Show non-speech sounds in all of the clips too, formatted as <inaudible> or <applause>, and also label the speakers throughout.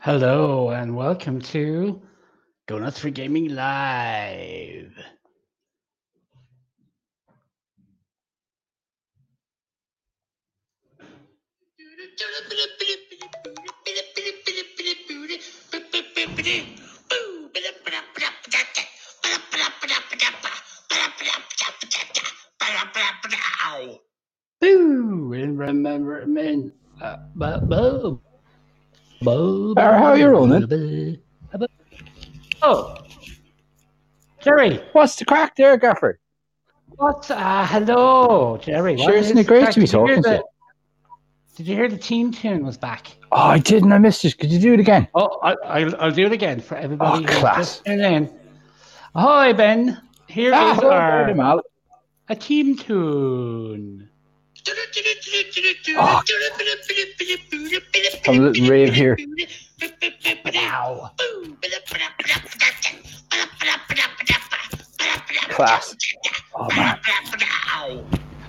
Speaker 1: Hello and welcome to Donuts for Gaming Live. Boo! And remember, man. Uh, bu- boo, boo,
Speaker 2: Barry, how you
Speaker 1: boo,
Speaker 2: rolling?
Speaker 1: boo, boo. Oh, Jerry,
Speaker 2: What's the crack there, Gaffer?
Speaker 1: what's uh, hello, Jerry? what
Speaker 2: Sure,
Speaker 1: is
Speaker 2: isn't it
Speaker 1: the
Speaker 2: great
Speaker 1: crack?
Speaker 2: to be
Speaker 1: Did you hear
Speaker 2: talking to
Speaker 1: the-
Speaker 2: you?
Speaker 1: Did you hear the team tune was back?
Speaker 2: Oh, I didn't. I missed this. Could you do it again?
Speaker 1: Oh, I, I'll, I'll do it again for everybody.
Speaker 2: Oh,
Speaker 1: who's
Speaker 2: class.
Speaker 1: just tuning in. Hi, Ben. Here is
Speaker 2: Ah, hello,
Speaker 1: our
Speaker 2: Barry Mal.
Speaker 1: a team tune.
Speaker 2: Oh, I'm a little rave here.
Speaker 1: Now,
Speaker 2: Class. Oh, man.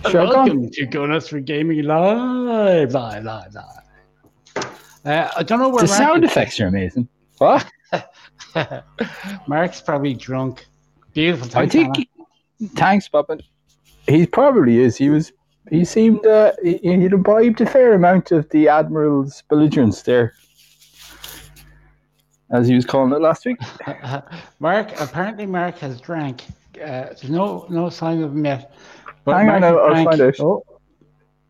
Speaker 2: Sure, go on.
Speaker 1: welcome to Gunners for Gaming Live, live, live, live. Uh, I don't know where
Speaker 2: The sound
Speaker 1: Mark
Speaker 2: effects are amazing. What?
Speaker 1: is. <laughs> Mark's probably drunk. Beautiful.
Speaker 2: I
Speaker 1: Thanks,
Speaker 2: think. Thanks, Bobbin. He probably is. He was. He seemed. Uh, he, he'd imbibed a fair amount of the Admiral's belligerence there, as he was calling it last week.
Speaker 1: Anna. <laughs> Mark apparently Mark has drank. Uh, there's no no sign of him yet. But
Speaker 2: Hang on,
Speaker 1: Mark
Speaker 2: I'll,
Speaker 1: has
Speaker 2: I'll
Speaker 1: drank-
Speaker 2: find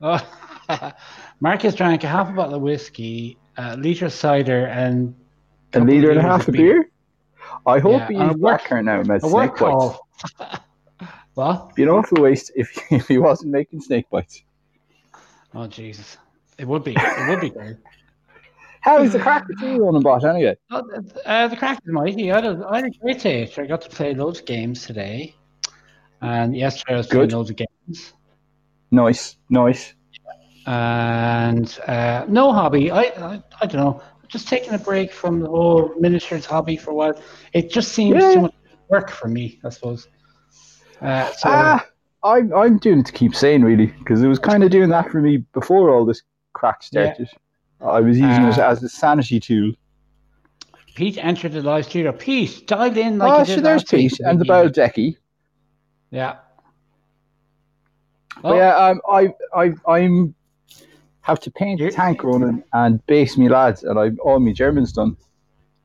Speaker 2: out.
Speaker 1: Oh. <laughs> Mark has drank a half a bottle of whiskey, a liter of cider, and
Speaker 2: a
Speaker 1: couple
Speaker 2: liter and a
Speaker 1: liters
Speaker 2: half
Speaker 1: of
Speaker 2: of beer. I hope
Speaker 1: Yeah,
Speaker 2: he
Speaker 1: and a
Speaker 2: he's
Speaker 1: work-
Speaker 2: back here now, mad
Speaker 1: A
Speaker 2: snake
Speaker 1: work
Speaker 2: bites.
Speaker 1: call. <laughs> well,
Speaker 2: Be an awful waste if, if he <laughs> wasn't making snake bites.
Speaker 1: oh Jesus, it would be. It would be great.
Speaker 2: How
Speaker 1: Hmm.
Speaker 2: is the crack with you on bot anyway?
Speaker 1: Oh, uh, the crack is mighty. I had, a, I had a great day. actually. I got to play loads of games today, and yesterday I was playing
Speaker 2: Good.
Speaker 1: loads of games.
Speaker 2: Nice, nice.
Speaker 1: And uh, no hobby. I, I I don't know. Just taking a break from the whole miniatures hobby for a while. It just seems
Speaker 2: Yeah.
Speaker 1: too much work for me. I suppose. Uh, so
Speaker 2: ah, I'm I'm doing it to keep sane really because it was kind of doing that for me before all this crack
Speaker 1: Yeah.
Speaker 2: started. I was using it
Speaker 1: Ah.
Speaker 2: as a sanity tool.
Speaker 1: Pete entered the live studio. Pete dialed in like
Speaker 2: oh,
Speaker 1: you did
Speaker 2: so there's
Speaker 1: last week.
Speaker 2: Pete and the bow decky.
Speaker 1: Yeah. Oh.
Speaker 2: But yeah, um, I I I'm have to paint the
Speaker 1: You're-
Speaker 2: tank running and base me lads, and I'm all my German's done.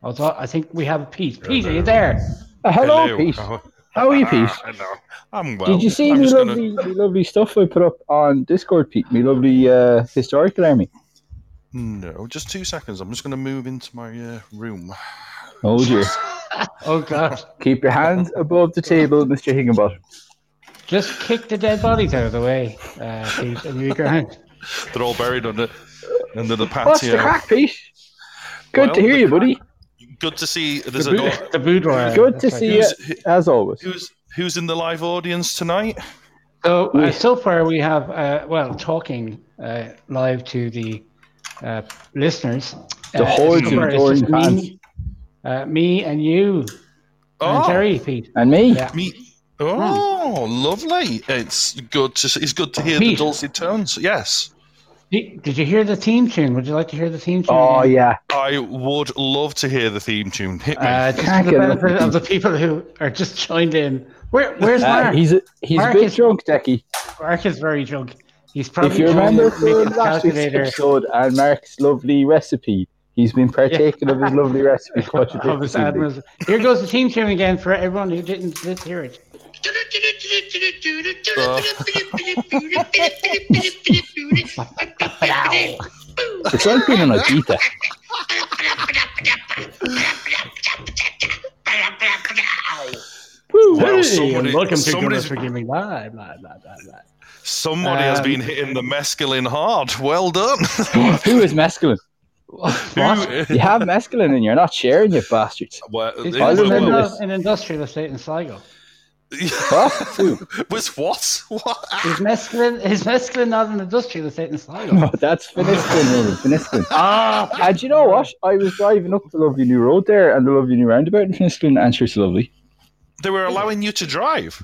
Speaker 1: I thought I think we have a Pete. Pete, are you there?
Speaker 2: Uh, hello, Pete. <laughs>
Speaker 3: Hello.
Speaker 2: How are you, Pete?
Speaker 3: Hello. I'm well.
Speaker 2: Did you see
Speaker 3: I'm
Speaker 2: the
Speaker 3: just gonna-
Speaker 2: lovely, the lovely stuff I put up on Discord, Pete? My lovely uh, historical army.
Speaker 3: No, just two seconds. I'm just going to move into my uh, room.
Speaker 2: Oh dear!
Speaker 1: Oh God!
Speaker 2: Keep your <laughs> hands above the table, Mister Higginbottom.
Speaker 1: Just kick the dead bodies out of the way, uh, Pete, and you're grand.
Speaker 3: They're all buried under under the patio.
Speaker 2: What's the crack, Pete? Good
Speaker 3: Well,
Speaker 2: to hear
Speaker 3: the
Speaker 2: you, buddy.
Speaker 3: Good to see. There's
Speaker 2: The
Speaker 3: a
Speaker 2: boot-
Speaker 3: door.
Speaker 1: The boudoir.
Speaker 2: Good to
Speaker 1: that's
Speaker 2: see
Speaker 1: right.
Speaker 2: you,
Speaker 3: Who's, who-
Speaker 2: as always.
Speaker 3: who's who's in the live audience tonight?
Speaker 1: So
Speaker 2: Yeah.
Speaker 1: uh, so far we have uh, well talking uh, live to the uh, listeners.
Speaker 2: The
Speaker 1: uh,
Speaker 2: hordes
Speaker 1: so far
Speaker 2: of
Speaker 1: it's
Speaker 2: adoring
Speaker 1: just me, uh, me and you
Speaker 2: Uh,
Speaker 1: and Terry, Pete.
Speaker 2: And me.
Speaker 1: Yeah.
Speaker 3: Oh, me. Oh,
Speaker 2: Hmm.
Speaker 3: lovely! It's good to see, it's good to hear
Speaker 1: Pete.
Speaker 3: the dulcet tones. Yes,
Speaker 1: Did did you hear the theme tune? Would you like to hear the theme tune?
Speaker 2: Oh
Speaker 1: again?
Speaker 2: yeah.
Speaker 3: I would love to hear the theme tune. Hit me.
Speaker 1: Uh, just
Speaker 2: Can't
Speaker 1: for the
Speaker 2: get enough
Speaker 1: benefit
Speaker 2: of
Speaker 1: of the people who are just joined in. Where, where's
Speaker 2: Uh,
Speaker 1: Mark?
Speaker 2: he's a, he's
Speaker 1: Mark
Speaker 2: a bit
Speaker 1: is-
Speaker 2: drunk, Decky.
Speaker 1: Mark is very drunk. He's probably
Speaker 2: If you
Speaker 1: trying to
Speaker 2: remember
Speaker 1: make
Speaker 2: from
Speaker 1: his
Speaker 2: last week's
Speaker 1: calculator
Speaker 2: episode and Mark's lovely recipe, he's been partaking of his lovely recipe quite a
Speaker 1: of
Speaker 2: bit.
Speaker 1: his
Speaker 2: this evening.
Speaker 1: admirals. Here goes the team tune again for everyone who didn't, did hear it.
Speaker 2: It's like being an <laughs> Ibiza. Woo,
Speaker 3: Well,
Speaker 2: woo.
Speaker 3: somebody-
Speaker 1: welcome to Gunners
Speaker 3: somebody's-
Speaker 1: for Gaming Live. live, live, live, live.
Speaker 3: Somebody has
Speaker 2: uh,
Speaker 1: um,
Speaker 3: been hitting the mescaline hard. Well done. <laughs>
Speaker 2: Who is mescaline?
Speaker 1: What?
Speaker 3: Who-
Speaker 2: You have mescaline and you're not sharing, you bastards.
Speaker 3: Well, it,
Speaker 1: It's
Speaker 2: I
Speaker 1: it's
Speaker 2: remember
Speaker 1: in
Speaker 2: this.
Speaker 1: an industrial estate in Sligo.
Speaker 2: <laughs> What?
Speaker 3: <laughs>
Speaker 2: Ooh,
Speaker 3: was what? <laughs> What?
Speaker 1: Is mescaline, is mescaline not an industrial estate in Sligo?
Speaker 2: no, that's finiscaline, really. Finiscaline.
Speaker 1: Ah,
Speaker 2: And you know what? I was driving up the lovely new road there and the lovely new roundabout in Finiscaline, and sure it's lovely.
Speaker 3: They were allowing you to drive.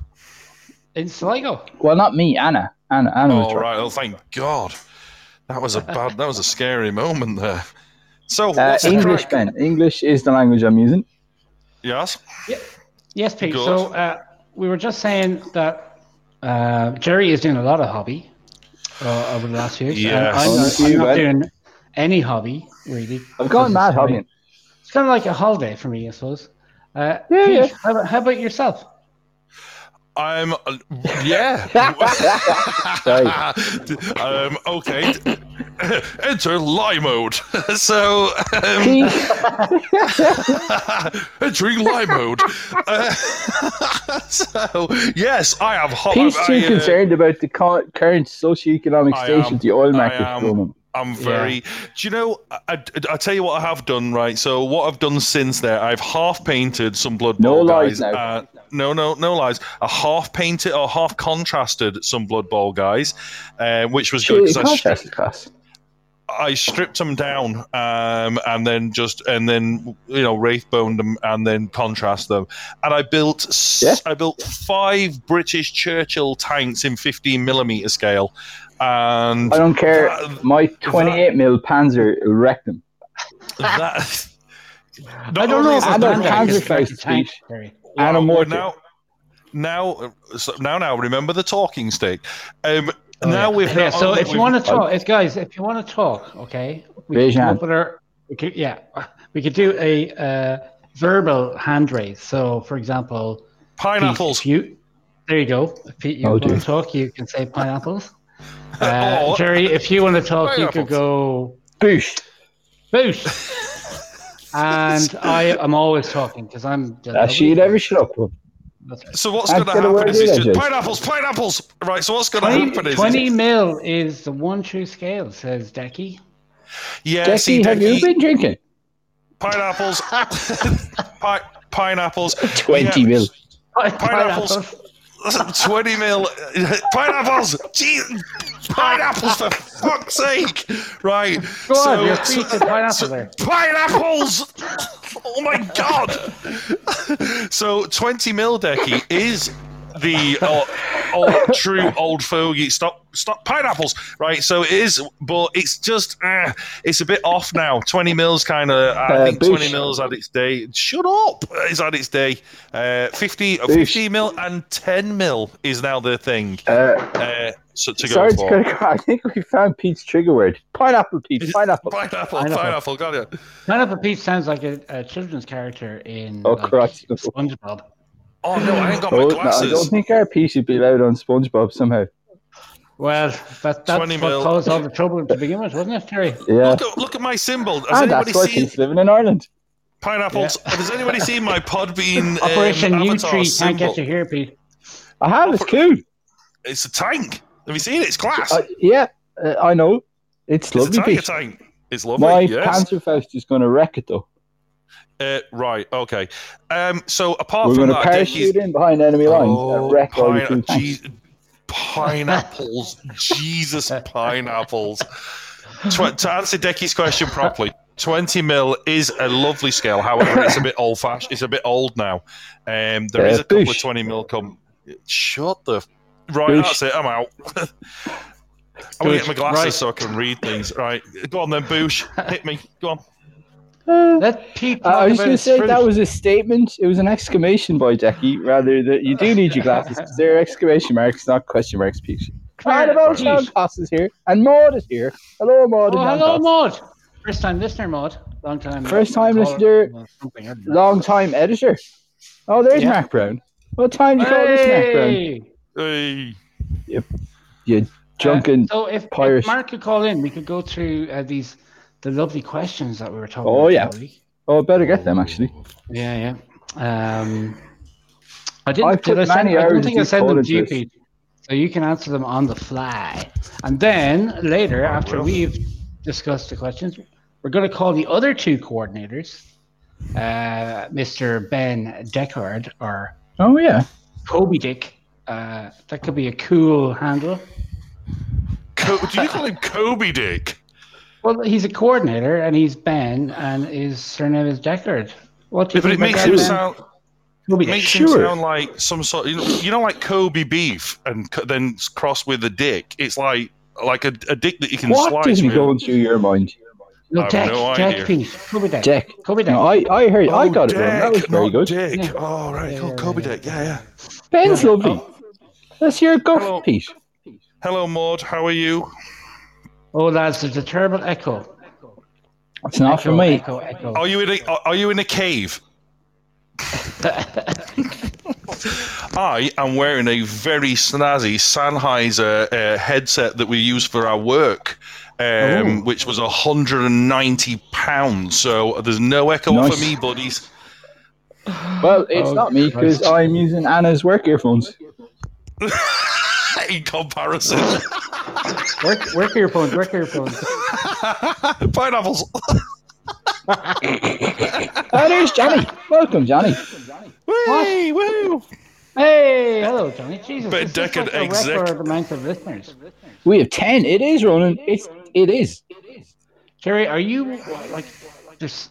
Speaker 1: in Sligo.
Speaker 2: Well, not me, Anna. Anna, Anna was
Speaker 3: Oh
Speaker 2: driving.
Speaker 3: right. Oh, thank God. That was a bad. That was a scary moment there. So,
Speaker 2: Uh,
Speaker 3: what's the
Speaker 2: English,
Speaker 3: crack?
Speaker 2: Ben. English is the language I'm using.
Speaker 3: Yes.
Speaker 1: Yes, Pete.
Speaker 3: Good.
Speaker 1: So uh, we were just saying that uh, Jerry is doing a lot of hobby uh, over the last few years. and
Speaker 3: Yes.
Speaker 1: I'm, not,
Speaker 2: Honest to
Speaker 1: I'm
Speaker 2: you,
Speaker 1: not
Speaker 2: Ed.
Speaker 1: doing any hobby really.
Speaker 2: I've gone mad
Speaker 1: hobby.
Speaker 2: hobbying.
Speaker 1: It's kind of like a holiday for me, I suppose. Uh,
Speaker 2: Yeah,
Speaker 1: Pete,
Speaker 2: yeah.
Speaker 1: How, about, how about yourself?
Speaker 3: I'm. uh, Yeah.
Speaker 2: <laughs>
Speaker 3: <laughs> um, okay. <coughs> Enter lie mode. <laughs> so. Um, <laughs> entering lie mode. <laughs> Uh, so yes, I have hot.
Speaker 2: He's
Speaker 3: I,
Speaker 2: too
Speaker 3: uh,
Speaker 2: concerned about the co- current socioeconomic
Speaker 3: I
Speaker 2: station
Speaker 3: am.
Speaker 2: the oil
Speaker 3: I
Speaker 2: market
Speaker 3: am.
Speaker 2: is from.
Speaker 3: I'm very. Do you know? I, I, I tell you what I have done. Right. So what I've done since there, I've half painted some blood.
Speaker 2: No
Speaker 3: Bowl
Speaker 2: lies
Speaker 3: guys.
Speaker 2: now.
Speaker 3: Uh, no, no, no lies. I half painted or half contrasted some blood bowl guys, uh, which was good
Speaker 2: Shit,
Speaker 3: 'cause I, stri-
Speaker 2: contrast class.
Speaker 3: I stripped them down um, and then just and then you know wraith boned them and then contrast them and I built s-
Speaker 2: Yeah.
Speaker 3: I built five British Churchill tanks in 15 millimeter scale and
Speaker 2: I don't care.
Speaker 3: That-
Speaker 2: My 28 mil Panzer wrecked them.
Speaker 3: that
Speaker 1: I don't know if
Speaker 2: I
Speaker 1: I'm
Speaker 2: don't
Speaker 1: doing
Speaker 2: have
Speaker 1: that.
Speaker 2: your
Speaker 1: It's like
Speaker 2: face,
Speaker 1: a tank,
Speaker 2: Pete.
Speaker 1: Jerry.
Speaker 2: And I'm
Speaker 3: Well,
Speaker 2: working.
Speaker 3: now, now, so now, now, remember the talking stick. Um,
Speaker 1: Oh,
Speaker 3: now
Speaker 1: yeah.
Speaker 3: we've
Speaker 1: yeah,
Speaker 3: not
Speaker 1: so
Speaker 3: only-
Speaker 1: if you
Speaker 3: we've-
Speaker 1: want to talk, if guys, if you want to talk, okay, we
Speaker 2: Raise
Speaker 1: can
Speaker 2: your
Speaker 1: come
Speaker 2: hand.
Speaker 1: up with our, we could, yeah, we could do a uh, verbal hand raise. So, for example, Pete,
Speaker 3: pineapples.
Speaker 1: if you, there you go. If Pete, you
Speaker 2: Oh,
Speaker 1: want
Speaker 2: dear.
Speaker 1: to talk, you can say
Speaker 3: <laughs>
Speaker 1: pineapples.
Speaker 3: Oh.
Speaker 1: Uh, Jerry, if you want to talk, you
Speaker 3: Pineapples.
Speaker 1: could go
Speaker 2: Boosh.
Speaker 1: boosh.
Speaker 3: <laughs>
Speaker 1: and I am always talking because I'm.
Speaker 2: Uh, she'd ever shut up.
Speaker 1: That's right.
Speaker 3: So what's
Speaker 2: I
Speaker 3: going to
Speaker 2: get a word
Speaker 3: happen is it's
Speaker 2: in,
Speaker 3: just
Speaker 2: Jay.
Speaker 3: pineapples, pineapples. Right. So what's going to
Speaker 1: 20,
Speaker 3: happen is
Speaker 1: 20 mil is the one true scale, says
Speaker 2: <laughs>
Speaker 1: Decky.
Speaker 3: yeah. see,
Speaker 2: Jackie, have you
Speaker 3: Dickie,
Speaker 2: been drinking?
Speaker 3: pineapples? <laughs> pi- pineapples.
Speaker 2: 20
Speaker 3: Yeah.
Speaker 2: mil.
Speaker 3: Pineapples.
Speaker 1: Pineapples.
Speaker 3: 20 mil <laughs> pineapples Jeez, pineapples for fuck's sake right
Speaker 1: Go on,
Speaker 3: so-
Speaker 1: you're speaking pineapple there.
Speaker 3: <laughs> pineapples oh my god so 20 mil decky is the uh, old, true old fogey stop stop pineapples right so it is but it's just uh, it's a bit off now 20 mils kind of i
Speaker 2: Uh,
Speaker 3: think
Speaker 2: Bush.
Speaker 3: 20 mils had its day shut up is had its day uh 50 uh, 50 mil and 10 mil is now the thing
Speaker 2: Uh,
Speaker 3: uh so to
Speaker 2: sorry to
Speaker 3: go for
Speaker 2: cut across. <laughs> I think we found Pete's trigger word. Pineapple, Pete. Pineapple.
Speaker 3: pineapple
Speaker 1: Pineapple.
Speaker 3: pineapple got it
Speaker 1: Pineapple Pete sounds like a, a children's character in
Speaker 2: Oh,
Speaker 1: like,
Speaker 2: crotch.
Speaker 1: SpongeBob.
Speaker 3: oh no i ain't got my
Speaker 2: Oh, no, I
Speaker 3: glasses
Speaker 2: don't think our Pete should be allowed on SpongeBob somehow.
Speaker 1: Well, that, that's
Speaker 3: 20
Speaker 1: what
Speaker 3: mil. Um,
Speaker 1: caused all the trouble to begin with, wasn't it,
Speaker 3: <laughs>
Speaker 1: Terry?
Speaker 2: Yeah.
Speaker 3: Look at, look at my symbol. Has
Speaker 2: And
Speaker 3: anybody
Speaker 2: uh, Ah, that's why
Speaker 3: seen
Speaker 2: Pete's living in Ireland.
Speaker 3: pineapples? Has anybody seen
Speaker 2: <laughs>
Speaker 3: my Podbean um,
Speaker 1: Operation U
Speaker 3: avatar
Speaker 1: Tree can't
Speaker 3: symbol?
Speaker 1: get you here, Pete.
Speaker 2: I have. It's
Speaker 3: Oh, for-
Speaker 2: cool.
Speaker 3: It's a tank. Have you seen it? It's class.
Speaker 2: Uh, yeah, uh, I know. It's
Speaker 3: it's a
Speaker 2: lovely,
Speaker 3: tiger
Speaker 2: Pete.
Speaker 3: tank. It's lovely.
Speaker 2: My
Speaker 3: yes.
Speaker 2: Panzerfaust is going to wreck it, though.
Speaker 3: Uh, right. Okay. Um. So apart
Speaker 2: We're
Speaker 3: from
Speaker 2: going to
Speaker 3: that, I think he's-
Speaker 2: parachute in behind enemy lines and wreck all the
Speaker 3: Oh, pine- <laughs>
Speaker 2: two tanks.
Speaker 3: Je- pineapples. Jesus, pineapples. Tw- to answer Decky's question properly, 20 mil is a lovely scale. However, it's a bit old fashioned. It's a bit old now. Um, there is
Speaker 2: Yeah,
Speaker 3: a couple of
Speaker 2: douche.
Speaker 3: 20 mil come. Shut the. Right,
Speaker 2: Douche.
Speaker 3: that's it. I'm out. <laughs> I'm going to
Speaker 1: Douche.
Speaker 3: get my glasses
Speaker 1: Right.
Speaker 3: so I can read things. Right. Go on then, Boosh. Hit me. Go on.
Speaker 2: Uh,
Speaker 1: Let Pete.
Speaker 2: I
Speaker 1: talk
Speaker 2: I was
Speaker 1: about
Speaker 2: going to
Speaker 1: his
Speaker 2: say
Speaker 1: fruit.
Speaker 2: that was a statement. It was an exclamation by Jackie, rather that you do need your glasses because they're exclamation marks, not question marks, Pete.
Speaker 1: Come
Speaker 2: And
Speaker 1: here,
Speaker 2: about
Speaker 1: Pete.
Speaker 2: Sean Coss is here, and Maud is here. Hello, Maud.
Speaker 1: Oh,
Speaker 2: and
Speaker 1: hello,
Speaker 2: Sean Coss.
Speaker 1: Maud. First time listener, Maud. Long time.
Speaker 2: First time
Speaker 1: caller.
Speaker 2: listener.
Speaker 1: Well, something, I don't know.
Speaker 2: Long time editor. Oh, there's
Speaker 1: Yeah.
Speaker 2: Mac Brown. What time do you call this Mac Brown?
Speaker 1: Hey!
Speaker 3: Hey.
Speaker 2: You
Speaker 1: Uh,
Speaker 2: drunken.
Speaker 1: so if,
Speaker 2: pirate.
Speaker 1: if Mark could call in, we could go through uh, these the lovely questions that we were talking.
Speaker 2: Oh,
Speaker 1: about
Speaker 2: yeah.
Speaker 1: the other week.
Speaker 2: Oh, I better get them, actually.
Speaker 1: yeah, yeah. Um, I didn't.
Speaker 2: I've
Speaker 1: did
Speaker 2: put
Speaker 1: I, send,
Speaker 2: many
Speaker 1: I don't
Speaker 2: hours
Speaker 1: think I
Speaker 2: deep
Speaker 1: sent
Speaker 2: thought
Speaker 1: them
Speaker 2: into
Speaker 1: to you,
Speaker 2: this.
Speaker 1: Pete. So you can answer them on the fly, and then later, after
Speaker 3: will.
Speaker 1: we've discussed the questions, we're going to call the other two coordinators, uh, Mr. Ben Deckard or
Speaker 2: Oh, yeah.
Speaker 1: Kobe Dick. Uh, that could be a cool handle.
Speaker 3: Co- do you call him Kobe Dick?
Speaker 1: Well, he's a coordinator, and he's Ben, and his surname is Deckard. What do you
Speaker 3: But
Speaker 1: think
Speaker 3: it
Speaker 1: about
Speaker 3: makes
Speaker 1: that,
Speaker 3: him
Speaker 1: Ben?
Speaker 3: sound.
Speaker 1: We'll be
Speaker 3: makes
Speaker 1: Dick.
Speaker 3: him
Speaker 2: Sure.
Speaker 3: sound like some sort. You know, you know, like Kobe beef, and c- then cross with a dick. It's like like a, a dick that you can
Speaker 2: What
Speaker 3: slice.
Speaker 2: is
Speaker 3: with.
Speaker 2: going through your mind?
Speaker 3: I
Speaker 1: No,
Speaker 3: have
Speaker 1: deck,
Speaker 3: no
Speaker 1: deck,
Speaker 3: idea.
Speaker 1: please. Kobe deck.
Speaker 2: Jack.
Speaker 1: Kobe deck.
Speaker 2: No, I, I heard,
Speaker 1: Oh,
Speaker 2: I got it wrong. That was
Speaker 3: Oh, Dick,
Speaker 2: very
Speaker 3: not
Speaker 2: good.
Speaker 3: Dick.
Speaker 1: Yeah.
Speaker 3: Oh, right. cool.
Speaker 1: Yeah,
Speaker 3: Kobe
Speaker 1: yeah,
Speaker 3: Dick. Yeah, yeah.
Speaker 2: Ben's lovely.
Speaker 1: Oh.
Speaker 2: Let's hear it go,
Speaker 3: Hello.
Speaker 2: Pete.
Speaker 3: Hello, Maud. How are you?
Speaker 1: oh, lads, there's a terrible echo.
Speaker 2: It's not for
Speaker 1: Echo,
Speaker 2: me.
Speaker 1: Echo, echo.
Speaker 3: Are you in a, are you in a cave?
Speaker 1: <laughs>
Speaker 3: I am wearing a very snazzy Sennheiser uh, headset that we use for our work, um, which was £190. So there's no echo
Speaker 2: Nice.
Speaker 3: for me, buddies. <laughs>
Speaker 2: Well, it's
Speaker 1: Oh,
Speaker 2: not me because
Speaker 1: Christ.
Speaker 2: I'm using Anna's work earphones.
Speaker 3: in comparison,
Speaker 1: <laughs> Work, work earphones, work earphones.
Speaker 3: pineapples.
Speaker 2: Oh, there's Johnny. Welcome, Johnny.
Speaker 3: Whee, woo.
Speaker 1: Hey, hello, Johnny. Jesus,
Speaker 3: Ben
Speaker 1: this is
Speaker 3: Deckard,
Speaker 1: like a
Speaker 3: exec-
Speaker 1: record amount of listeners.
Speaker 2: We have ten. It is running. It's it is.
Speaker 1: Jerry, are you like this?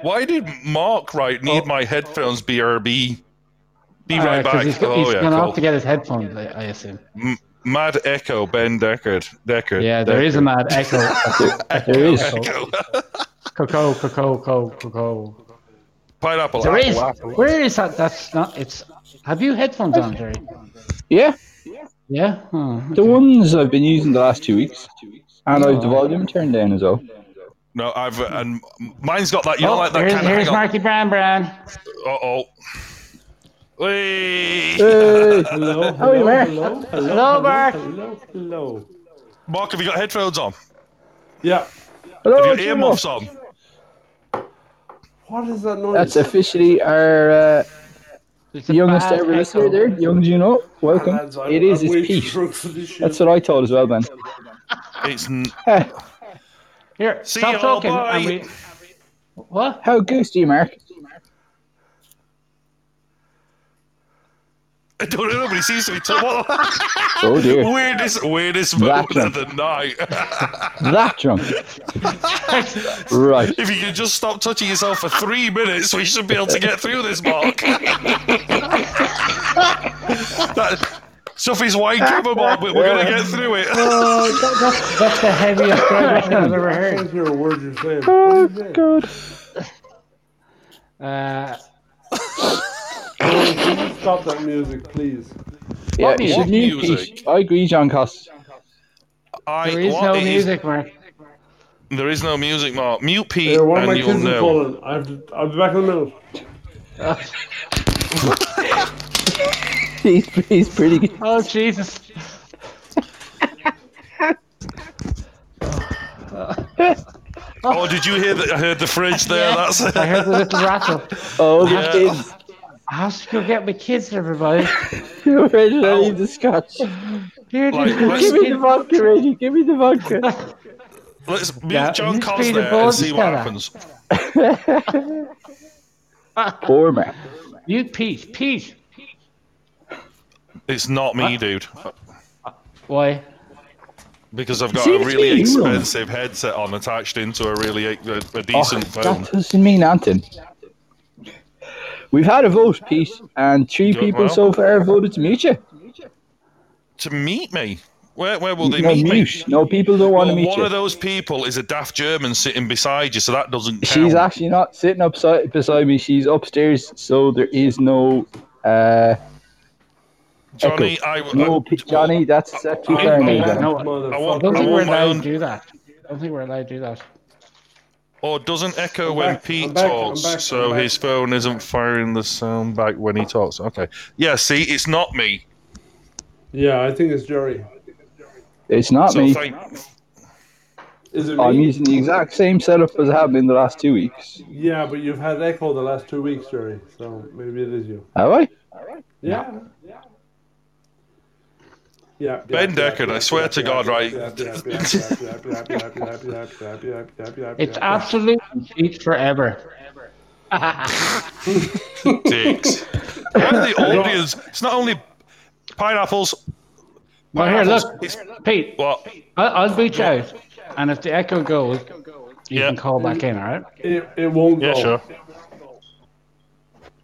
Speaker 3: Why did Mark right need
Speaker 1: Oh.
Speaker 3: my headphones? BRB. Be right back.
Speaker 1: Uh, He's,
Speaker 3: oh
Speaker 1: he's
Speaker 3: yeah,
Speaker 1: gone
Speaker 3: cool.
Speaker 1: off to get his headphones, I, I assume.
Speaker 3: M- Mad Echo, Ben Deckard. Deckard.
Speaker 1: Yeah, there is a mad echo.
Speaker 2: <laughs> There is.
Speaker 3: Echo.
Speaker 1: Coco, coco, coco, coco.
Speaker 3: <laughs> Pineapple.
Speaker 1: There is.
Speaker 3: apple, apple.
Speaker 1: Where is that? That's not. It's. Have you headphones on, Jerry?
Speaker 2: Yeah,
Speaker 1: Yeah. Hmm,
Speaker 2: the
Speaker 1: okay.
Speaker 2: ones I've been using the last two weeks, and I've the volume turned down as well.
Speaker 3: No, I've uh, and mine's got that. You know,
Speaker 1: Oh,
Speaker 3: like that
Speaker 1: here's,
Speaker 3: kind
Speaker 1: here's
Speaker 3: of.
Speaker 1: Marky Brown Brown.
Speaker 3: Uh oh.
Speaker 1: Uh,
Speaker 3: Wait.
Speaker 2: Hey,
Speaker 4: Hello,
Speaker 2: How are you, Mark?
Speaker 4: Hello, hello,
Speaker 1: Hello, Mark.
Speaker 4: Hello, hello.
Speaker 3: Mark, have you got headphones on?
Speaker 4: Yeah.
Speaker 1: oh,
Speaker 2: hello,
Speaker 3: Have your
Speaker 2: Jimbo.
Speaker 3: earmuffs on?
Speaker 4: What is that noise?
Speaker 2: That's officially our uh,
Speaker 1: It's a
Speaker 2: youngest
Speaker 1: bad
Speaker 2: ever
Speaker 1: echo.
Speaker 2: listener there, young Juno. Welcome.
Speaker 4: Lads, I'm-
Speaker 2: It is
Speaker 4: I'm
Speaker 2: his
Speaker 4: way
Speaker 2: Pete.
Speaker 4: drunk for this shit.
Speaker 2: That's what I thought as well, Ben. <laughs>
Speaker 3: It's n- <laughs>
Speaker 2: Heh,
Speaker 1: Here,
Speaker 3: See
Speaker 1: stop
Speaker 3: you,
Speaker 1: talking.
Speaker 3: bye.
Speaker 1: and we- What?
Speaker 2: How goose do you, Mark?
Speaker 3: I don't know. Nobody seems to be talking.
Speaker 2: Oh
Speaker 3: <laughs>
Speaker 2: dear,
Speaker 3: weirdest, weirdest moment
Speaker 2: Vacuum.
Speaker 3: of the night. <laughs>
Speaker 2: that drunk. Right.
Speaker 3: if you could just stop touching yourself for three minutes, we should be able to get through this, Mark. <laughs> that, Sophie's wine camomile, but we're going to get through it.
Speaker 1: Oh, that, that's, that's the heaviest graduation I've ever
Speaker 2: <laughs>
Speaker 4: I
Speaker 1: heard.
Speaker 4: can't hear a word you're saying.
Speaker 2: Oh,
Speaker 4: What is that?
Speaker 2: Good.
Speaker 1: Uh,
Speaker 4: Can you Stop that music, please.
Speaker 2: Yeah,
Speaker 1: What
Speaker 2: you should
Speaker 3: music?
Speaker 2: mute
Speaker 3: What music?
Speaker 2: Pete. I agree, John Cost.
Speaker 3: <laughs> I,
Speaker 1: there is
Speaker 3: what
Speaker 1: no
Speaker 3: it
Speaker 1: music, Mark.
Speaker 3: There is no music, Mark. Mute Pete,
Speaker 4: Yeah, one of
Speaker 3: and
Speaker 4: my
Speaker 3: you'll
Speaker 4: kids is
Speaker 3: know.
Speaker 4: calling. I have to, I'll be back in a minute.
Speaker 2: <laughs>
Speaker 1: Oh,
Speaker 2: He's, he's pretty good.
Speaker 1: Oh, Jesus.
Speaker 3: Oh, did you hear that? I heard the fridge there. That's
Speaker 1: I heard the little rattle.
Speaker 2: Oh, the
Speaker 3: Yeah.
Speaker 2: kids.
Speaker 1: I have to go get my kids, everybody.
Speaker 2: Where did I leave the scotch?
Speaker 1: Here,
Speaker 3: Like,
Speaker 1: this-
Speaker 3: let's-
Speaker 2: <laughs> Give me the vodka, Reggie. Give me the vodka.
Speaker 3: Let's mute
Speaker 1: Yeah,
Speaker 3: John
Speaker 1: he's
Speaker 3: Cos
Speaker 1: Peter
Speaker 3: there and see what
Speaker 1: Bodensteller.
Speaker 3: happens. <laughs>
Speaker 2: Poor man.
Speaker 1: you Pete. Pete.
Speaker 3: It's not me, dude,
Speaker 1: Why?
Speaker 3: because I've got
Speaker 2: See,
Speaker 3: a
Speaker 2: it's
Speaker 3: really
Speaker 2: me.
Speaker 3: expensive headset on attached into a really a, a decent phone.
Speaker 2: Oh, That doesn't mean nothing. We've had a vote, Pete, and three
Speaker 3: Good,
Speaker 2: people
Speaker 3: well.
Speaker 2: so far voted to mute you.
Speaker 3: To meet me, where where will they
Speaker 2: No,
Speaker 3: meet me?
Speaker 2: mute. No, people don't want
Speaker 3: Well,
Speaker 2: to meet
Speaker 3: one
Speaker 2: you.
Speaker 3: of those people is a daft German sitting beside you, so that doesn't count.
Speaker 2: She's actually not sitting upside beside me. She's upstairs, so there is no. Uh,
Speaker 3: Johnny, I, I,
Speaker 2: no, P- Johnny, that's uh, too far
Speaker 1: I,
Speaker 2: now.
Speaker 1: I,
Speaker 2: then.
Speaker 1: no,
Speaker 3: I
Speaker 1: I
Speaker 3: want-
Speaker 1: don't
Speaker 3: I
Speaker 1: think
Speaker 3: want
Speaker 1: we're
Speaker 3: my
Speaker 1: allowed
Speaker 3: own-
Speaker 1: to do that. I don't think we're allowed to do that.
Speaker 3: Or doesn't echo
Speaker 4: I'm
Speaker 3: when
Speaker 4: back,
Speaker 3: Pete
Speaker 4: I'm back, I'm
Speaker 3: talks,
Speaker 4: back, I'm
Speaker 3: so
Speaker 4: back.
Speaker 3: his phone isn't firing the sound back when he talks. Okay. Yeah, see, it's not me.
Speaker 4: Yeah, I think it's Jerry.
Speaker 2: It's not
Speaker 3: So
Speaker 2: me.
Speaker 3: thank,
Speaker 4: Is it
Speaker 2: I'm
Speaker 4: me?
Speaker 2: using the exact same setup as I have been the last two weeks.
Speaker 4: Yeah, but you've had echo the last two weeks, Jerry. So maybe it is you.
Speaker 2: Have I?
Speaker 4: Yeah. Yeah. Yeah,
Speaker 3: Ben Deckard, I swear to God, right?
Speaker 1: It's absolute Pete
Speaker 3: <laughs>
Speaker 1: forever.
Speaker 3: dicks. and
Speaker 4: <laughs>
Speaker 3: the audience. It's not only pineapples.
Speaker 1: Well, here,
Speaker 3: pineapples,
Speaker 1: look.
Speaker 3: It's,
Speaker 1: Pete,
Speaker 3: what?
Speaker 1: I'll, I'll boot you out. And if the echo goes, you
Speaker 3: Yeah.
Speaker 1: can call back in, all right?
Speaker 4: It, it won't go.
Speaker 3: Yeah, sure.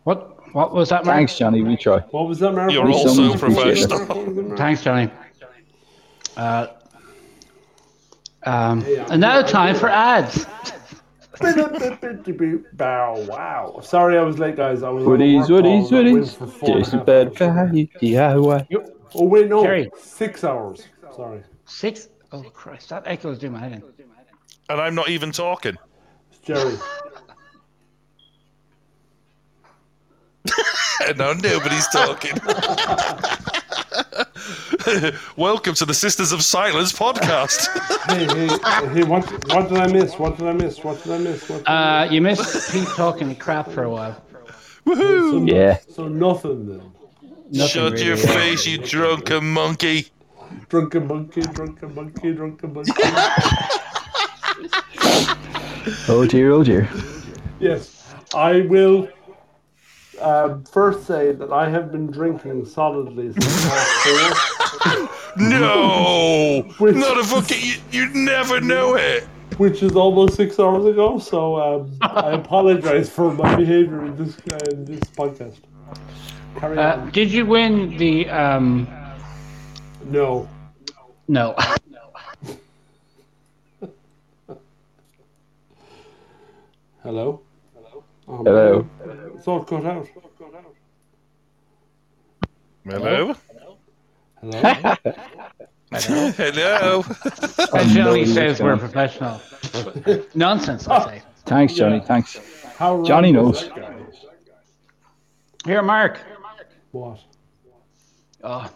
Speaker 1: What What was that, Mark?
Speaker 2: Thanks, Johnny. We try.
Speaker 4: What was that marathon?
Speaker 3: You're
Speaker 2: We
Speaker 3: also
Speaker 2: someone's
Speaker 4: What was
Speaker 2: appreciate
Speaker 4: that
Speaker 3: professional.
Speaker 4: marathon?
Speaker 1: Thanks, Johnny. Uh, Um, and now time for ads.
Speaker 4: Bow wow. Sorry I was late, guys. I was on a
Speaker 2: Hoodies,
Speaker 4: work call
Speaker 2: hoodies,
Speaker 4: that went for
Speaker 2: hoodies.
Speaker 4: four and a
Speaker 2: Jason
Speaker 4: half
Speaker 2: Bad
Speaker 4: hours.
Speaker 2: Value DIY.
Speaker 4: Oh, wait, no.
Speaker 1: Terry.
Speaker 4: Six hours. Sorry.
Speaker 1: Six oh Christ, that echoes do my head in.
Speaker 3: and I'm not even talking. <laughs>
Speaker 4: It's Jerry.
Speaker 3: And now nobody's talking. <laughs> Welcome to the Sisters of Silence
Speaker 4: <laughs>
Speaker 3: podcast.
Speaker 4: hey, hey, hey, what, what did I miss? What did I miss? What did I miss? What did I
Speaker 1: Uh, you missed Pete talking crap for a while.
Speaker 4: miss? So-
Speaker 2: Yeah.
Speaker 4: So nothing then.
Speaker 1: Nothing
Speaker 3: Shut
Speaker 1: really,
Speaker 3: your
Speaker 1: yeah.
Speaker 3: face, you drunken monkey.
Speaker 4: Drunken monkey, drunken monkey, drunken monkey.
Speaker 2: Oh dear, oh dear.
Speaker 4: yes, I will um, first say that I have been drinking solidly since half four,
Speaker 3: No,
Speaker 4: <laughs> Which-
Speaker 3: not a fucking. You, you'd never know it.
Speaker 4: which is almost six hours ago. So um, I apologize for my behavior in this uh, in this podcast. Carry
Speaker 1: Uh,
Speaker 4: on.
Speaker 1: did you win the? Um,
Speaker 4: No,
Speaker 1: no. <laughs>
Speaker 4: hello. Hello.
Speaker 2: Hello.
Speaker 4: It's all cut out.
Speaker 3: Hello.
Speaker 4: Hello.
Speaker 1: <laughs>
Speaker 3: Hello.
Speaker 1: And Johnny
Speaker 2: no,
Speaker 1: says
Speaker 2: no.
Speaker 1: we're professional. Nonsense, I say.
Speaker 2: Thanks, Johnny. Thanks.
Speaker 4: How wrong
Speaker 2: Johnny
Speaker 4: is
Speaker 2: knows.
Speaker 4: that guy?
Speaker 1: Here, Mark.
Speaker 4: What?
Speaker 1: Oh,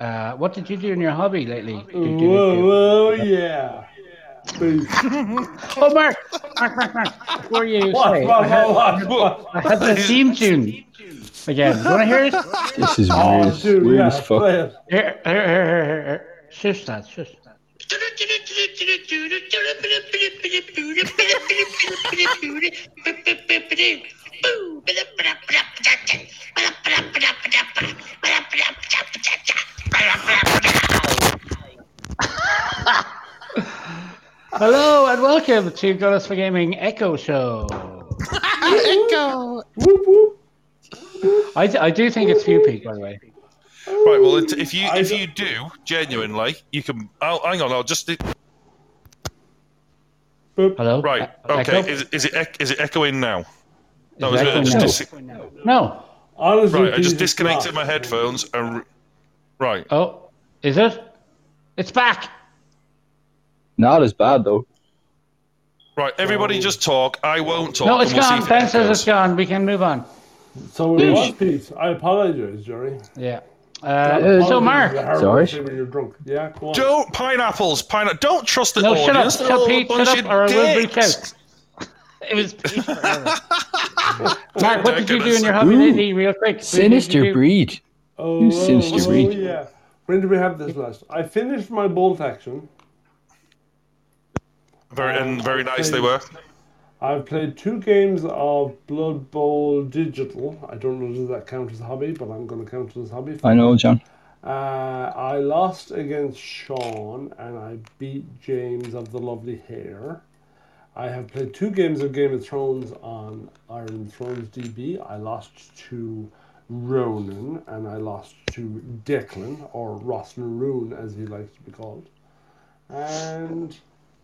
Speaker 1: uh, what did you do in your hobby lately? Do, do, do, do.
Speaker 4: Whoa, whoa, yeah. Please.
Speaker 1: Oh, Mark, Mark, Mark, Mark. Before you
Speaker 4: What,
Speaker 1: say,
Speaker 4: what,
Speaker 1: I had,
Speaker 4: what, what, what?
Speaker 1: I had the theme tune again. You want to hear it?
Speaker 2: This is
Speaker 4: <laughs> Oh,
Speaker 2: weird.
Speaker 4: dude,
Speaker 2: weird
Speaker 4: yeah,
Speaker 2: as fuck.
Speaker 4: play it.
Speaker 1: Here, here, here, here, here, here. Shush that, shush that. Hello and welcome to Goddess for Gaming Echo Show.
Speaker 4: Whoop, whoop.
Speaker 1: I, d- I do think it's you, Pete, by the way.
Speaker 3: <laughs> Right. Well, it- if you
Speaker 4: I
Speaker 3: if
Speaker 4: don't-
Speaker 3: you do genuinely, you can. I'll, hang on. I'll just.
Speaker 4: Boop.
Speaker 1: Hello.
Speaker 3: Right.
Speaker 1: E-
Speaker 3: Okay.
Speaker 1: Echo?
Speaker 3: Is, it- is it ec- is it echoing now? No,
Speaker 1: Is
Speaker 3: it's-
Speaker 1: echoing
Speaker 3: it's
Speaker 1: now?
Speaker 3: dis-
Speaker 1: No.
Speaker 4: Honestly,
Speaker 3: right. I
Speaker 4: Jesus,
Speaker 3: just
Speaker 4: it's
Speaker 3: disconnected my
Speaker 4: not.
Speaker 3: headphones and. Re- right.
Speaker 1: Oh, is it? It's back.
Speaker 2: Not as bad though.
Speaker 3: Right. Everybody, just talk. I won't talk.
Speaker 1: Oh. No,
Speaker 3: and
Speaker 1: it's
Speaker 3: we'll see
Speaker 1: gone.
Speaker 3: if it
Speaker 1: Ben says
Speaker 3: echoes.
Speaker 1: it's gone. We can move on.
Speaker 4: So it was Pete. I apologize,
Speaker 2: Uh,
Speaker 4: Jerry.
Speaker 1: Yeah.
Speaker 4: Apologies
Speaker 1: Uh,
Speaker 4: is
Speaker 1: so,
Speaker 4: a
Speaker 1: Mark.
Speaker 4: horrible
Speaker 2: Sorry.
Speaker 4: thing When you're drunk. Yeah, go on.
Speaker 3: Don't pineapples. Pine. Don't trust the
Speaker 1: No, shut up.
Speaker 3: audience.
Speaker 1: Shut
Speaker 3: They're
Speaker 1: up,
Speaker 3: all a
Speaker 1: Pete.
Speaker 3: bunch
Speaker 1: Shut
Speaker 3: of
Speaker 1: up, or I will reach
Speaker 3: dicks.
Speaker 1: out. <laughs> It was Pete.
Speaker 3: <laughs>
Speaker 1: forever. Mark, what did you do in your
Speaker 3: Goodness.
Speaker 1: hobby
Speaker 2: Ooh.
Speaker 1: lately, real quick? What did you
Speaker 2: Sinister
Speaker 1: do?
Speaker 2: breed.
Speaker 4: Oh,
Speaker 2: You sinister
Speaker 4: oh,
Speaker 2: read.
Speaker 4: yeah. When did we have this last? I finished my bolt action.
Speaker 3: Very and very nice they were.
Speaker 1: <laughs>
Speaker 4: I've played two games of Blood Bowl Digital. I don't know does that count as a hobby, but I'm going to count it as a hobby.
Speaker 2: I know, John.
Speaker 4: Uh, I lost against Sean and I beat James of the lovely hair. I have played two games of Game of Thrones on Iron Thrones DB. I lost to Ronan and I lost to Declan or Ross Naroon as he likes to be called. And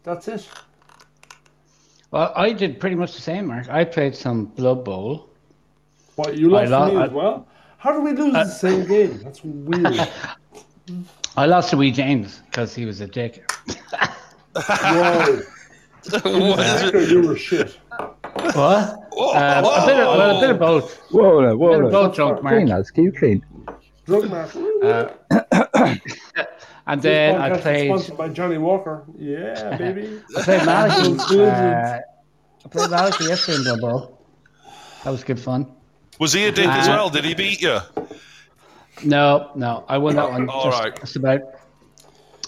Speaker 4: that's it.
Speaker 1: Well, I did pretty much the same, Mark. I played some Blood Bowl.
Speaker 4: What you lost
Speaker 1: lo-
Speaker 4: to me
Speaker 1: I-
Speaker 4: as well? How do we lose the same game? That's weird.
Speaker 1: I lost to Wee James because he was a dick.
Speaker 4: Whoa,
Speaker 3: What is <laughs> it?
Speaker 4: you were shit.
Speaker 1: What? Uh, a bit of, well, a bit of both.
Speaker 2: Whoa, now, whoa,
Speaker 1: A bit of
Speaker 2: now.
Speaker 1: both, drunk
Speaker 2: Clean,
Speaker 1: Mark.
Speaker 2: lads. Keep clean.
Speaker 4: Drug Master.
Speaker 1: Uh, And then I
Speaker 4: Podcast is
Speaker 1: played
Speaker 4: Sponsored by Johnny Walker.
Speaker 1: <laughs>
Speaker 4: Yeah, baby. <laughs>
Speaker 1: played Malachi.
Speaker 4: Those
Speaker 1: Uh, I played Malachi yesterday in Blood Bowl. That was good fun.
Speaker 3: Was he a dick as
Speaker 1: Uh,
Speaker 3: well? Did he beat you?
Speaker 1: No, no, I won that one.
Speaker 3: All
Speaker 1: just,
Speaker 3: right.
Speaker 1: just about.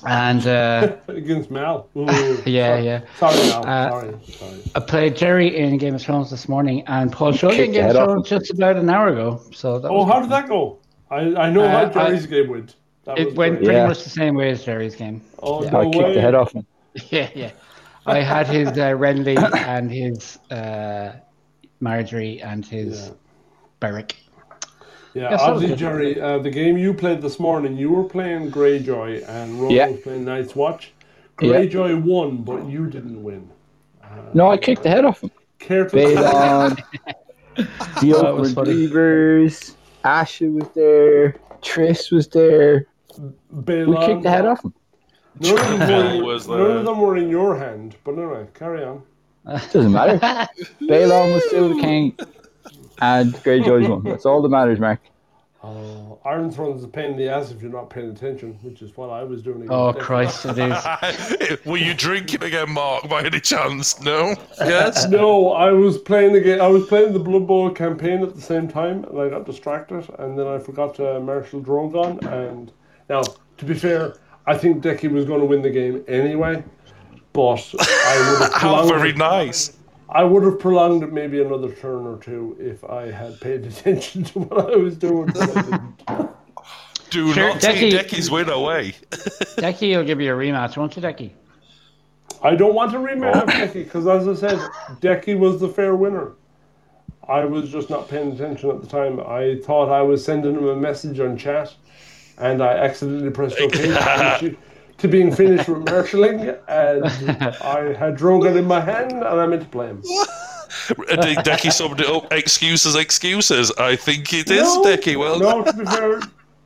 Speaker 1: And uh,
Speaker 4: Against Mal. Ooh.
Speaker 1: <laughs> yeah, yeah.
Speaker 4: Sorry, Mal.
Speaker 1: Uh,
Speaker 4: sorry. Sorry.
Speaker 1: I played Jerry in Game of Thrones this morning, and Paul Shirley in
Speaker 2: Kicked
Speaker 1: Game
Speaker 2: your
Speaker 1: of
Speaker 2: head off
Speaker 1: Thrones
Speaker 2: him.
Speaker 1: just about an hour ago. So that
Speaker 4: Oh,
Speaker 1: was,
Speaker 4: how did that go? I, I know
Speaker 1: Uh,
Speaker 4: how Jerry's game went. That
Speaker 1: it
Speaker 4: was
Speaker 1: went
Speaker 4: great.
Speaker 1: pretty
Speaker 2: Yeah.
Speaker 1: much the same way as Jerry's game. <laughs>
Speaker 4: Oh,
Speaker 2: I
Speaker 4: no
Speaker 2: kicked
Speaker 4: way.
Speaker 2: the head off him.
Speaker 1: Yeah, yeah. I had his uh,
Speaker 2: <coughs>
Speaker 1: Renly and his uh, Marjorie and his
Speaker 4: Yeah.
Speaker 1: Beric. <laughs>
Speaker 4: Yeah,
Speaker 1: Yeah, so
Speaker 4: obviously,
Speaker 1: good.
Speaker 4: Jerry, uh, the game you played this morning, you were playing Greyjoy and Ronan
Speaker 2: Yeah.
Speaker 4: was playing Night's Watch. Greyjoy won, but you didn't win.
Speaker 2: No, I kicked the head off him.
Speaker 4: Careful. <laughs>
Speaker 2: Balon, the
Speaker 5: That
Speaker 2: Oakland
Speaker 5: was funny.
Speaker 2: Reavers, Asha was there, Triss was there. We
Speaker 4: Balon.
Speaker 2: kicked the head off him.
Speaker 4: None of, them were,
Speaker 3: Was
Speaker 4: in- none
Speaker 3: there.
Speaker 4: of them were in your hand, but anyway, carry on.
Speaker 2: Doesn't matter. <laughs> Balon was still the king, and Greyjoy's won. That's all that matters, Mark.
Speaker 4: Uh, Iron Throne's a pain in the ass if you're not paying attention, which is what I was doing. against
Speaker 1: Oh
Speaker 4: Declan.
Speaker 1: Christ, it is.
Speaker 3: <laughs>
Speaker 4: <laughs>
Speaker 3: Were you drinking again, Mark, by any chance? No?
Speaker 5: Yes.
Speaker 4: No, I was playing the game. I was playing the Blood Bowl campaign at the same time, and I got distracted, and then I forgot uh, Marshal Drogon. And now, to be fair, I think Decky was going to win the game anyway, but I would have
Speaker 3: How
Speaker 4: prolonged.
Speaker 3: very nice.
Speaker 4: I would have prolonged it maybe another turn or two if I had paid <laughs> attention to what I was doing. but I didn't.
Speaker 3: Do
Speaker 1: Sure,
Speaker 3: not take
Speaker 1: Decky-
Speaker 3: Decky's win away. <laughs>
Speaker 1: Decky will give you a rematch, won't you, Decky?
Speaker 4: I don't want to rematch of Decky because, as I said, Decky was the fair winner. I was just not paying attention at the time. I thought I was sending him a message on chat, and I accidentally pressed OK to- to being finished with marshalling, and I had Drogon in my hand, and I meant to play him.
Speaker 3: De- Decky summed it up. Excuses, excuses. I think it is Decky. Well,
Speaker 4: no, to be fair,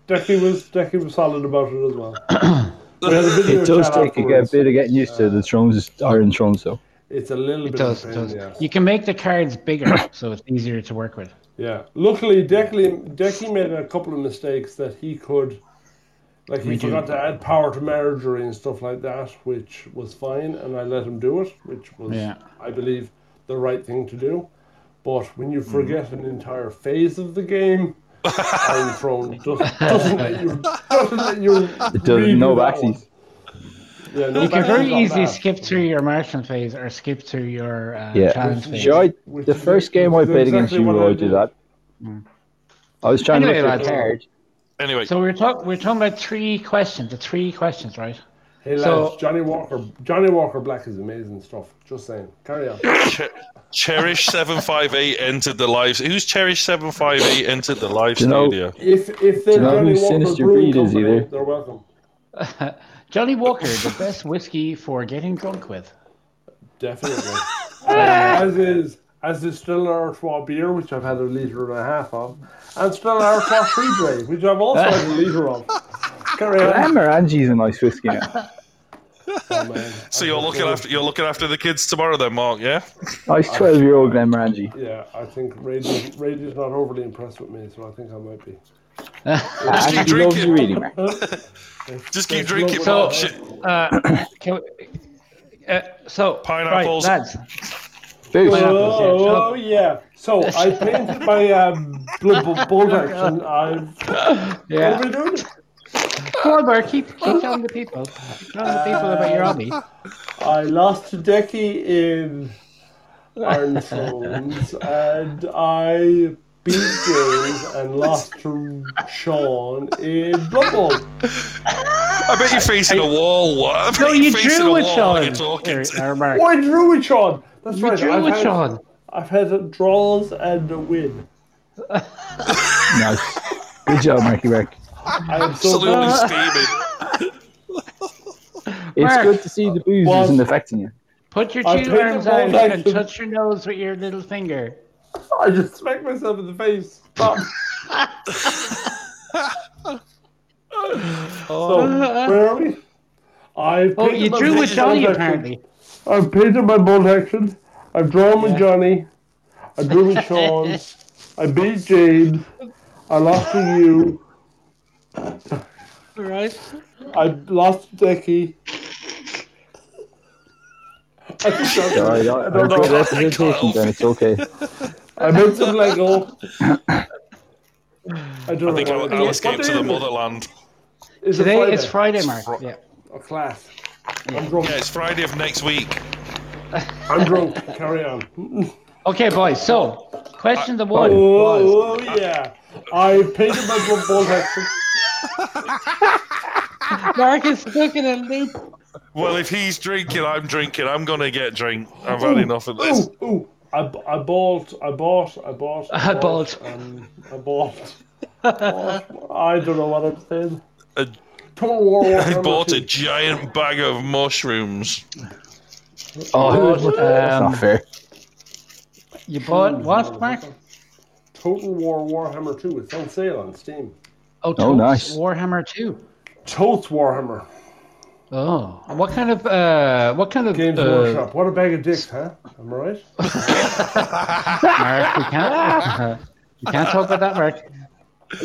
Speaker 4: Decky was Decky was solid about it as well. We had a video
Speaker 2: It does
Speaker 4: chat
Speaker 2: take a
Speaker 4: afterwards.
Speaker 2: get- bit of getting used to the Thrones, Iron Thrones, though.
Speaker 4: It's a little
Speaker 1: It
Speaker 4: bit.
Speaker 1: does,
Speaker 4: of
Speaker 1: it
Speaker 4: a pain in
Speaker 1: does.
Speaker 4: the ass.
Speaker 1: You can make the cards bigger so it's easier to work with.
Speaker 4: Yeah. Luckily, Decky, Decky made a couple of mistakes that he could, like he
Speaker 1: We do.
Speaker 4: forgot to add power to Marjorie and stuff like that, which was fine, and I let him do it, which was,
Speaker 1: Yeah.
Speaker 4: I believe, the right thing to do. But when you forget an entire phase of the game, Iron Throne <laughs> doesn't, doesn't let you. Doesn't let you
Speaker 2: It does
Speaker 4: redo
Speaker 2: no
Speaker 4: that one.
Speaker 2: backsies.
Speaker 4: Yeah, no
Speaker 1: You can
Speaker 4: backsies
Speaker 1: very
Speaker 4: on
Speaker 1: easily
Speaker 4: that.
Speaker 1: skip through your martial phase or skip through your uh,
Speaker 2: Yeah.
Speaker 1: challenge phase.
Speaker 2: Sure, I,
Speaker 4: Which
Speaker 2: the
Speaker 4: is-
Speaker 2: first game I
Speaker 4: which is
Speaker 2: played against
Speaker 4: exactly
Speaker 2: you,
Speaker 4: what
Speaker 2: I
Speaker 4: I
Speaker 2: did
Speaker 4: did.
Speaker 2: that. I was trying
Speaker 1: Anyway,
Speaker 2: to look
Speaker 1: lads.
Speaker 2: at hard.
Speaker 3: anyway,
Speaker 1: So we're talking we're talking about three questions, the three questions, right?
Speaker 4: Hey lads,
Speaker 1: So-
Speaker 4: Johnny Walker, Johnny Walker Black is amazing stuff. Just saying. Carry on.
Speaker 3: Che- Cherish seven five eight entered the live. Who's Cherish seven five eight entered the live
Speaker 2: you know-
Speaker 3: studio?
Speaker 4: If if they're
Speaker 2: you know
Speaker 4: Johnny
Speaker 2: who
Speaker 4: Walker
Speaker 2: Sinister
Speaker 4: Brewing
Speaker 2: Breed is
Speaker 4: Company,
Speaker 2: either?
Speaker 4: they're welcome.
Speaker 1: Johnny Walker, <laughs> the best whiskey for getting drunk with.
Speaker 4: <laughs> Definitely. Uh, as is as is Stella Artois beer, which I've had a liter and a half of, and Stella Artois Fridre, which I've also had <laughs> a liter of. Carry on.
Speaker 2: Glamour Angie's a nice whiskey now.
Speaker 4: Oh, man.
Speaker 3: So you're looking after you're looking after the kids tomorrow, then, Mark? Yeah.
Speaker 2: Nice <laughs> 12 year old Glamour Angie.
Speaker 4: Yeah, I think Radio's, Radio's not overly impressed with me, so I think I might be.
Speaker 3: Just keep
Speaker 2: Angie loves you
Speaker 3: drinking.
Speaker 2: really, man.
Speaker 3: Just keep drinking.
Speaker 4: So-
Speaker 3: Mark. Shit.
Speaker 1: Uh, can we- uh, so
Speaker 3: Pineapples.
Speaker 1: right, lads.
Speaker 2: Boots.
Speaker 4: Oh yeah. So I painted my um, blood bowl- bowl action. I've
Speaker 1: Yeah.
Speaker 4: overdoing it.
Speaker 1: Colbert, keep keep telling the people, keep telling the people about your hobby.
Speaker 4: I lost to Decky in
Speaker 1: <laughs>
Speaker 4: Iron Thrones, and I beat James and lost to Sean in Blood Bowl.
Speaker 3: I bet you're facing a wall. What? I
Speaker 1: <laughs>
Speaker 3: bet
Speaker 1: No,
Speaker 3: you're
Speaker 1: you
Speaker 3: facing
Speaker 1: drew
Speaker 3: a
Speaker 1: with
Speaker 3: wall
Speaker 1: Sean.
Speaker 3: when You're talking to.
Speaker 1: Or- or Mark.
Speaker 4: Oh, I drew with Sean. That's
Speaker 1: You
Speaker 4: right.
Speaker 1: drew
Speaker 4: I've
Speaker 1: with
Speaker 4: had,
Speaker 1: Sean.
Speaker 4: I've had draws and a win.
Speaker 2: Nice. Good job, Marky Mark.
Speaker 4: I am so
Speaker 1: <laughs>
Speaker 3: Absolutely steaming.
Speaker 2: It's
Speaker 1: Mark.
Speaker 2: good to see the booze
Speaker 4: Well,
Speaker 2: isn't affecting you.
Speaker 1: Put your
Speaker 4: I
Speaker 1: two
Speaker 4: paid the
Speaker 1: arms
Speaker 4: ball
Speaker 1: out
Speaker 4: back
Speaker 1: and
Speaker 4: to-
Speaker 1: touch your nose with your little finger.
Speaker 4: I just smacked myself in the face. Stop. so, where are we? I
Speaker 1: Oh, you drew with Johnny apparently.
Speaker 4: I've painted my bold action. I've drawn with Johnny. I drew with
Speaker 3: <laughs>
Speaker 4: Sean. I beat James. I lost to you.
Speaker 1: Right.
Speaker 4: I lost to Decky. I think that's
Speaker 2: Sorry,
Speaker 4: right.
Speaker 2: I, I'm good at presentation, then it's okay.
Speaker 4: I made some Lego. I don't
Speaker 3: I think
Speaker 4: know.
Speaker 3: I'll,
Speaker 4: what it
Speaker 3: I'll
Speaker 4: is.
Speaker 3: escape
Speaker 4: What
Speaker 3: to
Speaker 4: day
Speaker 3: the
Speaker 4: is it?
Speaker 3: motherland.
Speaker 4: Is it
Speaker 1: Today
Speaker 4: Friday?
Speaker 1: is Friday, Mark.
Speaker 3: Fri-
Speaker 1: Yeah.
Speaker 4: A class. I'm drunk.
Speaker 3: Yeah, it's Friday of next week.
Speaker 4: I'm drunk.
Speaker 1: <laughs>
Speaker 4: Carry on.
Speaker 1: Okay, boys. So, question the one was
Speaker 4: Oh, yeah. I painted my bold- bold action.
Speaker 1: Mark is stuck in a loop.
Speaker 3: Well, if he's drinking, I'm drinking. I'm gonna get drink. I've had enough of this.
Speaker 4: Ooh, ooh. I, b- I bought, I bought, I bought,
Speaker 1: <laughs> I bought.
Speaker 4: um, I bought. I bought- I don't know what I'm saying.
Speaker 3: A
Speaker 4: Come on, War
Speaker 3: <laughs> I
Speaker 4: Warhammer
Speaker 3: bought a
Speaker 4: 2.
Speaker 3: giant bag of mushrooms.
Speaker 1: Oh,
Speaker 2: That's
Speaker 1: um,
Speaker 2: not fair.
Speaker 1: you bought what,
Speaker 4: Motherfucker.
Speaker 1: Mark?
Speaker 4: Total War Warhammer 2. It's on sale on Steam.
Speaker 1: Oh,
Speaker 2: Oh,
Speaker 1: Totes
Speaker 2: nice.
Speaker 1: Warhammer Two.
Speaker 4: Totes Warhammer.
Speaker 1: Oh, and what kind of uh, what kind of
Speaker 4: Games
Speaker 1: uh,
Speaker 4: Workshop. What a bag of dicks, huh? Am I right?
Speaker 1: <laughs> Mark, we can't, uh, you can't talk about that,
Speaker 4: <laughs>
Speaker 1: Mark.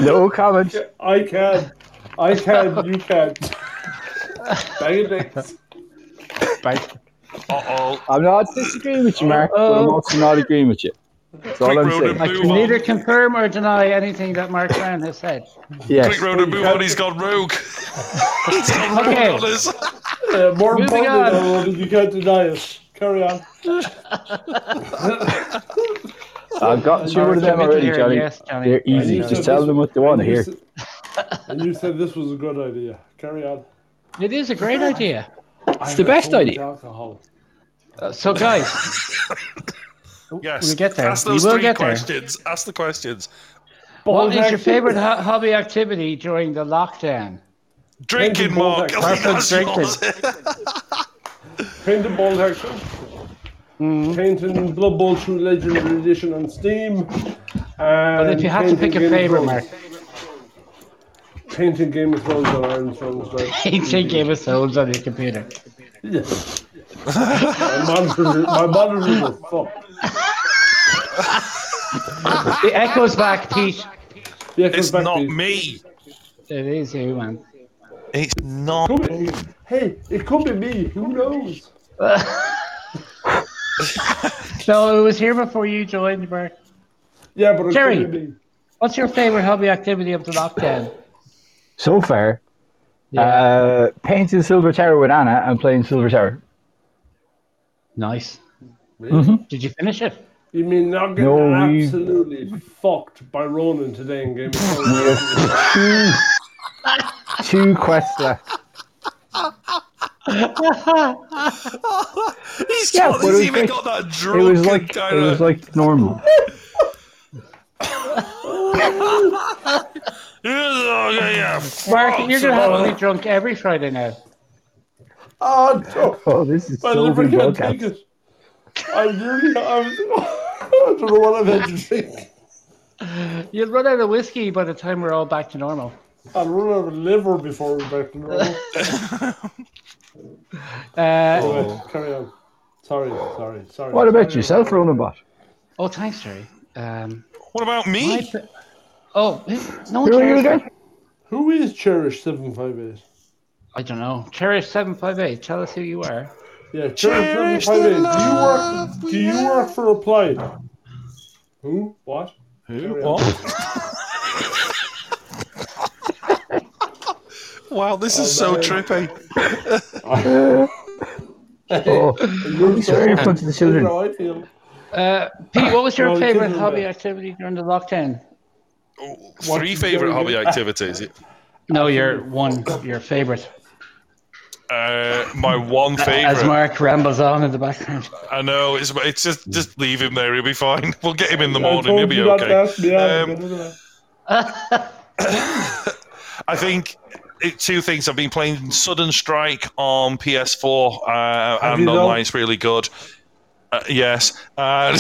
Speaker 2: No comment.
Speaker 4: I can. I can. You can. <laughs> bag of dicks.
Speaker 1: Right.
Speaker 3: Uh oh.
Speaker 2: I'm not disagreeing with you, Mark, but I'm
Speaker 1: Oh.
Speaker 2: also not agreeing with you. That's all
Speaker 3: Quick
Speaker 2: I'm
Speaker 3: road
Speaker 2: saying.
Speaker 3: and
Speaker 1: I
Speaker 3: Move
Speaker 1: can
Speaker 3: on.
Speaker 1: neither confirm or deny anything that Mark Brown has
Speaker 4: <laughs>
Speaker 1: said.
Speaker 2: Yes.
Speaker 3: Quick road and move on. He's gone rogue. <laughs> He's gone rogue
Speaker 1: Okay.
Speaker 3: on us.
Speaker 4: Uh, more
Speaker 1: Moving
Speaker 4: importantly,
Speaker 1: on.
Speaker 4: though, you can't deny it. Carry on.
Speaker 2: I've gotten two of
Speaker 1: Committed
Speaker 2: them already,
Speaker 1: here,
Speaker 2: Johnny.
Speaker 1: Yes, Johnny.
Speaker 2: They're easy.
Speaker 4: you
Speaker 2: Just
Speaker 4: said
Speaker 2: tell
Speaker 4: this-
Speaker 2: them what they want to
Speaker 4: You
Speaker 2: hear.
Speaker 4: said- and you said this was a good idea. Carry on.
Speaker 1: It is a great idea. Uh,
Speaker 4: It's
Speaker 2: the best idea.
Speaker 4: Alcohol.
Speaker 1: So, guys,
Speaker 3: Yes.
Speaker 1: We'll get there.
Speaker 3: Ask those
Speaker 1: We will
Speaker 3: three
Speaker 1: get there.
Speaker 3: questions. Ask the questions.
Speaker 1: what
Speaker 4: <laughs> Ball
Speaker 1: is your
Speaker 4: jacket.
Speaker 1: favorite ho- hobby activity during the lockdown?
Speaker 3: Drinking,
Speaker 4: Drinking
Speaker 3: Mark.
Speaker 4: Balzac.
Speaker 3: I think that's
Speaker 1: Drinking.
Speaker 3: yours.
Speaker 4: Painted Ball Hector.
Speaker 1: Mm.
Speaker 4: Painting Blood Bowl 2 Legendary Edition on Steam.
Speaker 1: But if you had to pick a favorite, Mark,
Speaker 4: Painting Game of Thrones on Iron Thrones.
Speaker 1: <laughs>
Speaker 4: Like,
Speaker 1: painting Game of Thrones on your computer.
Speaker 4: <laughs> yes. my monitor, my monitor is fucked.
Speaker 1: The echoes back, Pete.
Speaker 4: The
Speaker 3: It's
Speaker 4: Xbox back
Speaker 3: not
Speaker 4: piece.
Speaker 3: me.
Speaker 1: It is you, man.
Speaker 3: It's
Speaker 2: <laughs>
Speaker 3: not.
Speaker 4: Could be- Hey, it could be me. Who knows?
Speaker 1: So it was here before you joined, Mark.
Speaker 4: Yeah, but it
Speaker 1: Jerry.
Speaker 4: could be me.
Speaker 1: What's your favorite hobby activity of the lockdown?
Speaker 2: So far,
Speaker 1: Yeah.
Speaker 2: uh, painting Silver Tower with Anna and playing Silver Tower.
Speaker 1: nice. <laughs>
Speaker 4: Really?
Speaker 1: Did you finish it?
Speaker 4: You mean not getting
Speaker 2: No, we-
Speaker 4: absolutely fucked by Ronan today in
Speaker 2: <laughs>
Speaker 4: Game of Thrones?
Speaker 2: Two, two quests left.
Speaker 3: He's,
Speaker 2: Yeah, but it
Speaker 3: got, he's
Speaker 2: was
Speaker 3: even
Speaker 2: like-
Speaker 3: got that
Speaker 2: It
Speaker 3: drunken
Speaker 2: was like
Speaker 3: kind
Speaker 2: it was
Speaker 3: of-
Speaker 2: like normal.
Speaker 3: <laughs> yeah, yeah, yeah.
Speaker 1: Mark,
Speaker 3: Fuck,
Speaker 1: you're going to have to
Speaker 3: Simone.
Speaker 1: be drunk every Friday now.
Speaker 4: oh, no.
Speaker 2: Oh, this is
Speaker 4: I
Speaker 2: so
Speaker 4: never
Speaker 2: good
Speaker 4: can take
Speaker 2: podcast.
Speaker 4: it. I really, I'm, <laughs> I don't know what I've had to drink.
Speaker 1: You'll run out of whiskey by the time we're all back to normal.
Speaker 4: I'll run out of liver before we're back
Speaker 2: <laughs>
Speaker 4: to normal.
Speaker 1: Uh,
Speaker 4: Anyway, Carry on. Sorry, sorry, sorry.
Speaker 2: Oh. What about
Speaker 4: sorry.
Speaker 2: yourself, Ronabot?
Speaker 1: oh, thanks, Jerry. Um,
Speaker 3: What about
Speaker 1: my
Speaker 3: me?
Speaker 1: fa- oh, who- no one
Speaker 2: Who are you
Speaker 1: cares.
Speaker 2: again?
Speaker 4: Who is Cherish Seven Five Eight?
Speaker 1: I don't know. Cherish seven five eight. Tell us who you are.
Speaker 4: Yeah, Cherish Seven Five Eight. Do you work? Do you work for Applied? Who? What? Who?
Speaker 3: What? wow, this is so
Speaker 4: man.
Speaker 3: trippy.
Speaker 2: Oh,
Speaker 4: You're
Speaker 2: he's very in front of the
Speaker 4: I
Speaker 2: children.
Speaker 3: <laughs>
Speaker 4: know I feel.
Speaker 1: Uh, Pete, what was your
Speaker 4: Well,
Speaker 1: favorite
Speaker 4: children,
Speaker 1: hobby
Speaker 4: uh,
Speaker 1: activity during the lockdown?
Speaker 3: Three favorite hobby activities.
Speaker 1: No, your one, your favorite.
Speaker 3: Uh, my one
Speaker 1: As
Speaker 3: favorite.
Speaker 1: Mark rambles on in the background.
Speaker 3: I know it's it's just just leave him there. He'll be fine. <laughs> We'll get him in the
Speaker 4: I
Speaker 3: morning.
Speaker 4: told
Speaker 3: He'll be
Speaker 4: you not to
Speaker 3: okay.
Speaker 4: ask me out.
Speaker 3: Um, I think it, two things. I've been playing Sudden Strike on PS4, uh, and
Speaker 4: you done?
Speaker 3: online's really good. Uh, yes, <laughs> and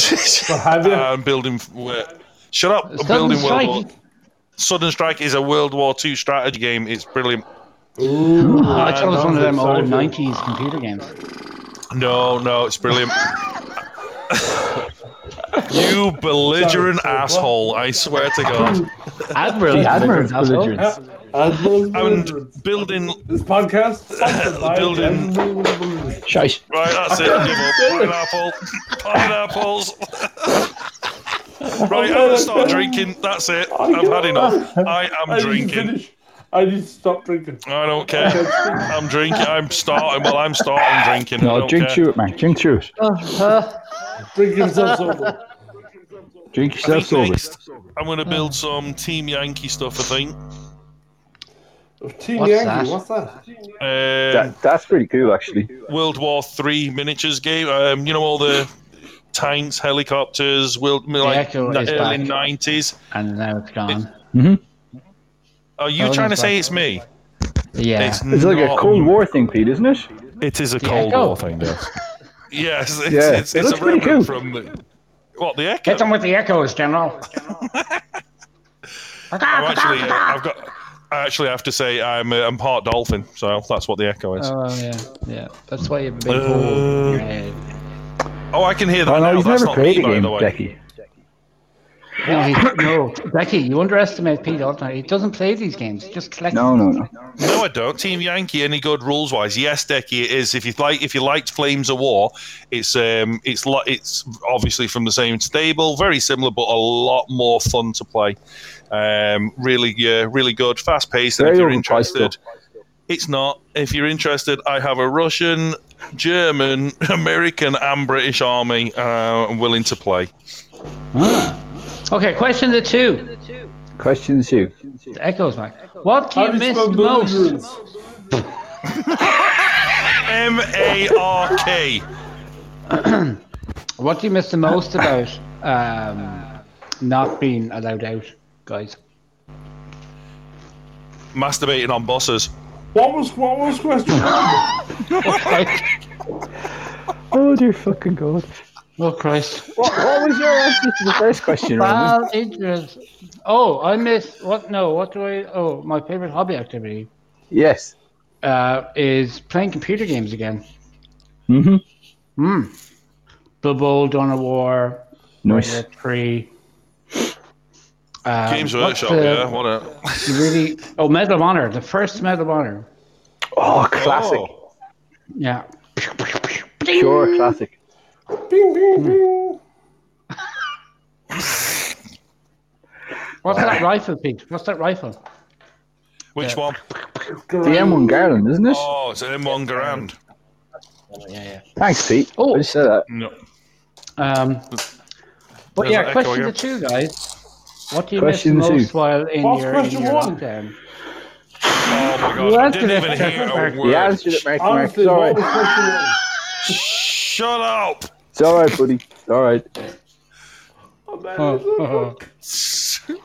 Speaker 4: have you?
Speaker 3: I'm building. Uh, shut up! I'm
Speaker 1: Sudden
Speaker 3: building World
Speaker 1: Strike.
Speaker 3: War. Sudden Strike is a World War II strategy game. It's brilliant.
Speaker 1: Oh, I thought it was one of them old
Speaker 4: Sergeant.
Speaker 1: nineties computer games.
Speaker 3: No, no, it's brilliant. you belligerent
Speaker 4: Sorry, what?
Speaker 3: asshole! I swear to God.
Speaker 1: <laughs> Admiral,
Speaker 2: The Admiral's belligerent.
Speaker 3: And building
Speaker 4: This podcast.
Speaker 3: <laughs>
Speaker 4: fuck the
Speaker 3: building-
Speaker 4: building.
Speaker 2: Shite.
Speaker 3: Right, that's it. Give up. Pineapple. Pineapples. right, I'm going to start drinking. That's it. I've had enough. I
Speaker 4: I
Speaker 3: am
Speaker 4: need
Speaker 3: <laughs>
Speaker 4: to
Speaker 3: drinking.
Speaker 4: finish. I need to stop drinking.
Speaker 3: I don't care. I'm drinking. I'm starting. Well, I'm starting drinking. I
Speaker 2: No,
Speaker 3: don't
Speaker 2: drink
Speaker 3: care.
Speaker 2: through it, man. Drink through it.
Speaker 4: Drink yourself sober.
Speaker 2: Drink
Speaker 3: I
Speaker 2: yourself
Speaker 3: think
Speaker 2: sober.
Speaker 3: next, I'm going to build some Team Yankee stuff, I think.
Speaker 4: Team
Speaker 1: What's
Speaker 4: Yankee,
Speaker 1: that?
Speaker 4: what's that?
Speaker 3: Um,
Speaker 2: That, that's pretty cool, actually.
Speaker 3: World War Three miniatures game. Um, you know, all the tanks, helicopters, world, like
Speaker 1: Echo is
Speaker 3: early
Speaker 1: back.
Speaker 3: 90s.
Speaker 1: and now it's gone.
Speaker 3: Are you
Speaker 1: Echo's
Speaker 3: trying to
Speaker 1: back.
Speaker 3: say it's me?
Speaker 1: Yeah.
Speaker 3: It's,
Speaker 2: It's like a
Speaker 3: not-
Speaker 2: Cold War thing, Pete, isn't it?
Speaker 5: It is a
Speaker 1: The
Speaker 5: Cold
Speaker 1: Echo.
Speaker 5: War thing,
Speaker 2: <laughs>
Speaker 5: yes.
Speaker 3: Yes, it's,
Speaker 2: Yeah.
Speaker 3: it's,
Speaker 2: It
Speaker 3: it's
Speaker 2: looks
Speaker 3: a
Speaker 2: pretty
Speaker 3: remnant
Speaker 2: cool.
Speaker 3: from the, what the echo.
Speaker 1: Get them with the echoes, General.
Speaker 3: I'm actually, uh, I've got. I actually have to say I'm uh, I'm part dolphin, so that's what the echo is.
Speaker 2: Uh,
Speaker 1: Oh yeah, yeah. That's why you have a big
Speaker 3: Uh,
Speaker 1: hole in your head.
Speaker 3: oh, I can hear that
Speaker 2: Oh
Speaker 3: now.
Speaker 2: no, he's
Speaker 3: That's
Speaker 2: never
Speaker 3: not me,
Speaker 2: played a
Speaker 3: by
Speaker 2: game,
Speaker 3: the way.
Speaker 2: Decky.
Speaker 1: No, he, no, Becky, you underestimate Pete Altman. He doesn't play these games. He just collects.
Speaker 2: No, no, no.
Speaker 3: No, I don't. Team Yankee, any good rules wise? Yes, Decky, it is. If you like, if you liked Flames of War, it's um, it's lo- it's obviously from the same stable, very similar, but a lot more fun to play. Um, really, yeah, really good, fast paced. And
Speaker 2: Very
Speaker 3: if you're
Speaker 2: overpriced,
Speaker 3: interested,
Speaker 2: though.
Speaker 3: it's not. If you're interested, I have a Russian, German, <laughs> American, and British army. Uh, I'm willing to play.
Speaker 1: Okay, question the two.
Speaker 2: Question two.
Speaker 1: The echoes, Mike. What do
Speaker 4: How
Speaker 1: you
Speaker 4: do you
Speaker 1: miss
Speaker 4: spell
Speaker 1: the most?
Speaker 4: belligerence?
Speaker 3: M A R K.
Speaker 1: What do you miss the most about um, not being allowed out, guys?
Speaker 3: Masturbating on buses.
Speaker 4: What was what was question?
Speaker 1: Hmm.
Speaker 2: Oh dear fucking god.
Speaker 1: Oh Christ!
Speaker 2: What, what was your answer to the first <laughs> question, Randall?
Speaker 1: Well, interest. Oh, I miss what? No, what do I? Oh, my favorite hobby activity
Speaker 2: Yes.
Speaker 1: uh, is playing computer games again.
Speaker 2: Mm-hmm.
Speaker 1: Blood Bowl, Dawn of War,
Speaker 2: Nice.
Speaker 1: Three. Um,
Speaker 3: Games
Speaker 1: what's
Speaker 3: Workshop.
Speaker 1: the-
Speaker 3: yeah, what a
Speaker 1: you really. Oh, Medal of Honor, the first Medal of Honor.
Speaker 2: Oh, classic.
Speaker 3: Oh.
Speaker 1: Yeah.
Speaker 2: Sure, classic.
Speaker 4: <laughs> Bing, bing, bing.
Speaker 1: What's that rifle, Pete? What's that rifle?
Speaker 3: Which
Speaker 1: Yeah.
Speaker 3: one?
Speaker 2: The M1 Garland, isn't it?
Speaker 3: Oh, it's an M1 Garand.
Speaker 1: Yeah,
Speaker 2: Thanks, Pete.
Speaker 1: Oh.
Speaker 2: I just said that.
Speaker 3: No.
Speaker 1: yeah. Um, but
Speaker 3: There's
Speaker 1: yeah,
Speaker 3: an echo
Speaker 1: question
Speaker 3: again.
Speaker 1: the two, guys. What do you
Speaker 2: Question
Speaker 1: miss
Speaker 2: two.
Speaker 1: most while in
Speaker 4: What's
Speaker 1: your, in
Speaker 4: question
Speaker 1: your
Speaker 4: one?
Speaker 1: lockdown?
Speaker 3: Oh my god,
Speaker 1: You
Speaker 3: I
Speaker 1: answered
Speaker 3: didn't
Speaker 1: it.
Speaker 3: even hear a word.
Speaker 2: You answered it, Mark. Mark. It's
Speaker 4: Honestly, what
Speaker 2: alright.
Speaker 4: was question one?
Speaker 3: Shut up!
Speaker 2: It's alright, buddy. It's alright.
Speaker 4: Oh, man,
Speaker 1: Oh,
Speaker 4: it's like-
Speaker 1: oh,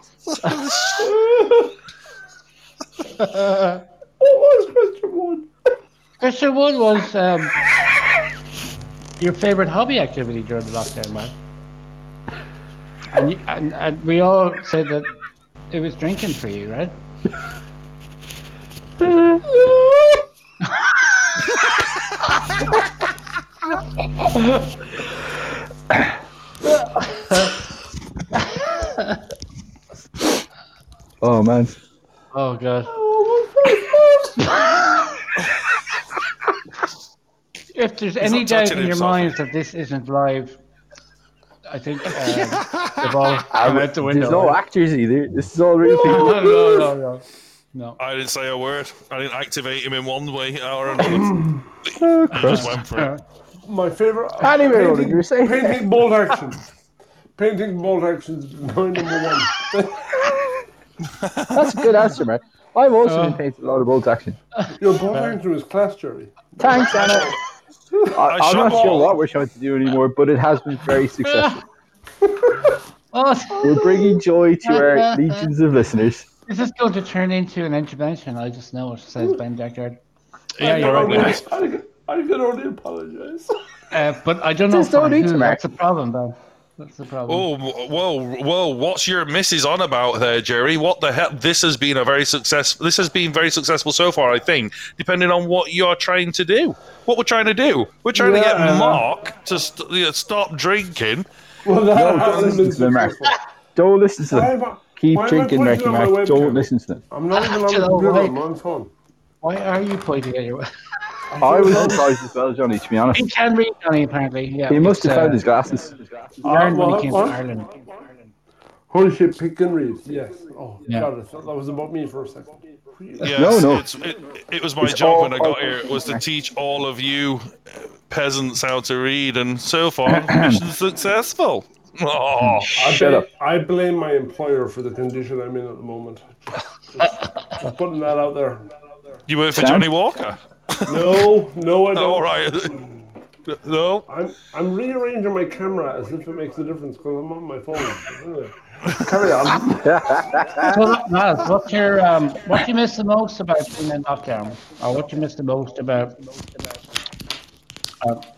Speaker 4: What was question one?
Speaker 1: oh. Question one was um, your favorite hobby activity during the lockdown, Mark. And, you, and, and we all said that it was drinking for you, right?
Speaker 2: Oh, man.
Speaker 1: Oh god. <laughs> if there's any
Speaker 3: not
Speaker 1: doubt
Speaker 3: touching
Speaker 1: in your
Speaker 3: himself.
Speaker 1: minds that this isn't live, I think
Speaker 3: <laughs>
Speaker 1: um, they've all come out the window.
Speaker 2: There's no
Speaker 1: right?
Speaker 2: actors either. This is all real people.
Speaker 1: no, no, no, no.
Speaker 3: I didn't say a word. I didn't activate him in one way or another.
Speaker 2: Oh,
Speaker 3: I just
Speaker 2: Christ.
Speaker 3: went for it.
Speaker 4: My favorite.
Speaker 2: Anyway,
Speaker 4: painting-
Speaker 2: Roland, you were saying-
Speaker 4: Painting bold action. Painting bold actions my number one.
Speaker 2: That's a good answer, man. I've also
Speaker 1: Uh.
Speaker 2: been painted a lot of bold action.
Speaker 4: Your bold action was class, Jerry.
Speaker 2: Thanks, Anna. I,
Speaker 3: shot
Speaker 2: I'm not
Speaker 3: all.
Speaker 2: sure what we're trying to do anymore, but it has been
Speaker 1: <laughs>
Speaker 2: very successful.
Speaker 1: Oh,
Speaker 2: We're bringing joy to our legions of listeners.
Speaker 1: this is going to turn into an intervention. I just know it says Ben Deckard. Yeah,
Speaker 3: It
Speaker 1: you're
Speaker 3: probably
Speaker 1: right.
Speaker 3: is.
Speaker 4: I, I can only apologize. <laughs>
Speaker 1: Uh, but I don't know.
Speaker 2: There's no
Speaker 1: for
Speaker 2: need
Speaker 1: who.
Speaker 2: to,
Speaker 1: That's
Speaker 2: Mark.
Speaker 1: the problem, Ben. That's the problem.
Speaker 3: Oh, whoa, whoa! What's your missus on about there, Jerry? What the hell? This has been a very successful. This has been very successful so far, I think. Depending on what you're trying to do, what we're trying to do, we're trying to
Speaker 4: Yeah.
Speaker 3: get Mark to st- yeah, stop drinking.
Speaker 4: Well, that
Speaker 2: No, don't
Speaker 4: hasn't
Speaker 2: listen
Speaker 4: been
Speaker 2: to them, Mark.
Speaker 4: successful.
Speaker 2: Don't listen to
Speaker 4: Why
Speaker 2: them.
Speaker 4: am I-
Speaker 2: Keep
Speaker 4: why am I
Speaker 2: drinking,
Speaker 4: pointing
Speaker 2: Marky
Speaker 4: on my
Speaker 2: Mark.
Speaker 4: webcam?
Speaker 2: Don't listen to them.
Speaker 4: I'm not even on
Speaker 1: To the
Speaker 4: the computer,
Speaker 1: right.
Speaker 4: I'm on phone.
Speaker 1: Why are you pointing at your? <laughs>
Speaker 2: I was surprised as well, Johnny, to be honest.
Speaker 1: he can read Johnny apparently. Yeah,
Speaker 2: He must
Speaker 1: it's,
Speaker 2: have
Speaker 1: uh,
Speaker 2: found his glasses.
Speaker 1: learned when
Speaker 4: What?
Speaker 1: he came
Speaker 4: What?
Speaker 1: to Ireland.
Speaker 4: Holy shit, pick and read. Yes. Oh,
Speaker 1: Yeah.
Speaker 4: God, I thought that was about me for a second.
Speaker 3: Yes,
Speaker 2: No, no.
Speaker 3: It's, it, it was my
Speaker 2: It's
Speaker 3: job
Speaker 2: all-
Speaker 3: when I
Speaker 2: all-
Speaker 3: got here was to teach all of you peasants how to read, and so far, mission
Speaker 2: <clears throat>
Speaker 3: successful. Oh,
Speaker 4: I
Speaker 2: Ah, Shut
Speaker 4: bla-
Speaker 2: up.
Speaker 4: I blame my employer for the condition I'm in at
Speaker 2: <laughs>
Speaker 4: the moment. Just, just putting that out there.
Speaker 3: you work for
Speaker 2: Sam?
Speaker 3: Johnny Walker?
Speaker 4: No, no, I don't.
Speaker 3: All right. No.
Speaker 4: I'm I'm rearranging my camera as if it makes a difference because I'm on my phone. Anyway, Carry on.
Speaker 1: So, Laz, what's your, um, what do you miss the most about being in lockdown? Or what do you miss the most about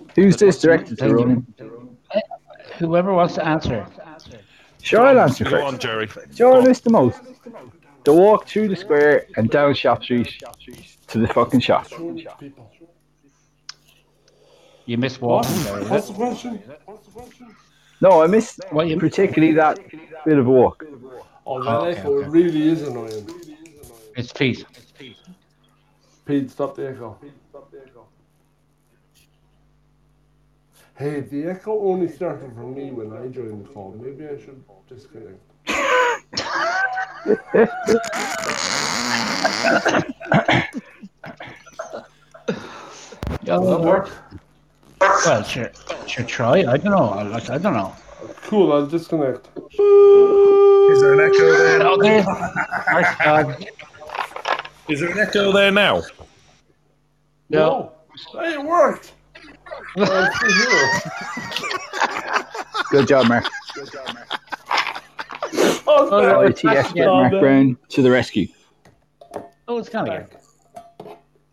Speaker 2: <laughs> Who's this directed to? Ronan?
Speaker 1: whoever wants to answer?
Speaker 2: Sure, I'll answer
Speaker 3: Go
Speaker 2: first.
Speaker 3: on, Jerry.
Speaker 2: Sure, I miss the most. The walk through the square and down Shop Street to the fucking shop.
Speaker 4: People.
Speaker 1: You miss walking there, is
Speaker 4: What's
Speaker 1: it?
Speaker 4: the question? What's the question?
Speaker 2: No, I miss
Speaker 1: What you
Speaker 2: particularly that bit of walk.
Speaker 4: Oh, that
Speaker 1: Okay,
Speaker 4: echo
Speaker 1: okay.
Speaker 4: really is annoying.
Speaker 1: It's Pete.
Speaker 4: Pete, stop the echo. Stop the echo. Hey, the echo only started for me when I joined the call. Maybe I should disconnect. Does that
Speaker 1: Well,
Speaker 4: work?
Speaker 1: sure, sure, try. I don't know. I, like, I don't know.
Speaker 4: Cool, I'll disconnect.
Speaker 3: Is there an echo there?
Speaker 1: Oh, there's. my God.
Speaker 3: Is there an echo there now?
Speaker 1: No.
Speaker 4: No. Hey, it worked. <laughs>
Speaker 1: uh,
Speaker 4: I'm still here.
Speaker 2: Good job, Mark.
Speaker 4: Oh, it's back.
Speaker 2: IT expert
Speaker 4: Oh,
Speaker 2: Mark
Speaker 4: man.
Speaker 2: Brown to the rescue.
Speaker 1: Oh, it's gone again.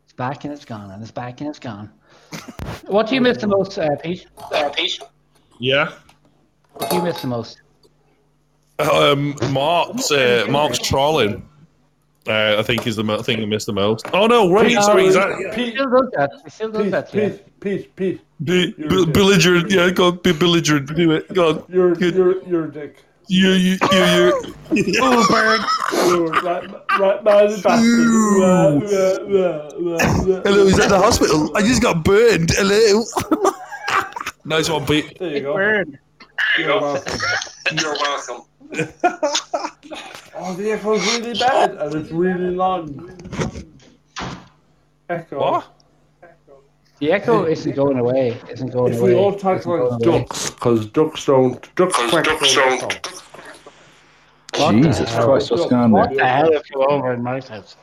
Speaker 1: It's back and it's gone, and it's back and it's gone. What do you miss the most, uh, Pete?
Speaker 3: Yeah.
Speaker 1: What do you miss the most?
Speaker 3: Um, Mark's uh, Mark's trawling. Uh, I think is the mo- thing I missed the most. Oh no! Wait, sorry. Is that
Speaker 1: He still does that. He still does that.
Speaker 4: Pete,
Speaker 1: Yeah.
Speaker 4: Pete, Pete, Pete,
Speaker 3: be, be, belligerent? Yeah, go on, be belligerent. Do it. Go on.
Speaker 4: you're,
Speaker 3: Good.
Speaker 4: you're, you're a dick.
Speaker 3: You, you, you, you. Oh, bird.
Speaker 4: You're a right, right by the bastard.
Speaker 3: Hello, he's at the hospital. I just got burned. Hello. <laughs> nice one, Pete.
Speaker 4: There you go.
Speaker 1: Burn.
Speaker 4: You're welcome.
Speaker 5: You're welcome.
Speaker 4: Oh, the echo's really bad and it's really long. Echo.
Speaker 3: What?
Speaker 1: The echo isn't going away. Isn't going
Speaker 4: If
Speaker 1: away.
Speaker 4: we all talk
Speaker 1: Isn't going
Speaker 4: like
Speaker 1: away.
Speaker 4: ducks, because ducks don't. Ducks quack
Speaker 5: ducks
Speaker 4: don't.
Speaker 5: don't.
Speaker 4: talk.
Speaker 2: Jesus
Speaker 4: hell?
Speaker 2: Christ, what's going on
Speaker 1: What
Speaker 2: there?
Speaker 1: the hell if you over in my house?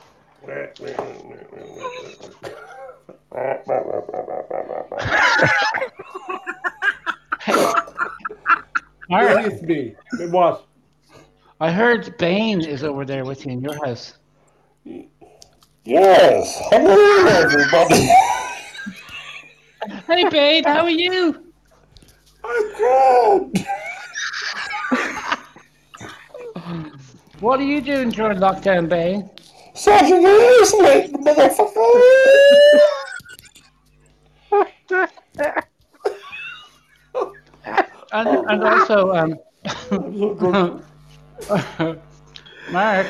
Speaker 1: Mark,
Speaker 4: With me. What?
Speaker 1: I heard Bane is over there with you in your house.
Speaker 5: Yes. Hello, everybody.
Speaker 1: <laughs> Hey, Bane, how are you?
Speaker 5: I'm good.
Speaker 1: What are you doing during lockdown, Bane?
Speaker 5: Sucking your ears, like the motherfucker.
Speaker 1: And, and also, um, <laughs>
Speaker 4: I'm so drunk.
Speaker 1: Mark,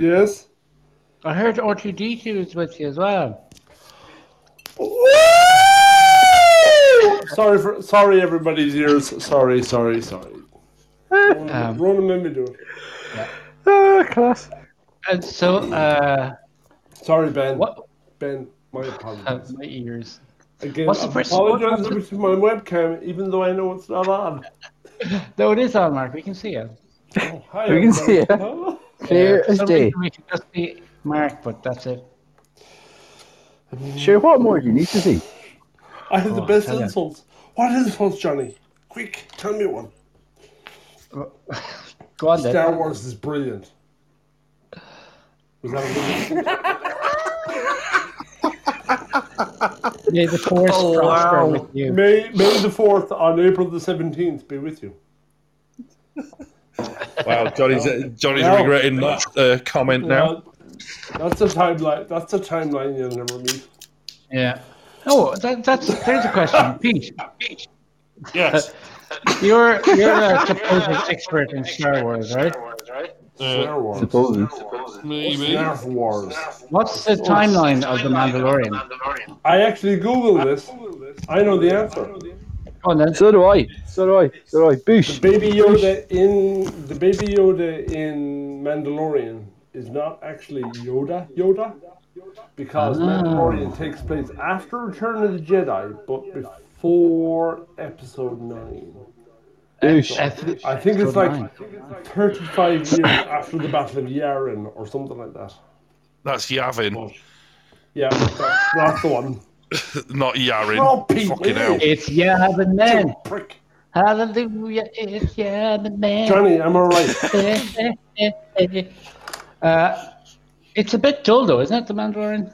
Speaker 4: yes?
Speaker 1: I heard R2D2 is with you as well.
Speaker 4: Sorry for sorry everybody's ears. Sorry, sorry, sorry.
Speaker 1: Um,
Speaker 4: Ronan made me do it.
Speaker 2: Ah, class.
Speaker 1: And so, uh,
Speaker 4: Sorry, Ben.
Speaker 1: what?
Speaker 4: Ben, my
Speaker 1: Uh,
Speaker 4: apologies.
Speaker 1: my ears.
Speaker 4: Again,
Speaker 1: what's
Speaker 4: what's
Speaker 1: the
Speaker 4: the
Speaker 1: first-
Speaker 4: apologize
Speaker 1: what's
Speaker 4: to my webcam, even though I know it's not on.
Speaker 1: No, it is on, Mark. We can see you.
Speaker 4: Oh, hi,
Speaker 2: We can see it.
Speaker 4: everybody.
Speaker 2: Clear
Speaker 1: For
Speaker 2: as
Speaker 1: some
Speaker 2: day.
Speaker 1: reason We can just see Mark, but that's it.
Speaker 2: Sure, what more do you need to see?
Speaker 4: I have the best
Speaker 1: Oh, tell ya.
Speaker 4: insults. What insults, Johnny? Quick, tell me one.
Speaker 1: Go on then.
Speaker 4: Star Wars is brilliant. Was that a movie?
Speaker 1: <laughs> May the force prosper with you.
Speaker 4: May, May the 4th on April the 17th be with you.
Speaker 3: Wow, Johnny's uh, Johnny's
Speaker 4: No.
Speaker 3: regretting that uh, comment now.
Speaker 4: That- that's a timeline. That's a timeline you'll never meet.
Speaker 1: Yeah. Oh, that, that's there's a question, Pete.
Speaker 3: Yes.
Speaker 1: You're you're a supposed expert in Star Wars, right?
Speaker 4: Star Wars.
Speaker 2: Suppose.
Speaker 3: Maybe.
Speaker 4: Star Wars.
Speaker 1: What's the timeline of the Mandalorian?
Speaker 4: I actually googled this. I know the answer.
Speaker 1: Go on then.
Speaker 2: So do I. So do I. So do I. Boosh.
Speaker 4: Baby Yoda in the Baby Yoda in Mandalorian is not actually Yoda. Yoda, because Mandalorian takes place after Return of the Jedi, but before Episode Nine.
Speaker 2: Boosh.
Speaker 4: I think it's
Speaker 1: nine.
Speaker 4: like 35 years after the Battle of Yavin or something like that.
Speaker 3: That's Yavin.
Speaker 4: Yeah, that- that's the one.
Speaker 3: Not Yarin.
Speaker 4: Oh, Pete,
Speaker 3: Fucking hell.
Speaker 1: It's yeah, the man.
Speaker 4: Prick.
Speaker 1: Hallelujah. It's yeah, the man.
Speaker 4: Johnny, I'm all right.
Speaker 1: <laughs> uh, it's a bit dull, though, isn't it, The Mandalorian?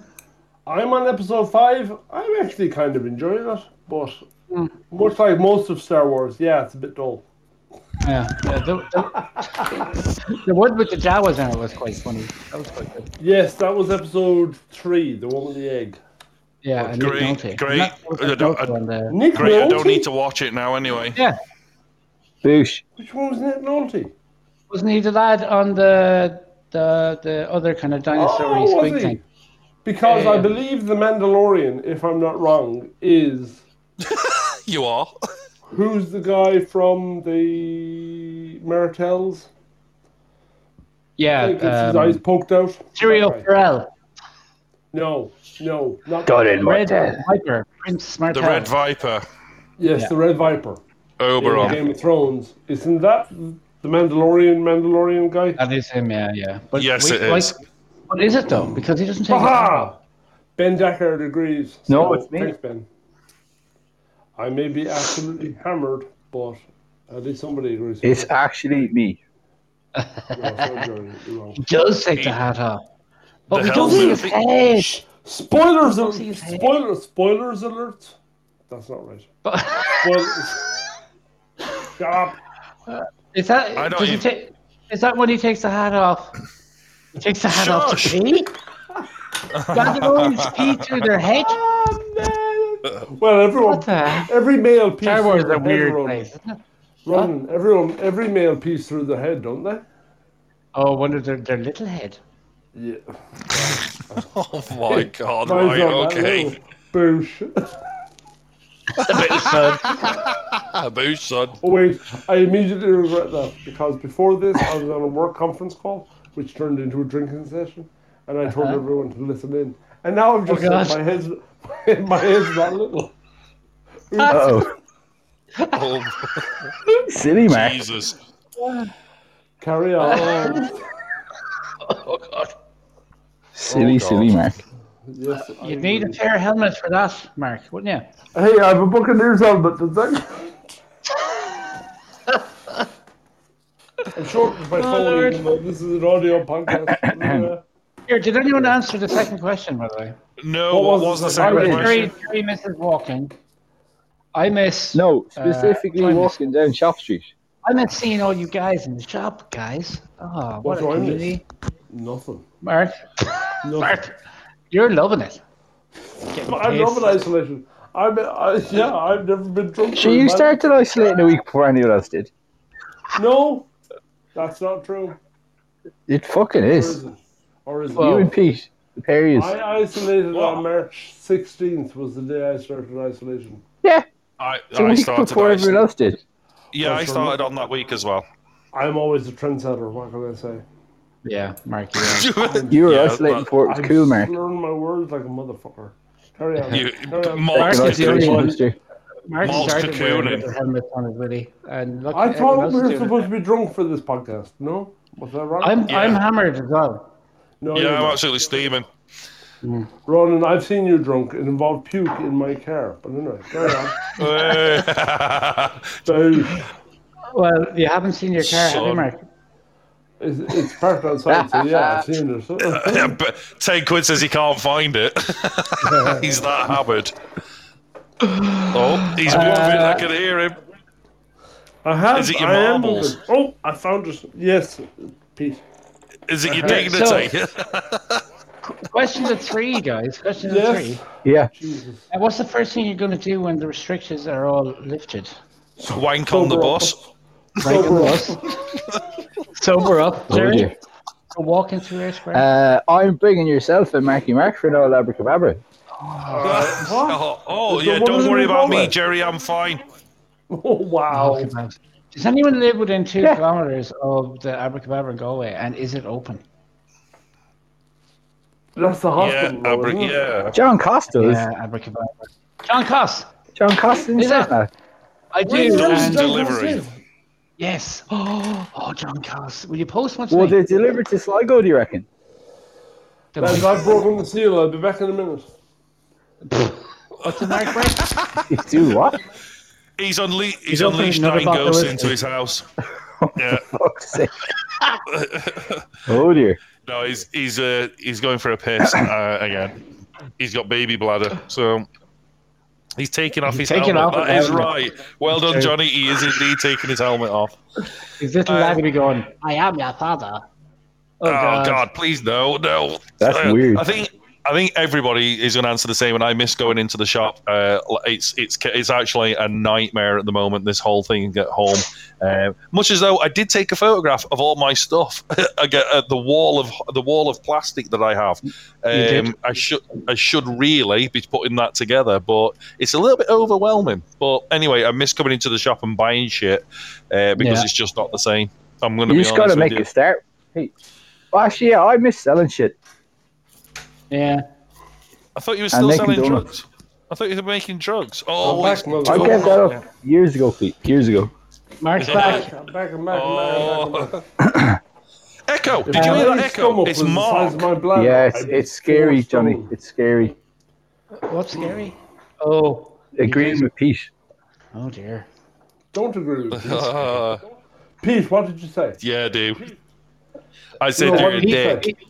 Speaker 4: I'm on episode five. I'm actually kind of enjoying it, but
Speaker 1: Hmm.
Speaker 4: much like most of Star Wars, yeah, it's a bit dull.
Speaker 1: Yeah. yeah the, the- <laughs> the one with the Jawas in it was quite funny. That was quite good.
Speaker 4: Yes, that was episode three, the one with the egg.
Speaker 1: Yeah, and Nick
Speaker 3: Great,
Speaker 1: Nolte.
Speaker 3: great. uh,
Speaker 1: That was
Speaker 3: I don't- I-
Speaker 1: Nolte on there.
Speaker 4: Nick
Speaker 3: Great, I
Speaker 4: Nolte?
Speaker 3: don't need to watch it now anyway.
Speaker 1: Yeah,
Speaker 2: Boosh.
Speaker 4: Which one was Nick Nolte?
Speaker 1: wasn't he the lad on the the, the other kind of dinosaur
Speaker 4: Oh, was
Speaker 1: squid
Speaker 4: he?
Speaker 1: thing?
Speaker 4: Because
Speaker 1: Yeah,
Speaker 4: I
Speaker 1: yeah.
Speaker 4: believe the Mandalorian, if I'm not wrong, is
Speaker 3: You are.
Speaker 4: who's the guy from the Martels?
Speaker 1: Yeah,
Speaker 4: That gets his
Speaker 1: um,
Speaker 4: eyes poked out.
Speaker 1: Serial
Speaker 4: That guy.
Speaker 1: Pharrell,
Speaker 4: No, no, not
Speaker 2: Got it,
Speaker 1: Red
Speaker 2: Martel.
Speaker 1: Viper, Prince Martel.
Speaker 3: The Red Viper.
Speaker 4: Yes, the Red Viper in
Speaker 3: Oberon.
Speaker 4: Game of Thrones. Isn't that the Mandalorian? Mandalorian guy.
Speaker 1: That is him, yeah, yeah. But
Speaker 3: Yes,
Speaker 1: wait,
Speaker 3: it is.
Speaker 1: like, what is it though? Because he doesn't take.
Speaker 4: Aha! Ben Deckard agrees.
Speaker 2: No,
Speaker 4: So,
Speaker 2: it's me.
Speaker 4: Thanks, Ben. I may be absolutely hammered, but at least somebody agrees. with
Speaker 2: It's
Speaker 4: me.
Speaker 2: actually me.
Speaker 4: No, sorry, Johnny, you're
Speaker 1: <laughs>
Speaker 4: wrong.
Speaker 1: He does take the hat off, but
Speaker 3: The
Speaker 1: we don't see his
Speaker 3: helmet.
Speaker 1: head.
Speaker 4: Spoilers! al-
Speaker 1: see his head.
Speaker 4: Spoiler! Spoilers alert! That's not right.
Speaker 1: But <laughs>
Speaker 4: Spoilers. Shut up.
Speaker 1: is that?
Speaker 3: I don't
Speaker 1: does he
Speaker 3: even-
Speaker 1: take- is that when he takes the hat off? He takes the hat off to
Speaker 3: Shush. <laughs>
Speaker 1: pee. Mandalorians pee through their head.
Speaker 4: Well, everyone,
Speaker 1: What the?
Speaker 4: every male piece.
Speaker 1: Star Wars is
Speaker 4: through
Speaker 1: a
Speaker 4: their head,
Speaker 1: weird
Speaker 4: Ronan.
Speaker 1: place. Isn't it?
Speaker 4: Ronan, everyone, every male piece through the head, don't they?
Speaker 1: Oh, I wonder their their little head.
Speaker 4: Yeah.
Speaker 3: <laughs> Oh my god,
Speaker 4: Mine's
Speaker 3: right,
Speaker 4: not that
Speaker 3: okay.
Speaker 4: little. Boosh. <laughs>
Speaker 3: Ah, boosh, son.
Speaker 4: Oh wait, I immediately regret that because before this I was on a work conference call, which turned into a drinking session, and I told everyone to listen in. And now I've just
Speaker 1: God.
Speaker 4: said my head's <laughs> my, head's that little.
Speaker 2: Oh, <laughs>
Speaker 3: Oh, <laughs>
Speaker 2: silly man.
Speaker 3: Jesus.
Speaker 4: Carry on.
Speaker 1: Oh God!
Speaker 2: Silly, silly man.
Speaker 4: yes, I
Speaker 1: You'd need a
Speaker 4: agree.
Speaker 1: pair of helmets for that, Mark, wouldn't you?
Speaker 4: Hey, I have a Buccaneers helmet. Does that? I'm sure it's my phone.
Speaker 1: Lord.
Speaker 4: even though uh, this is an audio podcast.
Speaker 1: Here, did anyone answer the second question, by the way?
Speaker 3: No, what
Speaker 4: What
Speaker 3: was
Speaker 4: was it?
Speaker 3: the second
Speaker 4: Sorry.
Speaker 1: Jerry,
Speaker 3: question?
Speaker 1: Jerry misses walking. I miss
Speaker 2: No, specifically
Speaker 1: Uh,
Speaker 2: walking down Shop Street.
Speaker 1: I miss seeing all you guys in the shop, guys. Oh, what,
Speaker 4: What
Speaker 1: a
Speaker 4: do I miss?
Speaker 1: community,
Speaker 4: Nothing. <laughs>
Speaker 1: Mark.
Speaker 4: Nothing.
Speaker 1: Mark, you're loving it.
Speaker 4: I'm not in isolation. I'm, I, yeah, I've never been drunk.
Speaker 2: So
Speaker 4: in
Speaker 2: you
Speaker 4: my-
Speaker 2: started isolating a week before anyone else did.
Speaker 4: No, that's not true.
Speaker 2: It fucking
Speaker 4: Or is
Speaker 2: is.
Speaker 4: it? Or is it?
Speaker 2: You
Speaker 1: Well-
Speaker 2: and Pete, the pair of yous.
Speaker 4: I isolated
Speaker 3: Well-
Speaker 4: on March 16th was the day I started isolation.
Speaker 2: Yeah,
Speaker 3: I,
Speaker 2: a
Speaker 3: I
Speaker 2: week
Speaker 3: started.
Speaker 2: before
Speaker 3: I,
Speaker 2: everyone else did.
Speaker 3: yeah, I
Speaker 4: That's
Speaker 3: started on that week as well.
Speaker 4: I'm always a trendsetter. What can I say?
Speaker 1: Yeah,
Speaker 4: <laughs>
Speaker 1: Mark. You're right.
Speaker 2: You were
Speaker 3: Yeah,
Speaker 2: isolating
Speaker 3: well,
Speaker 2: before it was
Speaker 4: I'm
Speaker 2: cool, Mark.
Speaker 3: <laughs>
Speaker 4: slurring my words like a motherfucker. Carry on.
Speaker 3: You-
Speaker 4: Carry on.
Speaker 3: Mark-
Speaker 2: Fucking
Speaker 1: Mark's the only
Speaker 2: isolation
Speaker 1: one-
Speaker 2: monster.
Speaker 1: Mark
Speaker 3: Malt's
Speaker 1: started wearing
Speaker 3: cocooning.
Speaker 1: little helmets on his willy, and look,
Speaker 4: I
Speaker 1: everyone
Speaker 4: thought
Speaker 1: else
Speaker 4: we
Speaker 1: is
Speaker 4: were
Speaker 1: doing it.
Speaker 4: supposed to be drunk for this podcast. No, was that right?
Speaker 1: I'm
Speaker 3: Yeah.
Speaker 1: I'm hammered as well.
Speaker 4: no, you're
Speaker 3: Yeah, I'm
Speaker 4: not.
Speaker 3: absolutely steaming. <laughs>
Speaker 4: Ronan, I've seen you drunk. It involved puke in my car. But anyway, carry on.
Speaker 3: Hey. <laughs>
Speaker 4: so,
Speaker 1: Well, you haven't seen your car, have you,
Speaker 3: Son.
Speaker 1: Mark?
Speaker 4: it's, it's parked outside, so uh, yeah, I've seen it.
Speaker 3: Yeah, but Ted Quinn says he can't find it. <laughs> he's that hammered. Oh, he's moving. I can hear him.
Speaker 4: I have.
Speaker 3: Is it your
Speaker 4: I am
Speaker 3: marbles?
Speaker 4: open. Oh, I found it. Yes, Pete.
Speaker 3: Is it your
Speaker 1: Yeah,
Speaker 3: dignity?
Speaker 1: Question to three, guys. Question to
Speaker 4: Yes.
Speaker 1: three.
Speaker 2: Yeah.
Speaker 3: <laughs>
Speaker 4: Jesus.
Speaker 1: Uh, what's the first thing you're going to do when the restrictions are all lifted?
Speaker 3: Wank on the
Speaker 4: Sober up.
Speaker 3: bus.
Speaker 4: Sober up. <laughs>
Speaker 1: Sober up,
Speaker 2: Oh,
Speaker 1: Jerry.
Speaker 2: dear.
Speaker 1: Go walking through your square.
Speaker 2: Uh, I'm bringing yourself and Marky Mark for no abracadabra.
Speaker 3: Oh, oh,
Speaker 4: Is there
Speaker 3: yeah,
Speaker 4: one in
Speaker 3: don't
Speaker 4: the
Speaker 3: worry about me,
Speaker 4: wallet?
Speaker 3: Jerry. I'm fine.
Speaker 4: Oh wow!
Speaker 1: Does anyone live within two kilometers of the Abracadabra in Galway, and is it open?
Speaker 4: That's the
Speaker 3: Yeah,
Speaker 4: hospital. though,
Speaker 3: abra-
Speaker 4: isn't it?
Speaker 3: yeah.
Speaker 2: John Costas.
Speaker 1: Yeah, Abracadabra. John Coss,
Speaker 2: John Costas
Speaker 1: Is
Speaker 2: said
Speaker 1: that-
Speaker 2: that.
Speaker 1: I
Speaker 4: Where
Speaker 1: do.
Speaker 4: does
Speaker 1: And,
Speaker 4: that
Speaker 3: delivery.
Speaker 4: house live?
Speaker 1: yes. <gasps> Oh, oh, John Coss, will you post one?
Speaker 2: Well, they
Speaker 1: tonight?
Speaker 2: delivered to Sligo, do you reckon?
Speaker 1: The-
Speaker 4: Lads, I've broken the seal. I'll be back in a minute.
Speaker 1: What's the mark, Mike?
Speaker 2: You do
Speaker 3: <laughs>
Speaker 2: what?
Speaker 3: He's, unle- he's,
Speaker 1: don't think
Speaker 3: unleashed
Speaker 1: none
Speaker 3: nine
Speaker 1: of us are
Speaker 3: ghosts
Speaker 1: with-
Speaker 3: into his house. Yeah.
Speaker 2: Fuck's
Speaker 3: <laughs>
Speaker 2: sake. oh dear.
Speaker 3: No, he's he's uh, he's going for a piss uh, again. He's got baby bladder, so he's taking off his
Speaker 1: taking
Speaker 3: helmet.
Speaker 1: off
Speaker 3: that
Speaker 1: his
Speaker 3: is
Speaker 1: helmet.
Speaker 3: right. Well done, Johnny. He is indeed taking his helmet off.
Speaker 1: <laughs> Is
Speaker 4: Uh,
Speaker 1: this lad to be going? I am your father. Oh,
Speaker 3: Oh God, please no, no.
Speaker 2: That's
Speaker 3: Uh,
Speaker 2: weird.
Speaker 3: I think I think everybody is going to answer the same, and I miss going into the shop. Uh, l- it's it's ca- it's actually a nightmare at the moment. This whole thing at home, Um much as though I did take a photograph of all my stuff <laughs> again, at the wall of the wall of plastic that I have.
Speaker 1: did.
Speaker 3: Um, I should I should really be putting that together, but it's a little bit overwhelming. But anyway, I miss coming into the shop and buying shit uh, because
Speaker 1: Yeah.
Speaker 3: it's just not the same. I'm going to
Speaker 2: You
Speaker 3: be
Speaker 2: just
Speaker 3: honest
Speaker 2: gotta
Speaker 3: with
Speaker 2: make
Speaker 3: you.
Speaker 2: a start. Hey. Well, actually, yeah, I miss selling shit.
Speaker 1: Yeah.
Speaker 3: I thought you were
Speaker 2: And
Speaker 3: still
Speaker 2: making
Speaker 3: selling
Speaker 2: donuts.
Speaker 3: drugs. I thought you were making drugs. Oh,
Speaker 4: back,
Speaker 3: it's-
Speaker 4: Mother.
Speaker 2: I
Speaker 4: Oh,
Speaker 2: gave that up years ago, Pete. Years ago.
Speaker 1: Mark's back.
Speaker 4: Back, back, and back, and back, and <coughs>
Speaker 3: Oh.
Speaker 4: back.
Speaker 3: Echo! Did
Speaker 4: If
Speaker 3: you
Speaker 4: my
Speaker 3: hear that
Speaker 4: legs come
Speaker 3: echo?
Speaker 4: up
Speaker 3: It's
Speaker 4: with the size of
Speaker 3: Mark.
Speaker 4: my bladder,
Speaker 2: Yes,
Speaker 4: I'd be
Speaker 2: it's scary,
Speaker 4: four stone.
Speaker 2: Johnny. It's scary.
Speaker 1: What's scary? Oh.
Speaker 2: Agreeing with Pete.
Speaker 1: Oh dear.
Speaker 4: Don't agree
Speaker 3: <laughs>
Speaker 4: with me.
Speaker 3: Uh,
Speaker 4: Pete, what did you say?
Speaker 3: yeah, dude. I said
Speaker 4: No,
Speaker 3: you're
Speaker 4: what
Speaker 3: a
Speaker 4: he said.
Speaker 3: dick
Speaker 1: Pete,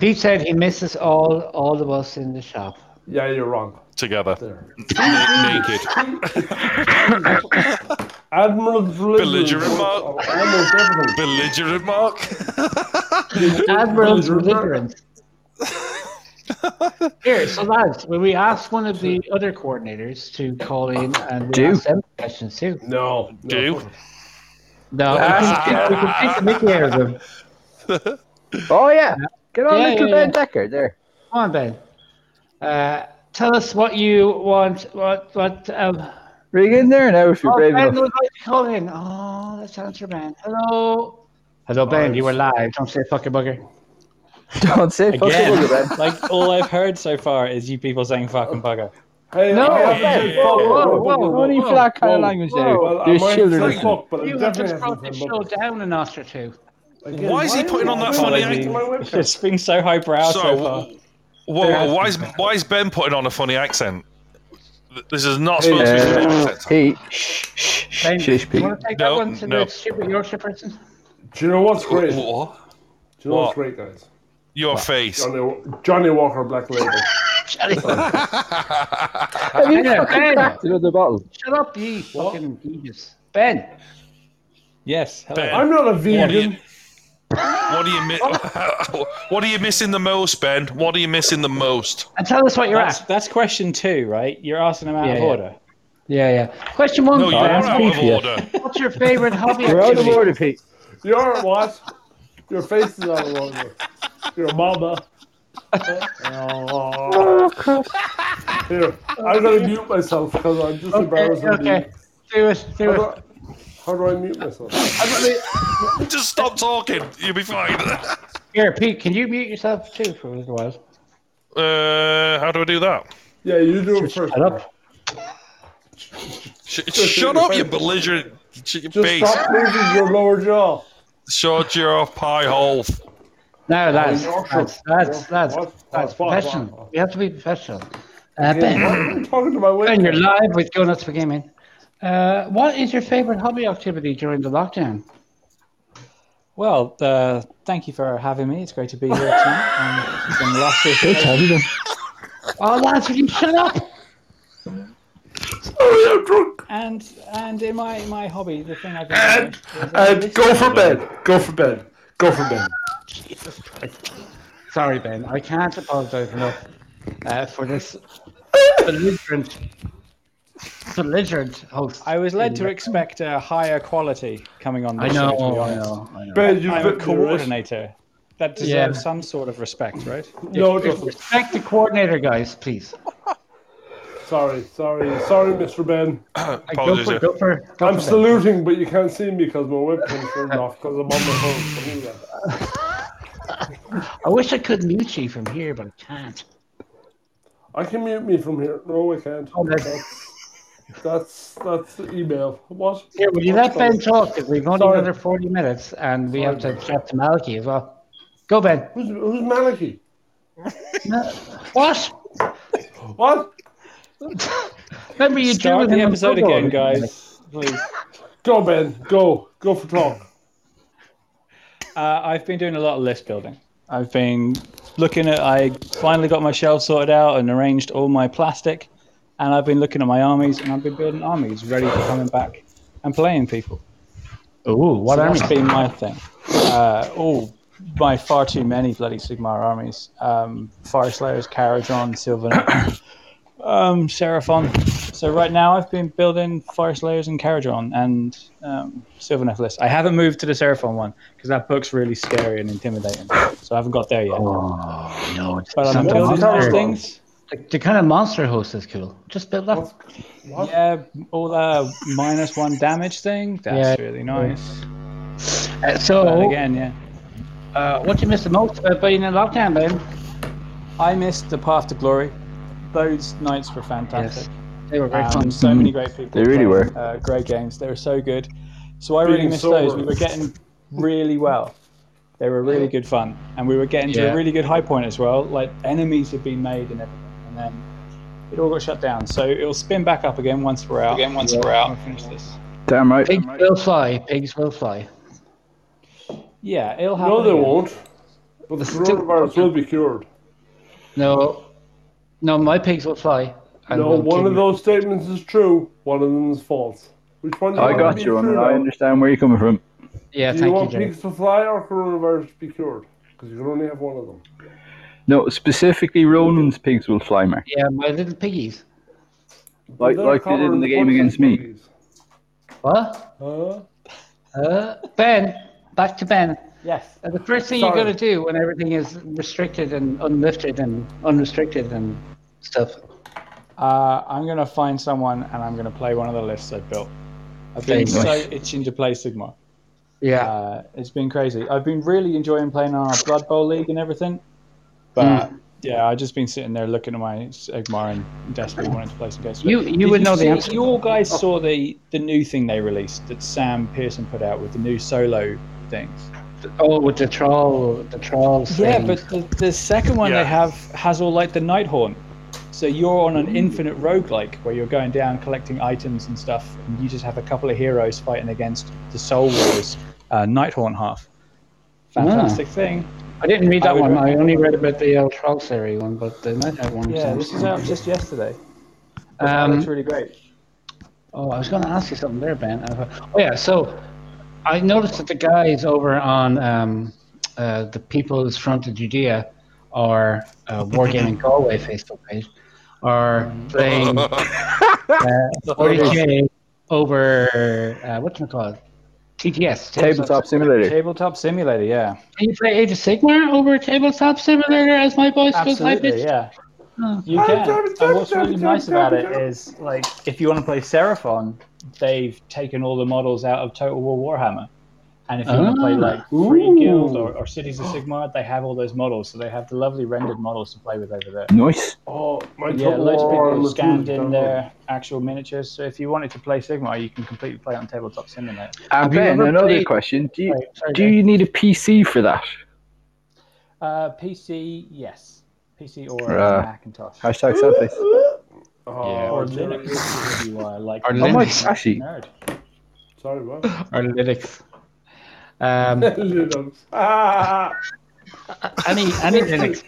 Speaker 1: Pete said he misses all all of us in the shop.
Speaker 4: Yeah, you're wrong.
Speaker 3: together.
Speaker 4: There.
Speaker 3: Na- naked.
Speaker 4: Admiral
Speaker 3: Belligerent
Speaker 4: Mark.
Speaker 3: Mark.
Speaker 4: Almost everything.
Speaker 3: <laughs> Belligerent Mark.
Speaker 1: Admiral's
Speaker 4: Belligerent.
Speaker 1: belligerence. Here, so lads, will we ask one of the other coordinators to call in and we
Speaker 2: Do.
Speaker 1: ask them questions too?
Speaker 4: No. no.
Speaker 3: Do.
Speaker 1: No, we can, we can take the mickey out of them.
Speaker 2: Oh yeah. Get on
Speaker 1: Yeah,
Speaker 2: little
Speaker 1: yeah,
Speaker 2: Ben
Speaker 1: yeah.
Speaker 2: Decker there.
Speaker 1: Come on, Ben. Uh, tell us what you want. What what? Um,
Speaker 2: Ring in there now if you're
Speaker 1: oh,
Speaker 2: brave
Speaker 1: Ben
Speaker 2: enough.
Speaker 1: would like to call in. Oh, let's answer, Ben. Hello. Hello, Ben. You were live. Don't say fucking bugger.
Speaker 2: Don't say fucking bugger, Ben.
Speaker 6: Again, like all I've heard so far is you people saying fucking bugger.
Speaker 4: Hey,
Speaker 1: No,
Speaker 4: I haven't
Speaker 1: Ben,
Speaker 4: said
Speaker 1: whoa,
Speaker 4: fuck,
Speaker 1: whoa,
Speaker 4: whoa,
Speaker 1: whoa,
Speaker 4: whoa,
Speaker 1: whoa,
Speaker 2: Only
Speaker 4: whoa.
Speaker 2: for that kind
Speaker 4: Whoa.
Speaker 2: of language
Speaker 1: whoa.
Speaker 2: there.
Speaker 4: Well, I
Speaker 2: There's
Speaker 4: might
Speaker 2: children.
Speaker 4: say
Speaker 2: listening.
Speaker 4: fuck, but I
Speaker 1: You have
Speaker 4: definitely
Speaker 1: just brought
Speaker 4: haven't
Speaker 1: this
Speaker 4: said
Speaker 1: show
Speaker 4: bugger.
Speaker 1: down a notch or two.
Speaker 4: Again,
Speaker 3: Why is he
Speaker 4: are
Speaker 3: putting
Speaker 4: you
Speaker 3: on that
Speaker 4: doing
Speaker 3: funny
Speaker 4: that
Speaker 3: act?
Speaker 4: to my webcam?
Speaker 6: It's being so highbrow so,
Speaker 3: So,
Speaker 6: far.
Speaker 3: whoa, whoa, why is why is Ben putting on a funny accent? Th- This is not supposed to be a funny
Speaker 2: Uh,
Speaker 3: accent.
Speaker 2: hey, shh, shh, shh,
Speaker 1: Ben,
Speaker 2: shish,
Speaker 1: you
Speaker 2: Pete.
Speaker 1: want to take
Speaker 3: No,
Speaker 1: that one to
Speaker 3: no.
Speaker 1: the stupid Yorkshire person?
Speaker 4: <laughs> Do you know what's great? Do
Speaker 3: What?
Speaker 4: you know what's
Speaker 3: What?
Speaker 4: great, guys?
Speaker 3: Your face.
Speaker 4: Johnny, Johnny Walker Black Label.
Speaker 1: Shut up!
Speaker 2: Have you
Speaker 1: Ben,
Speaker 2: fucking
Speaker 1: Ben.
Speaker 2: cracked another bottle?
Speaker 1: Shut up, you fucking penis. Ben.
Speaker 6: Yes. Hello.
Speaker 3: Ben.
Speaker 4: I'm not a
Speaker 3: What do you?
Speaker 4: vegan.
Speaker 3: What are you
Speaker 4: <laughs>
Speaker 3: mi- <laughs> What are you missing the most, Ben? What are you missing the most?
Speaker 1: And tell us what you're
Speaker 6: That's,
Speaker 1: at.
Speaker 6: that's question two, right? You're asking them out
Speaker 1: Yeah,
Speaker 6: of
Speaker 1: yeah.
Speaker 6: order.
Speaker 1: Yeah, yeah. Question one,
Speaker 3: No, you are
Speaker 1: Ben.
Speaker 3: out of
Speaker 2: Beefy.
Speaker 3: order.
Speaker 1: What's your favorite hobby
Speaker 2: We're out of
Speaker 1: activity?
Speaker 2: order, Pete.
Speaker 4: You're what? Your face is out of order. Your
Speaker 1: <laughs>
Speaker 4: mama. Oh. Here, I'm gonna mute myself because I'm just embarrassed.
Speaker 1: Okay,
Speaker 4: of being-
Speaker 1: okay. Do it, do
Speaker 4: How
Speaker 1: it.
Speaker 4: do, I, how do I mute myself?
Speaker 3: Just stop talking. You'll be fine.
Speaker 1: Here, Pete, can you mute yourself too for a little while?
Speaker 3: <laughs> Uh, how do I do that?
Speaker 4: Yeah, you do it first.
Speaker 1: Shut up.
Speaker 3: Sh- shut up, you belligerent. Shut your
Speaker 4: Just
Speaker 3: face.
Speaker 4: stop moving your lower jaw.
Speaker 3: Shut your pie hole.
Speaker 1: No, that's
Speaker 4: you're-
Speaker 1: that's that's that's,
Speaker 4: What?
Speaker 1: that's
Speaker 4: What? What?
Speaker 1: professional.
Speaker 4: What?
Speaker 1: We have to be professional. Uh, ben,
Speaker 4: I'm talking to my
Speaker 1: ben, you're
Speaker 4: webcam.
Speaker 1: live with Donuts for Gaming. Uh, what is your favorite hobby activity during the lockdown?
Speaker 6: Well, uh, thank you for having me. It's great to be here tonight. Um, some luscious-
Speaker 2: <laughs>
Speaker 1: Oh, lads, will you shut up?
Speaker 6: and and in my, my hobby, the thing I've been
Speaker 1: Uh,
Speaker 6: doing
Speaker 4: And
Speaker 6: is-
Speaker 4: go for bed. Go for bed. Go for bed.
Speaker 1: Sorry, Ben, I can't apologize enough uh, for this belligerent, belligerent host.
Speaker 6: I was led to expect a higher quality coming on
Speaker 1: I
Speaker 6: this show. to be
Speaker 1: know, I
Speaker 6: honest.
Speaker 1: know, I know.
Speaker 4: Bed, you
Speaker 6: I'm a
Speaker 4: bit coordinate.
Speaker 6: coordinator. That deserves
Speaker 1: Yeah.
Speaker 6: some sort of respect, right?
Speaker 4: No, it doesn't.
Speaker 1: Respect the coordinator, guys, please.
Speaker 4: Sorry, sorry, sorry, Mr. Ben.
Speaker 1: Go
Speaker 3: Apologies.
Speaker 1: for, go for, go
Speaker 4: I'm
Speaker 1: for Ben.
Speaker 4: saluting, but you can't see me because my webcam's turned off because I'm on my phone. Can you hear that?
Speaker 1: I wish I could mute you from here, but I can't.
Speaker 4: I can mute me from here. No, I can't.
Speaker 1: Oh, that's-
Speaker 4: That's that's the email. What?
Speaker 1: Here, will you let Ben talk? Because we've only
Speaker 4: Sorry.
Speaker 1: another 40 minutes and we have
Speaker 4: Sorry.
Speaker 1: to chat to Malky as well. Go, Ben.
Speaker 4: Who's who's Maliki?
Speaker 1: What?
Speaker 4: What?
Speaker 1: Remember, you drew
Speaker 6: Start
Speaker 1: with
Speaker 6: the
Speaker 1: him in
Speaker 6: episode
Speaker 1: Puddle.
Speaker 6: again, guys. Please.
Speaker 4: Go, Ben. Go. Go for talk.
Speaker 6: Uh, I've been doing a lot of list building. I've been looking at. I finally got my shelves sorted out and arranged all my plastic, and I've been looking at my armies and I've been building armies ready for coming back and playing people.
Speaker 1: Ooh, what
Speaker 6: So
Speaker 1: army?
Speaker 6: That's been my thing. Uh, oh, my far too many bloody Sigmar armies. Um, Fire Slayers, Caradron, Sylvan, <coughs> um, Seraphon. So right now I've been building Fire Slayers and Caradron and um, Sylvaneth list. I haven't moved to the Seraphon one because that book's really scary and intimidating. So I haven't got there yet.
Speaker 1: Oh, no. It's
Speaker 6: but I'm
Speaker 1: something
Speaker 6: building those
Speaker 1: monster-
Speaker 6: things.
Speaker 1: The, the kind of monster host is cool. Just build that.
Speaker 4: What?
Speaker 6: Yeah, all the minus one damage thing. That's really nice.
Speaker 1: Uh,
Speaker 6: But
Speaker 1: so,
Speaker 6: again, yeah.
Speaker 1: uh, what you miss the most about being in lockdown, Ben?
Speaker 6: I missed the Path to Glory. Those nights were fantastic.
Speaker 1: They were very
Speaker 6: Um,
Speaker 1: fun.
Speaker 6: so many great people.
Speaker 2: They really
Speaker 6: playing,
Speaker 2: were.
Speaker 6: Uh, great games. They were so good. So I really
Speaker 4: Being
Speaker 6: missed
Speaker 4: sober.
Speaker 6: those. We were getting really well. They were really good fun, and we were getting to
Speaker 1: Yeah.
Speaker 6: a really good high point as well. Like enemies had been made and everything, and then it all got shut down. So it'll spin back up again once we're out. Again once we're out. Finish this.
Speaker 2: Damn right.
Speaker 1: Pigs will fly. Pigs will fly.
Speaker 6: Yeah, it'll happen.
Speaker 4: No, they
Speaker 6: again.
Speaker 4: won't. But the
Speaker 1: It's still-
Speaker 4: coronavirus will be cured.
Speaker 1: No, no, my pigs will fly. and
Speaker 4: No,
Speaker 1: will
Speaker 4: one
Speaker 1: kill
Speaker 4: of
Speaker 1: you.
Speaker 4: those statements is true. One of them is false. Which one? Do you
Speaker 2: I
Speaker 4: want to
Speaker 2: got
Speaker 4: be
Speaker 2: you,
Speaker 4: true
Speaker 2: and I
Speaker 4: now?
Speaker 2: understand where you're coming from.
Speaker 1: Yeah,
Speaker 4: Do you
Speaker 1: thank you,
Speaker 4: want
Speaker 1: Jerry.
Speaker 4: pigs to fly or coronavirus to be cured? Because you can only have one of them.
Speaker 2: No, specifically, Ronan's pigs will fly, Mark.
Speaker 1: Yeah, my little piggies.
Speaker 2: Like,
Speaker 4: They're
Speaker 2: like they did in the game
Speaker 4: covered
Speaker 2: against
Speaker 4: in
Speaker 2: me.
Speaker 4: puppies.
Speaker 1: What?
Speaker 4: Huh?
Speaker 1: Uh, ben, back to Ben.
Speaker 6: Yes.
Speaker 1: Uh, the first thing
Speaker 4: Sorry.
Speaker 1: you got to do when everything is restricted and unlifted and unrestricted and stuff.
Speaker 6: Uh, I'm gonna find someone, and I'm gonna play one of the lists I built. I've
Speaker 1: Very
Speaker 6: been so
Speaker 1: nice.
Speaker 6: itching to play Sigma.
Speaker 1: Yeah.
Speaker 6: Uh, it's been crazy. I've been really enjoying playing on our Blood Bowl league and everything, but yeah, I've just been sitting there looking at my Sigmar and desperately wanting to play some games.
Speaker 1: You- you
Speaker 6: Did
Speaker 1: would know the
Speaker 6: see-
Speaker 1: answer.
Speaker 6: You all guys saw the the new thing they released that Sam Pearson put out with the new solo things.
Speaker 1: oh, with the troll, the trolls.
Speaker 6: Yeah, but the, the second one
Speaker 3: Yeah.
Speaker 6: they have has all like the Nighthorn. So you're on an infinite roguelike where you're going down collecting items and stuff, and you just have a couple of heroes fighting against the Soul Wars uh, Nighthorn half. Fantastic thing.
Speaker 1: I didn't read
Speaker 6: I
Speaker 1: that
Speaker 6: would
Speaker 1: one. I
Speaker 6: recommend-
Speaker 1: only read about the El Troll series one, but the Night Hat one.
Speaker 6: Yeah,
Speaker 1: sounds-
Speaker 6: this is out just yesterday.
Speaker 1: Um,
Speaker 6: That's really great.
Speaker 1: Oh, I was going to ask you something there, Ben. I thought- Oh, yeah. So I noticed that the guys over on um, uh, the People's Front of Judea or uh, Wargaming Galway Facebook page are
Speaker 6: Mm.
Speaker 3: <laughs>
Speaker 1: playing uh, 40K over, uh, whatchamacallit, TTS.
Speaker 2: Tabletop simulator.
Speaker 6: Tabletop Simulator, yeah.
Speaker 1: Can you play Age of Sigmar over Tabletop Simulator as my voice goes high
Speaker 6: Absolutely,
Speaker 1: pitched?
Speaker 6: yeah.
Speaker 1: Oh.
Speaker 6: You can. And what's really nice about it is, like, if you want to play Seraphon, they've taken all the models out of Total War Warhammer. And if you want to play, like, Free Guild or, or Cities of Sigmar, they have all those models. So they have the lovely rendered models to play with over there.
Speaker 2: Nice.
Speaker 4: Oh, my
Speaker 6: Yeah,
Speaker 4: God.
Speaker 6: loads of
Speaker 4: I'm
Speaker 6: people
Speaker 4: a
Speaker 6: scanned
Speaker 4: dude,
Speaker 6: in
Speaker 4: don't
Speaker 6: their actual miniatures. So if you wanted to play Sigmar, you can completely play it on Tabletop Simulator.
Speaker 2: And
Speaker 1: Have you
Speaker 2: Ben,
Speaker 1: ever
Speaker 2: another
Speaker 1: played-
Speaker 2: question: Do you,
Speaker 1: Sorry, sorry,
Speaker 2: do
Speaker 1: Ben.
Speaker 2: you need a PC for that?
Speaker 6: Uh, PC, yes. PC or
Speaker 2: Uh,
Speaker 6: Macintosh.
Speaker 2: Hashtag sad face.
Speaker 4: I?
Speaker 6: Yeah,
Speaker 4: Oh,
Speaker 6: or
Speaker 4: Jerry.
Speaker 6: Linux if you are like
Speaker 1: Or
Speaker 6: a
Speaker 2: I
Speaker 1: Linux.
Speaker 2: might actually.
Speaker 6: nerd.
Speaker 4: Sorry, what? <laughs>
Speaker 1: Or Linux. <laughs> Um,
Speaker 4: Linux. Ah,
Speaker 1: any, any Linux.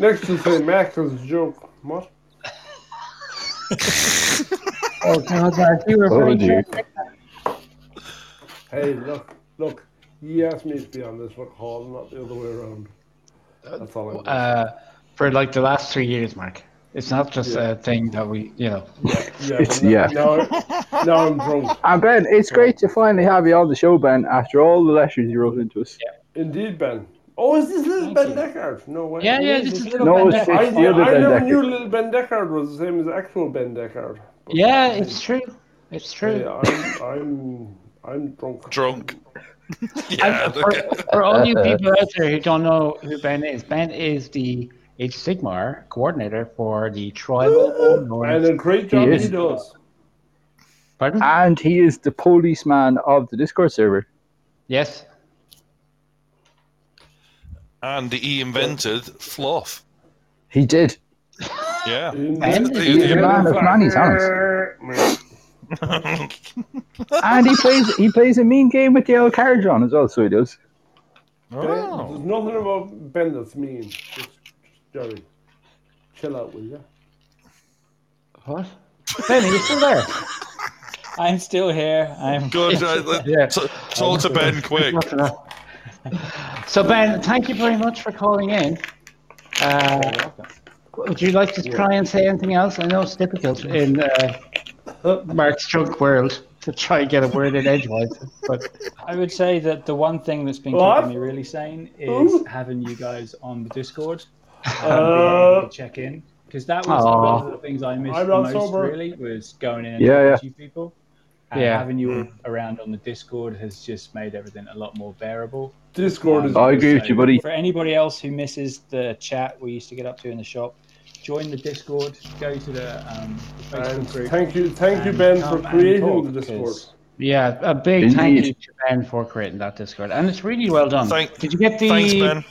Speaker 4: next to say Mac was a joke. What?
Speaker 1: Oh, God, Mark, you were
Speaker 2: Oh,
Speaker 1: very
Speaker 2: dear.
Speaker 1: careful.
Speaker 4: Hey, look, look. He asked me to be on this fuck hall, not the other way around. That's all I want.
Speaker 1: uh, for like the last three years, Mark. It's not just a thing that we, you know.
Speaker 4: yeah,
Speaker 2: it's-
Speaker 4: but
Speaker 2: yeah.
Speaker 4: Now, now I'm drunk.
Speaker 2: And Ben, it's great to finally have you on the show, Ben. After all the letters you wrote into us.
Speaker 4: Indeed, Ben. Oh, is this little Ben Deckard? No way.
Speaker 1: Yeah, yeah, this is little
Speaker 2: No,
Speaker 1: Ben
Speaker 2: it's,
Speaker 1: Deckard.
Speaker 4: I,
Speaker 2: it's the other
Speaker 4: I
Speaker 2: Ben
Speaker 4: never knew
Speaker 2: Deckard.
Speaker 4: little Ben Deckard was the same as actual Ben Deckard.
Speaker 1: Yeah, it's true. It's true.
Speaker 4: Hey, I'm, I'm, I'm drunk.
Speaker 1: <laughs>
Speaker 3: Drunk.
Speaker 1: I-
Speaker 3: yeah,
Speaker 1: for,
Speaker 3: okay.
Speaker 1: for all
Speaker 2: <laughs>
Speaker 1: you people out there who don't know who Ben is, Ben is the H Sigmar coordinator for the <laughs> tribal.
Speaker 4: And a
Speaker 1: Warlords-
Speaker 4: great job
Speaker 2: He
Speaker 4: he,
Speaker 2: is.
Speaker 4: does.
Speaker 1: Pardon?
Speaker 2: And he is the policeman of the Discord server.
Speaker 1: Yes.
Speaker 3: and he invented fluff.
Speaker 2: He did.
Speaker 3: Yeah.
Speaker 2: And
Speaker 3: the-
Speaker 2: he's a
Speaker 3: the-
Speaker 2: man of manners, honest.
Speaker 6: <laughs>
Speaker 2: And he plays he plays a mean game with the old carriage on as well, so he does.
Speaker 4: Ben,
Speaker 3: Oh.
Speaker 4: there's nothing about Ben that's mean. Just, just Jerry. Chill out, will you?
Speaker 1: What? Ben, are you still there?
Speaker 6: I'm still here. I'm
Speaker 3: Good. Uh, let-
Speaker 1: Yeah.
Speaker 3: t- talk to Ben quick.
Speaker 1: Not enough. So Ben, thank you very much for calling in. Uh, would you like to try and say anything else? I know it's difficult in uh, Mark's junk world to try and get a word in edgewise, but
Speaker 6: I would say that the one thing that's been
Speaker 4: What?
Speaker 6: keeping me really sane is having you guys on the Discord
Speaker 4: Uh,
Speaker 6: and being able to check in because that was one
Speaker 1: Aw.
Speaker 6: of the things I missed
Speaker 4: I'm
Speaker 6: the
Speaker 4: not
Speaker 6: most.
Speaker 4: sober.
Speaker 6: Really, was going in and
Speaker 2: Yeah,
Speaker 6: talking
Speaker 2: yeah.
Speaker 6: to you people. And
Speaker 1: Yeah.
Speaker 6: having you
Speaker 4: Mm.
Speaker 6: all around on the Discord has just made everything a lot more bearable. Um,
Speaker 4: Discord is.
Speaker 2: I agree with you, buddy.
Speaker 6: For anybody else who misses the chat we used to get up to in the shop, join the Discord. Go to the, um, the Facebook
Speaker 4: And
Speaker 6: group.
Speaker 4: thank you, thank you,
Speaker 6: and
Speaker 4: Ben,
Speaker 6: come
Speaker 4: for
Speaker 6: and
Speaker 4: creating
Speaker 6: talk,
Speaker 4: the Discord.
Speaker 6: 'cause-
Speaker 1: yeah, a big thank you
Speaker 2: Indeed.
Speaker 1: to Ben for creating that Discord, and it's really well done.
Speaker 3: Thank-
Speaker 1: did you get the
Speaker 3: Thanks, Ben.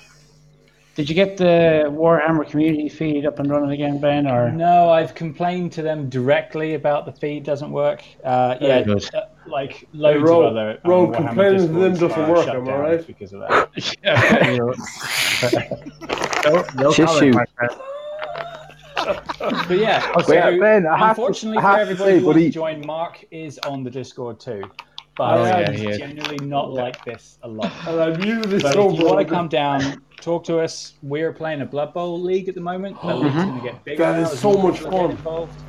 Speaker 1: Did you get the Warhammer community feed up and running again, Ben? Or <laughs>
Speaker 6: No, I've complained to them directly about the feed doesn't work. Uh, yeah,
Speaker 1: Very good.
Speaker 6: uh, like loads
Speaker 4: Ro-
Speaker 6: of other. um,
Speaker 4: Ro,
Speaker 6: Warhammer
Speaker 4: complaining to them
Speaker 6: Discords
Speaker 4: doesn't
Speaker 6: are
Speaker 4: work,
Speaker 6: shut
Speaker 4: am I
Speaker 6: down
Speaker 4: right?
Speaker 6: Because of that.
Speaker 1: Yeah, you- no, no
Speaker 2: Shit
Speaker 1: comment,
Speaker 2: shoot.
Speaker 1: Mark, man.
Speaker 6: But yeah, so
Speaker 2: <laughs> Wait, Ben, I have to-
Speaker 6: unfortunately
Speaker 2: I have
Speaker 6: for
Speaker 2: to
Speaker 6: everybody
Speaker 2: say,
Speaker 6: who wants to
Speaker 2: buddy-
Speaker 6: join, Mark is on the Discord too.
Speaker 4: Oh,
Speaker 6: But
Speaker 4: yeah,
Speaker 6: it's
Speaker 1: he is.
Speaker 6: generally not like this a lot.
Speaker 4: And I'm usually
Speaker 6: But
Speaker 4: so
Speaker 6: if you want to
Speaker 4: broken.
Speaker 6: come down, talk to us. We're playing a Blood Bowl league at the moment. The league's going to get bigger.
Speaker 4: Mm-hmm. That
Speaker 6: now
Speaker 4: is
Speaker 6: as
Speaker 4: so
Speaker 6: more
Speaker 4: much
Speaker 6: people are getting
Speaker 4: fun.
Speaker 6: Involved.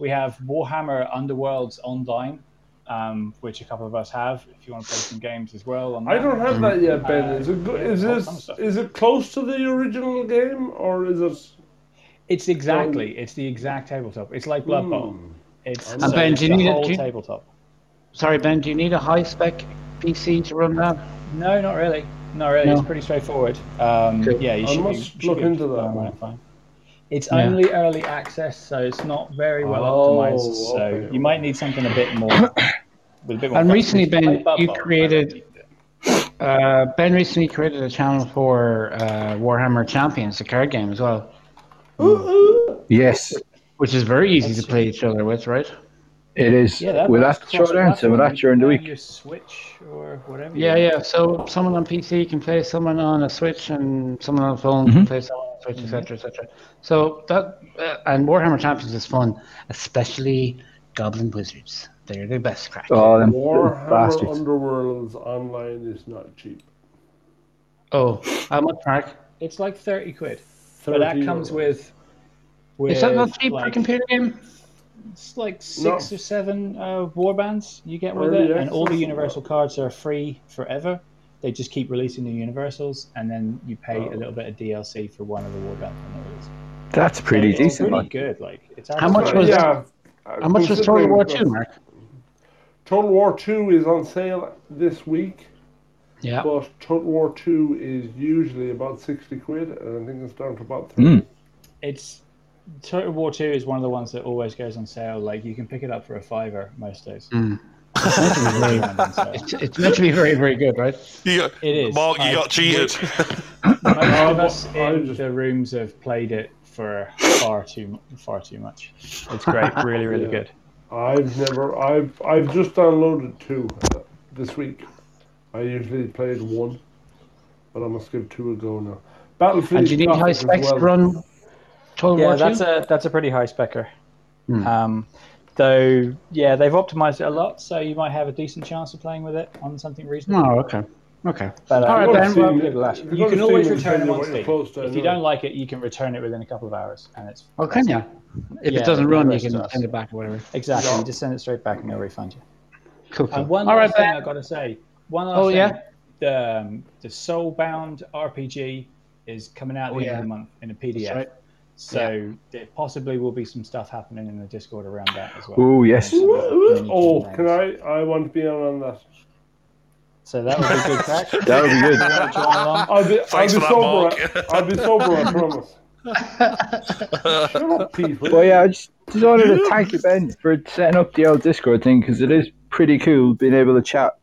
Speaker 6: We have Warhammer Underworlds online, um, which a couple of us have. If you want to play some games as well, on
Speaker 4: I
Speaker 6: that.
Speaker 4: don't have that yet, Ben.
Speaker 6: Mm.
Speaker 4: Is it good?
Speaker 6: yeah,
Speaker 4: Is
Speaker 6: all kinds of
Speaker 4: this?
Speaker 6: stuff.
Speaker 4: Is it close to the original game, or is it?
Speaker 6: It's exactly, it's the exact tabletop. It's like Blood Bowl.
Speaker 4: Hmm.
Speaker 6: It's, so
Speaker 1: Ben,
Speaker 6: it's
Speaker 1: do you
Speaker 6: the
Speaker 1: need it?
Speaker 6: whole
Speaker 1: Do you-
Speaker 6: tabletop.
Speaker 1: Sorry, Ben, do you need a high spec PC to run that?
Speaker 6: No, not really. Not really. It's
Speaker 1: No.
Speaker 6: pretty straightforward. Um,
Speaker 1: Good.
Speaker 6: Yeah,
Speaker 4: I
Speaker 6: you should
Speaker 4: must
Speaker 6: be- should
Speaker 4: look
Speaker 6: be able
Speaker 4: into
Speaker 6: to
Speaker 4: that
Speaker 6: find
Speaker 4: one.
Speaker 6: it, fine. It's
Speaker 1: Yeah.
Speaker 6: only early access, so it's not very well
Speaker 4: Oh,
Speaker 6: optimized. So
Speaker 4: okay.
Speaker 6: you might need something a bit more. With a bit more
Speaker 1: And recently,
Speaker 6: flexibility.
Speaker 1: Ben, you
Speaker 6: Bubble.
Speaker 1: created- Uh, ben recently created a channel for uh, Warhammer Champions, the card game as well,
Speaker 2: Yes,
Speaker 1: which is very easy to play each other with, right?
Speaker 2: it is.
Speaker 6: Yeah, that
Speaker 2: we'll
Speaker 6: works
Speaker 2: have to throw down some of
Speaker 6: cross-platform.
Speaker 2: that during the
Speaker 6: You
Speaker 2: week.
Speaker 6: can have Your Switch or whatever. you
Speaker 1: Yeah,
Speaker 6: want.
Speaker 1: yeah. So someone on PC can play someone on a Switch, and someone on a phone
Speaker 6: Mm-hmm.
Speaker 1: can play someone on a Switch, etc., etc. So that uh, and Warhammer Champions is fun, especially Goblin Wizards. They're the best crack. Oh,
Speaker 2: Oh, them
Speaker 4: Warhammer
Speaker 2: bastards.
Speaker 4: Underworlds online is not cheap.
Speaker 1: Oh, how much, Mark?
Speaker 6: It's like thirty quid, but that
Speaker 4: 30
Speaker 6: comes
Speaker 4: euros.
Speaker 6: with. With
Speaker 1: Is that not cheap for a
Speaker 6: like,
Speaker 1: computer game?
Speaker 6: It's like
Speaker 4: No.
Speaker 6: six or seven uh, war bands you get with
Speaker 4: Early
Speaker 6: it, and all the
Speaker 4: access.
Speaker 6: universal cards are free forever. They just keep releasing new universals, and then you pay
Speaker 4: Oh.
Speaker 6: a little bit of DLC for one of the war bands. when it releases.
Speaker 2: That's pretty
Speaker 6: It's
Speaker 2: decent.
Speaker 6: pretty
Speaker 2: Like.
Speaker 6: good. Like it's
Speaker 1: How much
Speaker 6: actually-
Speaker 1: was that?
Speaker 4: yeah. uh,
Speaker 1: How much was Total
Speaker 4: considering
Speaker 1: War
Speaker 4: the-
Speaker 1: Two, Mark?
Speaker 4: Total War Two is on sale this week,
Speaker 1: Yeah.
Speaker 4: but Total War Two is usually about sixty quid, and I think it's down to about
Speaker 2: Mm.
Speaker 4: thirty.
Speaker 6: It's Total War Two is one of the ones that always goes on sale. Like you can pick it up for a fiver most days.
Speaker 2: Hmm.
Speaker 6: <laughs>
Speaker 4: <laughs>
Speaker 1: It's, it's meant to be very, very good, right?
Speaker 3: You got,
Speaker 6: It is.
Speaker 3: Mark, you
Speaker 6: I-
Speaker 3: got cheated.
Speaker 6: Most of us
Speaker 4: I
Speaker 6: in
Speaker 4: just-
Speaker 6: the rooms have played it for far too far too much. It's great, really,
Speaker 4: <laughs>
Speaker 6: really
Speaker 4: Yeah.
Speaker 6: good.
Speaker 4: I've never. I've I've just downloaded two uh, this week. I usually played one, but I must give two a go now. Battlefield.
Speaker 1: And do you need
Speaker 4: Gothic
Speaker 1: high
Speaker 4: as
Speaker 1: specs
Speaker 4: well.
Speaker 1: to run Total
Speaker 6: Yeah,
Speaker 1: War
Speaker 6: that's
Speaker 1: 2?
Speaker 6: a that's a pretty high specker. Um, though, yeah, they've optimized it a lot, so you might have a decent chance of playing with it on something reasonable.
Speaker 1: Oh, okay. Okay.
Speaker 6: But, uh,
Speaker 1: All right,
Speaker 6: we'll
Speaker 1: Ben,
Speaker 6: see.
Speaker 1: well,
Speaker 6: Give it a lash.
Speaker 4: we're
Speaker 6: you
Speaker 4: gonna
Speaker 6: can
Speaker 4: see
Speaker 6: always
Speaker 4: when
Speaker 6: return
Speaker 4: you
Speaker 6: them on
Speaker 4: when you're
Speaker 6: Steam.
Speaker 4: close to
Speaker 6: if
Speaker 4: it,
Speaker 6: you
Speaker 4: no.
Speaker 6: don't like it, you can return it within a couple of hours, and it's
Speaker 1: Oh, can you? If
Speaker 6: Yeah,
Speaker 1: it doesn't run, you
Speaker 6: it
Speaker 1: can
Speaker 6: does.
Speaker 1: send it back or whatever.
Speaker 6: exactly. You just send it straight back, and they'll refund you.
Speaker 1: Cool. cool.
Speaker 6: And one
Speaker 1: Uh, All right,
Speaker 6: last thing
Speaker 1: Ben.
Speaker 6: I've got to say. One last
Speaker 1: Oh,
Speaker 6: thing.
Speaker 1: yeah?
Speaker 6: The, um, the Soulbound RPG is coming out
Speaker 1: Oh,
Speaker 6: at the end of
Speaker 1: yeah.
Speaker 6: the month in a PDF.
Speaker 1: right.
Speaker 6: So there possibly will be some stuff happening in the Discord around that as well.
Speaker 2: Oh, yes.
Speaker 6: Some other community
Speaker 4: Oh,
Speaker 6: things.
Speaker 4: can I? I want to be on on that.
Speaker 6: So that would be good crack.
Speaker 2: <laughs> That would be good.
Speaker 6: Join
Speaker 4: I'll
Speaker 6: along.
Speaker 4: be, I'll be
Speaker 3: Thanks for that,
Speaker 4: sober.
Speaker 3: Mark.
Speaker 4: I'll be sober.
Speaker 3: <laughs>
Speaker 4: I promise. Shut up, people.
Speaker 2: Well, yeah, I just, just wanted to thank you, Ben, for setting up the old Discord thing because it is pretty cool being able to chat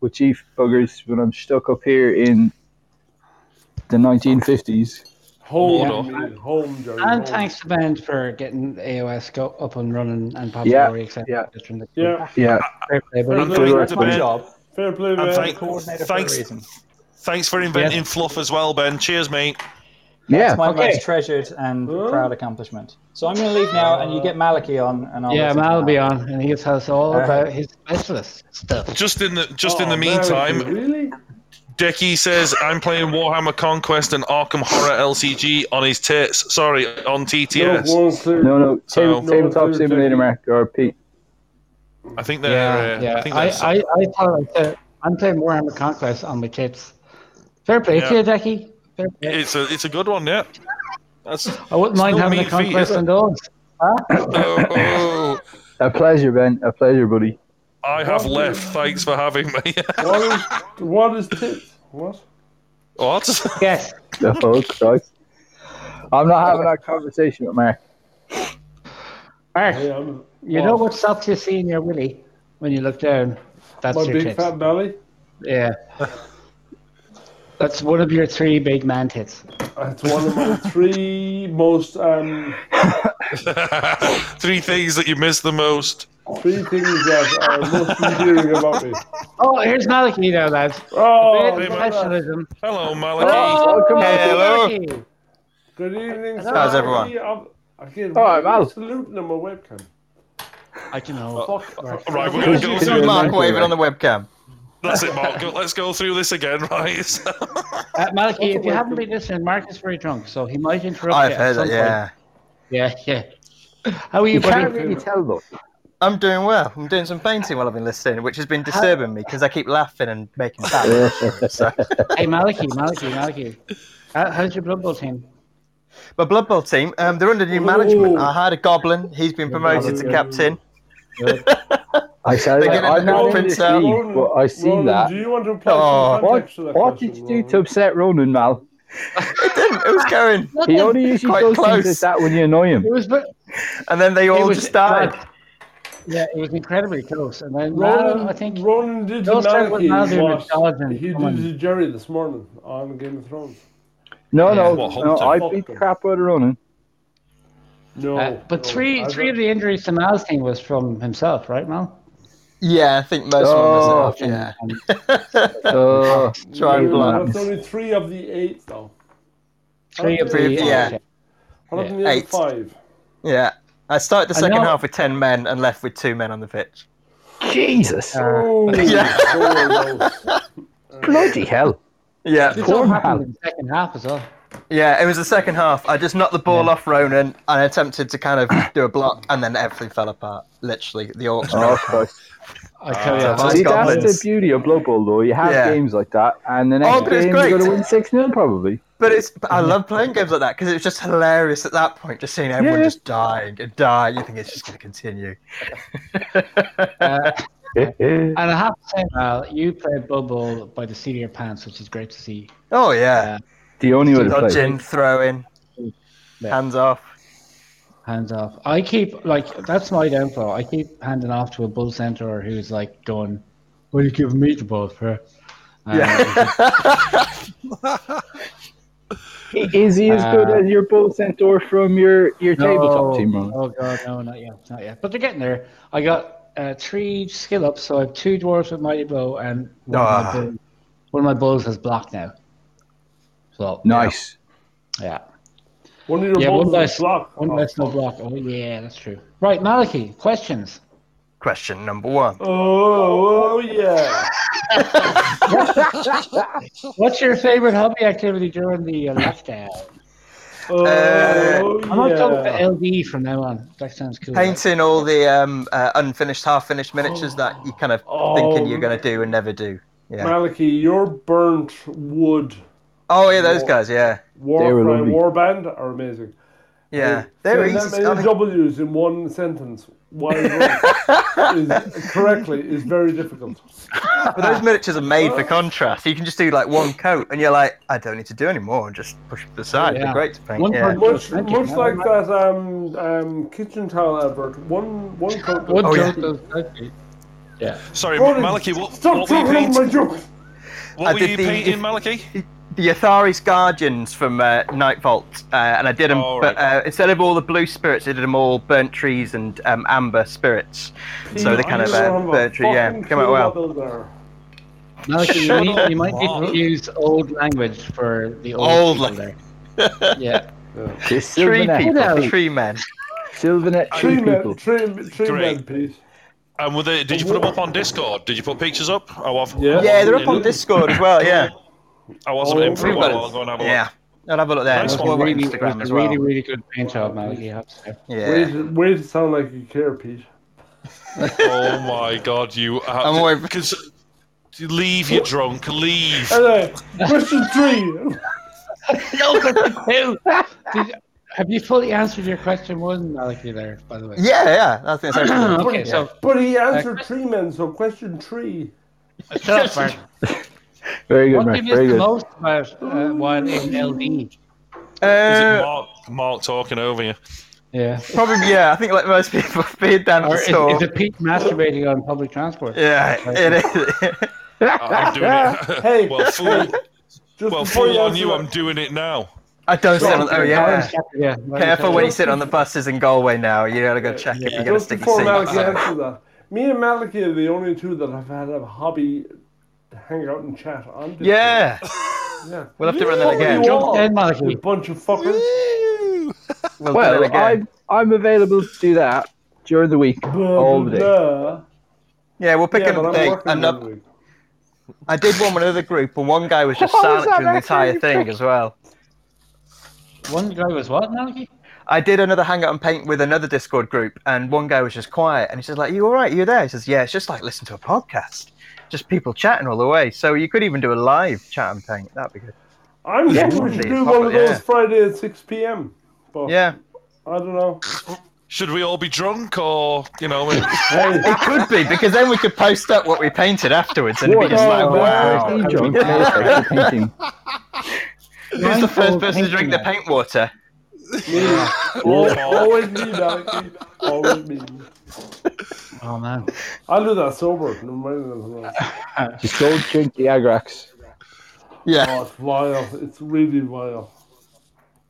Speaker 2: with chief buggers when I'm stuck up here in the 1950s.
Speaker 4: Home,
Speaker 3: Mordor.
Speaker 4: I mean, home, Jerry. home.
Speaker 1: And thanks to Ben for getting AOS go up and running and popularity
Speaker 2: Yeah,
Speaker 1: accepted
Speaker 2: yeah.
Speaker 1: from the
Speaker 4: Yeah,
Speaker 2: Yeah.
Speaker 1: fair play, buddy.
Speaker 3: And thanks
Speaker 6: That's
Speaker 3: to
Speaker 6: my
Speaker 3: Ben.
Speaker 6: job.
Speaker 4: fair play,
Speaker 3: And
Speaker 4: man.
Speaker 3: thank-
Speaker 6: Coordinator
Speaker 3: thanks,
Speaker 6: for a reason.
Speaker 3: thanks for inventing fluff as well, Ben. Cheers, mate.
Speaker 2: Yeah.
Speaker 6: That's my
Speaker 1: okay.
Speaker 6: most treasured and
Speaker 4: Huh?
Speaker 6: proud accomplishment. So I'm going to leave now, and you get Maliki on, and I'll
Speaker 1: Yeah,
Speaker 6: listen to
Speaker 1: Mal will be
Speaker 6: that.
Speaker 1: on, and he tells us all
Speaker 6: Uh-huh.
Speaker 1: about his specialist stuff.
Speaker 3: Just in the just in
Speaker 4: Oh,
Speaker 3: the
Speaker 4: Mary
Speaker 3: meantime,
Speaker 4: Kay, really?
Speaker 3: Decky says I'm playing Warhammer Conquest and Arkham Horror LCG on his tits. Sorry, on TTS.
Speaker 4: No, one clear.
Speaker 2: No, no.
Speaker 3: So-
Speaker 2: Table, tabletop simulator mark RP.
Speaker 3: I think they're. uh, I think
Speaker 1: I,
Speaker 3: that's,
Speaker 1: I, I, thought I said, I'm playing Warhammer Conquest on my chips. Fair play
Speaker 3: Yeah.
Speaker 1: to you, Decky. Fair play.
Speaker 3: it's a it's a good one. Yeah. That's
Speaker 1: I wouldn't mind
Speaker 3: no
Speaker 1: having a
Speaker 3: mean feat, is
Speaker 1: conquest
Speaker 3: it?
Speaker 1: on those.
Speaker 3: oh, oh,
Speaker 2: A pleasure, Ben. A pleasure, buddy.
Speaker 3: I have left. Thanks for having me. <laughs>
Speaker 4: What is, what is tits? What?
Speaker 3: what? <laughs>
Speaker 1: Yes.
Speaker 2: The fuck, Christ. I'm not having that conversation with Mark.
Speaker 1: Mark,
Speaker 4: Hey, I'm, oh.
Speaker 1: you know what stops you seeing your willy when you look down? That's
Speaker 4: my
Speaker 1: your
Speaker 4: big
Speaker 1: tits.
Speaker 4: fat belly.
Speaker 1: Yeah. That's one of your three big man tits.
Speaker 4: It's one
Speaker 1: <laughs>
Speaker 4: of my three most um
Speaker 3: Three things that you miss the most.
Speaker 4: three things that are most endearing about me.
Speaker 1: Oh, here's Maliki now, lads.
Speaker 4: Oh,
Speaker 1: Great
Speaker 4: my God.
Speaker 1: professionalism. Oh,
Speaker 3: Hello, Maliki.
Speaker 2: Welcome
Speaker 7: Hello.
Speaker 1: Maliki.
Speaker 4: good evening, sir.
Speaker 7: How's everyone?
Speaker 4: I'm- Again,
Speaker 2: All right, Mal.
Speaker 4: saluting on my webcam.
Speaker 1: I don't know.
Speaker 4: Fuck.
Speaker 3: Right, we're gonna go
Speaker 2: Is it
Speaker 3: through.
Speaker 2: a-
Speaker 7: Mark waving on the webcam.
Speaker 3: That's it, Mark. Go- Let's go through this again, <laughs> right?
Speaker 1: Uh, Maliki, if you haven't been listening, Mark is very drunk, so he might interrupt
Speaker 7: I've
Speaker 1: you. at
Speaker 7: heard
Speaker 1: some
Speaker 7: it, yeah.
Speaker 1: point. Yeah, yeah. How are you,
Speaker 2: You can't
Speaker 1: buddy?
Speaker 2: really tell, though.
Speaker 7: I'm doing well. I'm doing some painting while I've been listening, which has been disturbing me because I keep laughing and making sounds. so.
Speaker 1: hey, Maliki, Maliki, Maliki. How, how's your Blood Bowl team?
Speaker 7: My Blood Bowl team, um, they're under new management. I hired a goblin. He's been promoted to
Speaker 4: Ooh.
Speaker 7: captain.
Speaker 2: <laughs> I said
Speaker 7: They're gonna
Speaker 2: I'm not in
Speaker 7: print
Speaker 2: this
Speaker 7: out-
Speaker 2: league, but I seen
Speaker 4: Ronan,
Speaker 2: that.
Speaker 4: Do you want to apply
Speaker 7: Oh.
Speaker 2: What,
Speaker 4: some context to that
Speaker 2: what
Speaker 4: question,
Speaker 2: did you do to
Speaker 4: Ronan?
Speaker 2: upset Ronan, Mal?
Speaker 7: It didn't. It was going.
Speaker 2: He only usually
Speaker 7: Quite
Speaker 2: does
Speaker 7: close.
Speaker 2: things like that when you annoy him.
Speaker 1: It was, but
Speaker 7: And then they
Speaker 1: it
Speaker 7: all
Speaker 1: was
Speaker 7: just died.
Speaker 1: God. Yeah, it was incredibly close. And then
Speaker 4: Ronan,
Speaker 1: Mal, I think
Speaker 4: Ronan did to
Speaker 1: Those times when Mal did
Speaker 4: Maliki
Speaker 1: with Charles
Speaker 4: what
Speaker 1: and
Speaker 4: he
Speaker 1: Coleman.
Speaker 4: did to Jerry this morning on Game of Thrones.
Speaker 2: No, no, no.
Speaker 3: Well, Hunter
Speaker 2: I
Speaker 4: fucked
Speaker 2: beat the
Speaker 4: him.
Speaker 2: crap out of Ronan.
Speaker 4: No,
Speaker 1: Uh, but
Speaker 4: no,
Speaker 1: three
Speaker 4: I've-
Speaker 1: three of the injuries to Mal's team was from himself, right, Mal?
Speaker 7: Yeah, I think most
Speaker 2: Oh,
Speaker 7: of them missed
Speaker 1: And- and
Speaker 7: it off. Yeah.
Speaker 2: Uh,
Speaker 7: Try and
Speaker 4: no,
Speaker 7: blow.
Speaker 4: That's only three of the eight, though.
Speaker 1: three of the
Speaker 7: Three, yeah.
Speaker 4: What happened to the other
Speaker 7: Eight.
Speaker 4: five?
Speaker 7: <laughs> Yeah. I started the
Speaker 1: I
Speaker 7: second
Speaker 1: know-
Speaker 7: half with 10 men and left with two men on the pitch.
Speaker 2: Jesus,
Speaker 4: Oh,
Speaker 7: Yeah.
Speaker 4: oh, no.
Speaker 2: bloody hell!
Speaker 7: Yeah.
Speaker 1: This all
Speaker 2: Poor
Speaker 1: happened
Speaker 2: Mal.
Speaker 1: in the second half as well.
Speaker 7: Yeah, it was the second half. I just knocked the ball off Ronan and attempted to kind of do a block, and then everything fell apart. Literally, the orcs.
Speaker 2: Oh, Christ.
Speaker 1: I tell you,
Speaker 7: Ah.
Speaker 1: Mal-
Speaker 2: See, that's
Speaker 7: Goblins.
Speaker 2: the beauty of Blood Bowl, though. You have
Speaker 7: Yeah.
Speaker 2: games like that, and the
Speaker 7: Oh,
Speaker 2: next
Speaker 7: but it's
Speaker 2: game you're
Speaker 7: great.
Speaker 2: going to win six 0 probably.
Speaker 7: But it's but I love playing games like that because it's just hilarious at that point, just seeing everyone
Speaker 2: Yeah.
Speaker 7: just dying and dying. You think it's just going to continue.
Speaker 1: uh,
Speaker 2: yeah,
Speaker 1: and I have to say, Mal, you played Bubble by the seat of your pants, which is great to see.
Speaker 7: Oh yeah,
Speaker 2: <laughs> the only way to play.
Speaker 7: dodging, throwing,
Speaker 1: Yeah.
Speaker 7: hands off.
Speaker 1: Hands off. I keep like that's my downfall. I keep handing off to a bull center who's like going, "What are you giving me the ball for?" Uh,
Speaker 2: Is he as good
Speaker 1: Uh,
Speaker 2: as your bull centaur from your your
Speaker 1: No.
Speaker 2: tabletop team, Ronan?
Speaker 1: Oh god, no, not yet, not yet. But they're getting there. I got uh, three skill ups, so I have two dwarves with mighty blow, and one, of, my
Speaker 7: Ah.
Speaker 1: bull, one of my bulls has blocked now. So
Speaker 2: Nice.
Speaker 1: yeah,
Speaker 4: <laughs> One of your
Speaker 1: yeah,
Speaker 4: balls
Speaker 1: one
Speaker 4: is
Speaker 1: less,
Speaker 4: blocked.
Speaker 1: one
Speaker 4: Oh,
Speaker 1: less no
Speaker 4: fuck.
Speaker 1: block. Oh yeah, that's true. Right, Maliki, questions.
Speaker 7: Question number one.
Speaker 4: Oh, oh, yeah.
Speaker 1: What's your favorite hobby activity during the uh, lockdown?
Speaker 4: Oh, yeah.
Speaker 1: I might go for LD from now on. That sounds cool. right?
Speaker 7: Painting all the um, uh, unfinished, half-finished miniatures that you kind of
Speaker 4: Oh.
Speaker 7: thinking you're going to do and never do. Yeah.
Speaker 4: Maliki, your burnt wood
Speaker 7: Oh yeah, those guys. Yeah.
Speaker 2: They were lovely.
Speaker 4: warcry warband are amazing.
Speaker 7: Yeah.
Speaker 4: There
Speaker 7: They're
Speaker 4: is
Speaker 7: easy.
Speaker 4: that many
Speaker 7: I mean,
Speaker 4: W's in one sentence while is, correctly is very difficult.
Speaker 7: But those miniatures are made for contrast. You can just do like one coat, and you're like, I don't need to do any more, and just push it aside.
Speaker 1: Yeah.
Speaker 7: They're great to paint.
Speaker 1: One
Speaker 7: yeah.
Speaker 1: per-
Speaker 4: Much,
Speaker 1: Thank you.
Speaker 4: much like that um, um, kitchen towel, Albert. One, one coat.
Speaker 1: What
Speaker 7: Oh, yeah.
Speaker 1: joke does that be?
Speaker 3: Sorry,
Speaker 4: Ronan,
Speaker 3: Maliki. What,
Speaker 4: Stop
Speaker 3: what were you
Speaker 4: talking on
Speaker 3: painting?
Speaker 4: my jokes.
Speaker 3: What
Speaker 7: I
Speaker 3: were
Speaker 7: did
Speaker 3: you
Speaker 7: the-
Speaker 3: painting, Maliki?
Speaker 7: the Athari's Guardians from uh, Night Vault, uh, and I did them,
Speaker 3: Oh,
Speaker 7: but
Speaker 3: right.
Speaker 7: uh, instead of all the blue spirits, I did them all burnt trees and um, amber spirits. So they kind of uh, burnt tree, yeah, come out well.
Speaker 1: Malachi, you,
Speaker 3: Shut
Speaker 1: need, you might need
Speaker 3: up.
Speaker 1: to use old language for the old,
Speaker 7: Old
Speaker 1: people
Speaker 7: lang-
Speaker 1: there.
Speaker 4: <laughs>
Speaker 1: Yeah.
Speaker 2: Just
Speaker 7: Tree
Speaker 2: Sylvanette.
Speaker 7: people,
Speaker 1: Hello.
Speaker 7: tree men.
Speaker 2: Sylvanette tree
Speaker 4: Tree
Speaker 2: people.
Speaker 4: men, tree, tree
Speaker 3: Great.
Speaker 4: men, Pete.
Speaker 3: And were they, did you put them up on Discord? Did you put pictures up? I, was,
Speaker 4: Yeah.
Speaker 7: Yeah, they're up
Speaker 3: Yeah.
Speaker 7: on Discord as well. Yeah,
Speaker 3: I wasn't in for a
Speaker 7: We've
Speaker 3: while.
Speaker 7: got it.
Speaker 3: I'll go and have a look.
Speaker 7: yeah. I'll have a look there.
Speaker 3: Nice
Speaker 7: Nice
Speaker 1: That's a
Speaker 3: one.
Speaker 1: really,
Speaker 7: Instagram
Speaker 1: that's
Speaker 7: as
Speaker 1: a
Speaker 7: well.
Speaker 1: really, really good paint job, Malachi. Ups
Speaker 7: <laughs>
Speaker 1: there.
Speaker 4: Way,
Speaker 7: Yeah.
Speaker 4: to, way to sound like you care, Pete.
Speaker 3: Oh my god, you have
Speaker 7: I'm
Speaker 3: to-
Speaker 7: away-
Speaker 3: 'cause- leave, you drunk. Leave.
Speaker 4: Anyway, question three. <laughs>
Speaker 1: No, question two. <laughs> Did, have you fully answered your question one, Malachi? There, by the way.
Speaker 7: Yeah, yeah. That's <clears throat> the same.
Speaker 1: okay, so
Speaker 4: But he answered tree men, so question three.
Speaker 1: uh, shut
Speaker 7: <laughs>
Speaker 1: up, Bart.
Speaker 2: Very good,
Speaker 1: What do
Speaker 2: Mark.
Speaker 1: you
Speaker 2: Very
Speaker 1: miss the
Speaker 2: good.
Speaker 1: most about uh, while in LD?
Speaker 3: Is
Speaker 7: Uh,
Speaker 3: it Mark, Mark talking over you?
Speaker 1: Yeah.
Speaker 7: Probably, yeah. I think like most people, <laughs> being down at
Speaker 1: Or
Speaker 7: the
Speaker 1: is,
Speaker 7: store.
Speaker 1: is it Pete masturbating on public transport?
Speaker 7: Yeah, it is.
Speaker 3: I- I'm doing it. <laughs>
Speaker 4: Hey.
Speaker 3: well, fool,
Speaker 4: Just
Speaker 3: well,
Speaker 4: before
Speaker 3: fool on
Speaker 4: answer
Speaker 3: you.
Speaker 4: that-
Speaker 3: I'm doing it now.
Speaker 7: I don't sit on.
Speaker 1: <laughs>
Speaker 7: Oh yeah.
Speaker 1: yeah.
Speaker 7: Careful when you sit on the buses in Galway now. You gotta go check if you're gonna
Speaker 4: Just
Speaker 7: stick
Speaker 4: before
Speaker 7: your
Speaker 4: Malachi
Speaker 7: seat.
Speaker 4: answers that, me and Malachi are the only two that have had a hobby to hang out and chat on. Discord.
Speaker 7: Yeah,
Speaker 4: yeah.
Speaker 7: we'll have to run that
Speaker 4: Fuck
Speaker 7: again.
Speaker 4: you
Speaker 1: Jump
Speaker 4: all,
Speaker 1: in, Malachi.
Speaker 4: you bunch of fuckers.
Speaker 7: We'll, do
Speaker 2: Well,
Speaker 7: that again.
Speaker 2: I'm, I'm available to do that during the week, all the day.
Speaker 4: Blah,
Speaker 7: Yeah, we'll pick
Speaker 4: Yeah, but
Speaker 7: another
Speaker 4: I'm
Speaker 7: day.
Speaker 4: working
Speaker 7: another-
Speaker 4: that week.
Speaker 7: uh, I did one with another group, and one guy was just
Speaker 2: How is
Speaker 7: silent
Speaker 2: that
Speaker 7: through the
Speaker 2: actually
Speaker 7: entire thing
Speaker 2: tricky?
Speaker 7: as well.
Speaker 1: One guy was what, Malachi?
Speaker 7: I did another hangout and paint with another Discord group, and one guy was just quiet, and he says, "Like, you all right? You there?" He says, "Yeah, it's just like listen to a podcast, just people chatting all the way." So you could even do a live chat and paint. That'd be good.
Speaker 4: I'm
Speaker 7: Yeah,
Speaker 4: going to
Speaker 7: it's
Speaker 4: do
Speaker 7: proper,
Speaker 4: one of those
Speaker 7: yeah.
Speaker 4: Friday at 6 p.m.
Speaker 1: Oh.
Speaker 4: But
Speaker 7: Yeah,
Speaker 4: I don't know.
Speaker 3: Should we all be drunk or, you know, I
Speaker 4: Hey,
Speaker 7: it could be because then we could post up what we painted afterwards, and
Speaker 2: What?
Speaker 7: it'd be just like,
Speaker 2: Oh,
Speaker 7: "Wow."
Speaker 2: that's drunk. That's actually painting.
Speaker 7: Who's the first person to drink the paint water?
Speaker 4: al- always me, Malachi. Always me.
Speaker 1: Oh man.
Speaker 4: I'll do that sober. No mind anything else.
Speaker 2: Just go drink the Agrax.
Speaker 7: Yeah.
Speaker 4: Oh, it's vile. It's really vile.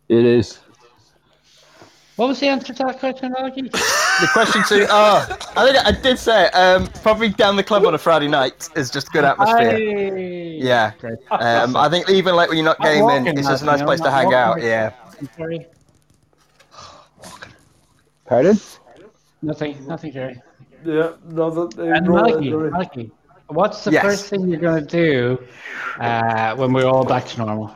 Speaker 2: It is.
Speaker 1: What was the answer to that question, Malachi?
Speaker 7: The question two. Oh, I think I did say it, um, probably down the club on a Friday night is just good atmosphere.
Speaker 1: yeah. <laughs>
Speaker 7: Yeah. Um, I think even like when you're not
Speaker 1: I'm
Speaker 7: gaming,
Speaker 1: walking,
Speaker 7: it's just
Speaker 1: Matthew,
Speaker 7: a nice
Speaker 1: I'm
Speaker 7: place to
Speaker 1: not
Speaker 7: hang
Speaker 1: walking
Speaker 7: out.
Speaker 1: right
Speaker 7: Yeah.
Speaker 1: Sorry.
Speaker 2: Pardon?
Speaker 1: Nothing. Nothing, Jerry.
Speaker 4: Yeah, no, that
Speaker 1: And
Speaker 4: no,
Speaker 1: Malachi,
Speaker 4: that-
Speaker 1: Malachi, what's the
Speaker 7: Yes.
Speaker 1: first thing you're going to do uh, when we're all back to normal?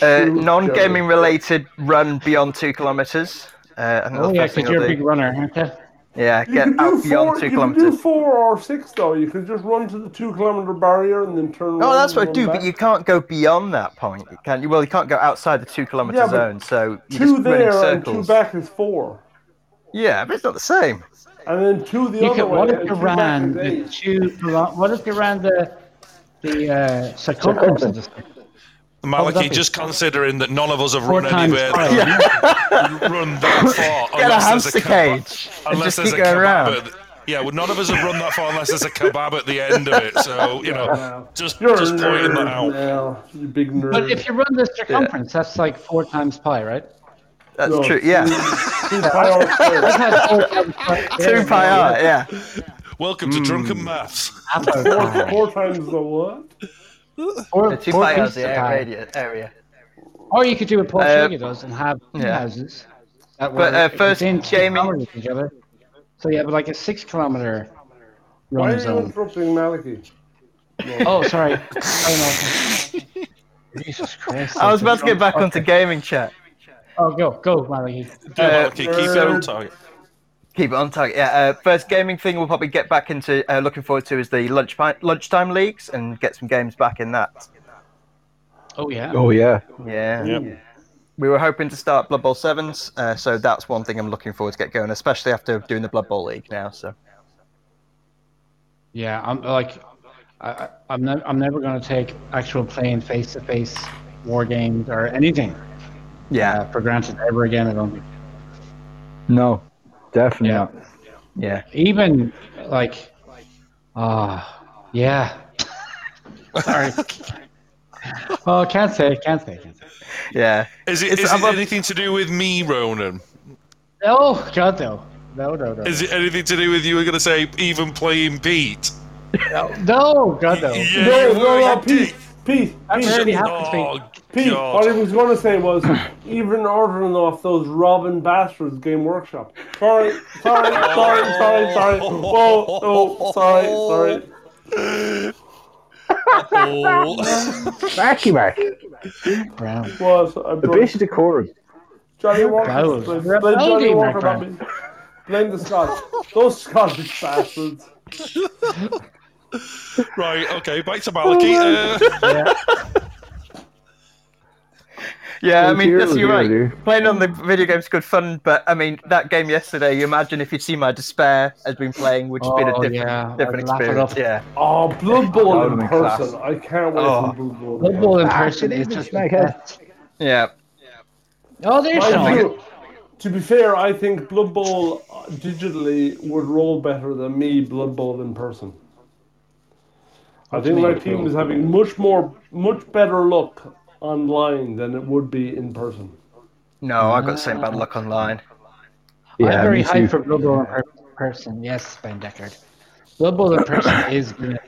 Speaker 7: Uh, non-gaming related run beyond two kilometers. Uh, I think
Speaker 1: Oh,
Speaker 7: that's the
Speaker 1: yeah,
Speaker 7: first thing
Speaker 1: because you're
Speaker 7: I'll
Speaker 1: a
Speaker 7: do.
Speaker 1: big runner, aren't you?
Speaker 7: Yeah,
Speaker 4: You
Speaker 7: get
Speaker 4: could do
Speaker 7: out beyond
Speaker 4: four.
Speaker 7: two
Speaker 4: you could do
Speaker 7: kilometers.
Speaker 4: four or six though. You could just run to the two kilometer barrier and then turn.
Speaker 7: Oh,
Speaker 4: around
Speaker 7: that's what I
Speaker 4: and
Speaker 7: do,
Speaker 4: run
Speaker 7: but
Speaker 4: back.
Speaker 7: you can't go beyond that point, can you? Well, you can't go outside the two kilometer
Speaker 4: Yeah, but
Speaker 7: zone, so
Speaker 4: two
Speaker 7: you're just running
Speaker 4: there and two
Speaker 7: circles.
Speaker 4: back is four,
Speaker 7: Yeah, but it's not the same.
Speaker 4: and then two the
Speaker 1: You
Speaker 4: other
Speaker 1: could,
Speaker 4: way.
Speaker 1: what if
Speaker 4: and
Speaker 1: you
Speaker 4: two back
Speaker 1: ran
Speaker 4: is
Speaker 1: the <laughs>
Speaker 4: eight.
Speaker 1: two? What if you ran the the uh, circumference of the
Speaker 3: Malachi,
Speaker 1: that'd be-
Speaker 3: just considering that none of us have
Speaker 1: Four
Speaker 3: run
Speaker 1: times
Speaker 3: anywhere
Speaker 1: five.
Speaker 3: that <laughs> run that far.
Speaker 7: Get a
Speaker 3: unless there's
Speaker 7: hamster
Speaker 3: kebab-
Speaker 7: cage and just keep going
Speaker 3: kebab
Speaker 7: around.
Speaker 3: at the- yeah, well, none of us have run that far unless there's a kebab at the end of it. So, you know, just,
Speaker 4: You're
Speaker 3: just
Speaker 4: a
Speaker 3: pointing
Speaker 4: nerd
Speaker 3: that out.
Speaker 4: now. You big nerd.
Speaker 1: But if you run the circumference, that's like four times pi, <laughs> right?
Speaker 7: That's
Speaker 4: No,
Speaker 7: true.
Speaker 4: <laughs>
Speaker 7: Yeah,
Speaker 4: two, two pi
Speaker 1: <laughs>
Speaker 4: or squared.
Speaker 1: That's four times pi.
Speaker 7: two pi r. Yeah.
Speaker 4: <laughs>
Speaker 3: Welcome
Speaker 7: Hmm.
Speaker 3: to Drunken Maths.
Speaker 1: Half a
Speaker 4: Four,
Speaker 1: pi.
Speaker 4: four times the what?
Speaker 1: Four-
Speaker 7: Two
Speaker 1: four
Speaker 7: pi r is
Speaker 1: pieces
Speaker 7: the
Speaker 1: of
Speaker 7: air
Speaker 1: pi.
Speaker 7: radius area.
Speaker 1: Or you could do what Paul
Speaker 7: Uh,
Speaker 1: Schrager does and have two
Speaker 7: yeah.
Speaker 1: houses. That
Speaker 7: But,
Speaker 1: were
Speaker 7: uh, first
Speaker 1: within two
Speaker 7: gaming-
Speaker 1: kilometers of each other. So you have like a six kilometer
Speaker 4: Why are
Speaker 1: run
Speaker 4: you
Speaker 1: zone.
Speaker 4: interrupting Malachi?
Speaker 1: Oh, sorry. Sorry, Malcolm.
Speaker 4: <laughs>
Speaker 1: Jesus Christ.
Speaker 7: I was about to get back onto gaming chat.
Speaker 1: Oh, go, go, Malachi.
Speaker 3: Do
Speaker 7: Uh,
Speaker 3: Malachi, keep it on
Speaker 4: so-
Speaker 3: target.
Speaker 7: Keep it on target. Yeah. Uh, first gaming thing we'll probably get back into. Uh, looking forward to is the lunch pi- lunchtime leagues and get some games back in that.
Speaker 1: Oh, yeah.
Speaker 2: Oh, yeah.
Speaker 7: Yeah. We were hoping to start Blood Bowl sevens, uh, so that's one thing I'm looking forward to get going, especially after doing the Blood Bowl league now. So
Speaker 1: Yeah, I'm like, I, I- I'm not, I'm never going to take actual playing face to face war games or anything uh,
Speaker 7: yeah,
Speaker 1: for granted ever again. I don't think.
Speaker 2: No, definitely
Speaker 1: Yeah.
Speaker 2: not.
Speaker 7: yeah.
Speaker 1: Even <laughs> like, ah, yeah. Sorry. Oh, can't say, can't say, can't say.
Speaker 7: Yeah.
Speaker 3: Is it,
Speaker 7: It's
Speaker 3: is it
Speaker 7: above-
Speaker 3: anything to do with me, Ronan?
Speaker 1: No, God no, no, no, no,
Speaker 3: Is it anything to do with you were going to say even playing Pete?
Speaker 1: no, God no.
Speaker 3: Yeah,
Speaker 4: No,
Speaker 3: you
Speaker 4: no,
Speaker 3: were,
Speaker 4: no,
Speaker 3: you
Speaker 4: Pete,
Speaker 3: dick.
Speaker 4: Pete,
Speaker 1: That's
Speaker 4: Pete,
Speaker 1: already happened to me.
Speaker 3: Oh,
Speaker 4: Pete. What he
Speaker 3: God.
Speaker 4: was going to say was, even ordering off those Robin bastards Game Workshop. Sorry, sorry, sorry, sorry, sorry. Whoa, no, sorry, sorry.
Speaker 3: Oh.
Speaker 2: Marky Mark.
Speaker 1: Brown.
Speaker 4: What? I
Speaker 2: A
Speaker 4: broke
Speaker 2: bit of decorum.
Speaker 4: uh, Johnny
Speaker 1: proud.
Speaker 4: Walker. Blame, blame
Speaker 1: Proud of
Speaker 4: Johnny
Speaker 1: you, my
Speaker 4: Walker,
Speaker 1: friend.
Speaker 4: not me. Blame the Scots. Those Scottish bastards.
Speaker 3: <laughs> right, okay, back to Malachi.
Speaker 4: Oh,
Speaker 3: Uh,
Speaker 7: Yeah, I mean,
Speaker 2: Dear,
Speaker 7: yes,
Speaker 2: dear,
Speaker 7: you're right.
Speaker 2: dear.
Speaker 7: Playing on the video game's good fun, but I mean, that game yesterday, you imagine if you'd seen my despair as been playing, would just be a
Speaker 1: Oh,
Speaker 7: different,
Speaker 1: yeah,
Speaker 7: different
Speaker 1: I'd laugh it
Speaker 7: experience.
Speaker 1: up.
Speaker 7: Yeah.
Speaker 4: Oh, Blood Bowl
Speaker 2: Proud of
Speaker 4: in
Speaker 2: my
Speaker 4: person.
Speaker 2: class.
Speaker 4: I can't wait
Speaker 7: Oh.
Speaker 4: for Blood Bowl.
Speaker 1: Blood Bowl in person is
Speaker 2: Actually,
Speaker 1: just
Speaker 2: my
Speaker 1: my
Speaker 2: head.
Speaker 1: best.
Speaker 7: Yeah.
Speaker 1: Oh, there's
Speaker 4: I
Speaker 1: some.
Speaker 4: do. To be fair, I think Blood Bowl uh, digitally would roll better than me Blood Bowl in person. I think my team is having much more, much better luck online than it would be in person.
Speaker 7: No, I've got the same
Speaker 1: Ah.
Speaker 7: bad luck online.
Speaker 1: I'm very
Speaker 2: me
Speaker 1: high
Speaker 2: too.
Speaker 1: for Blood Bowl in per- person. Yes, Ben Deckard. Blood Bowl in person is good.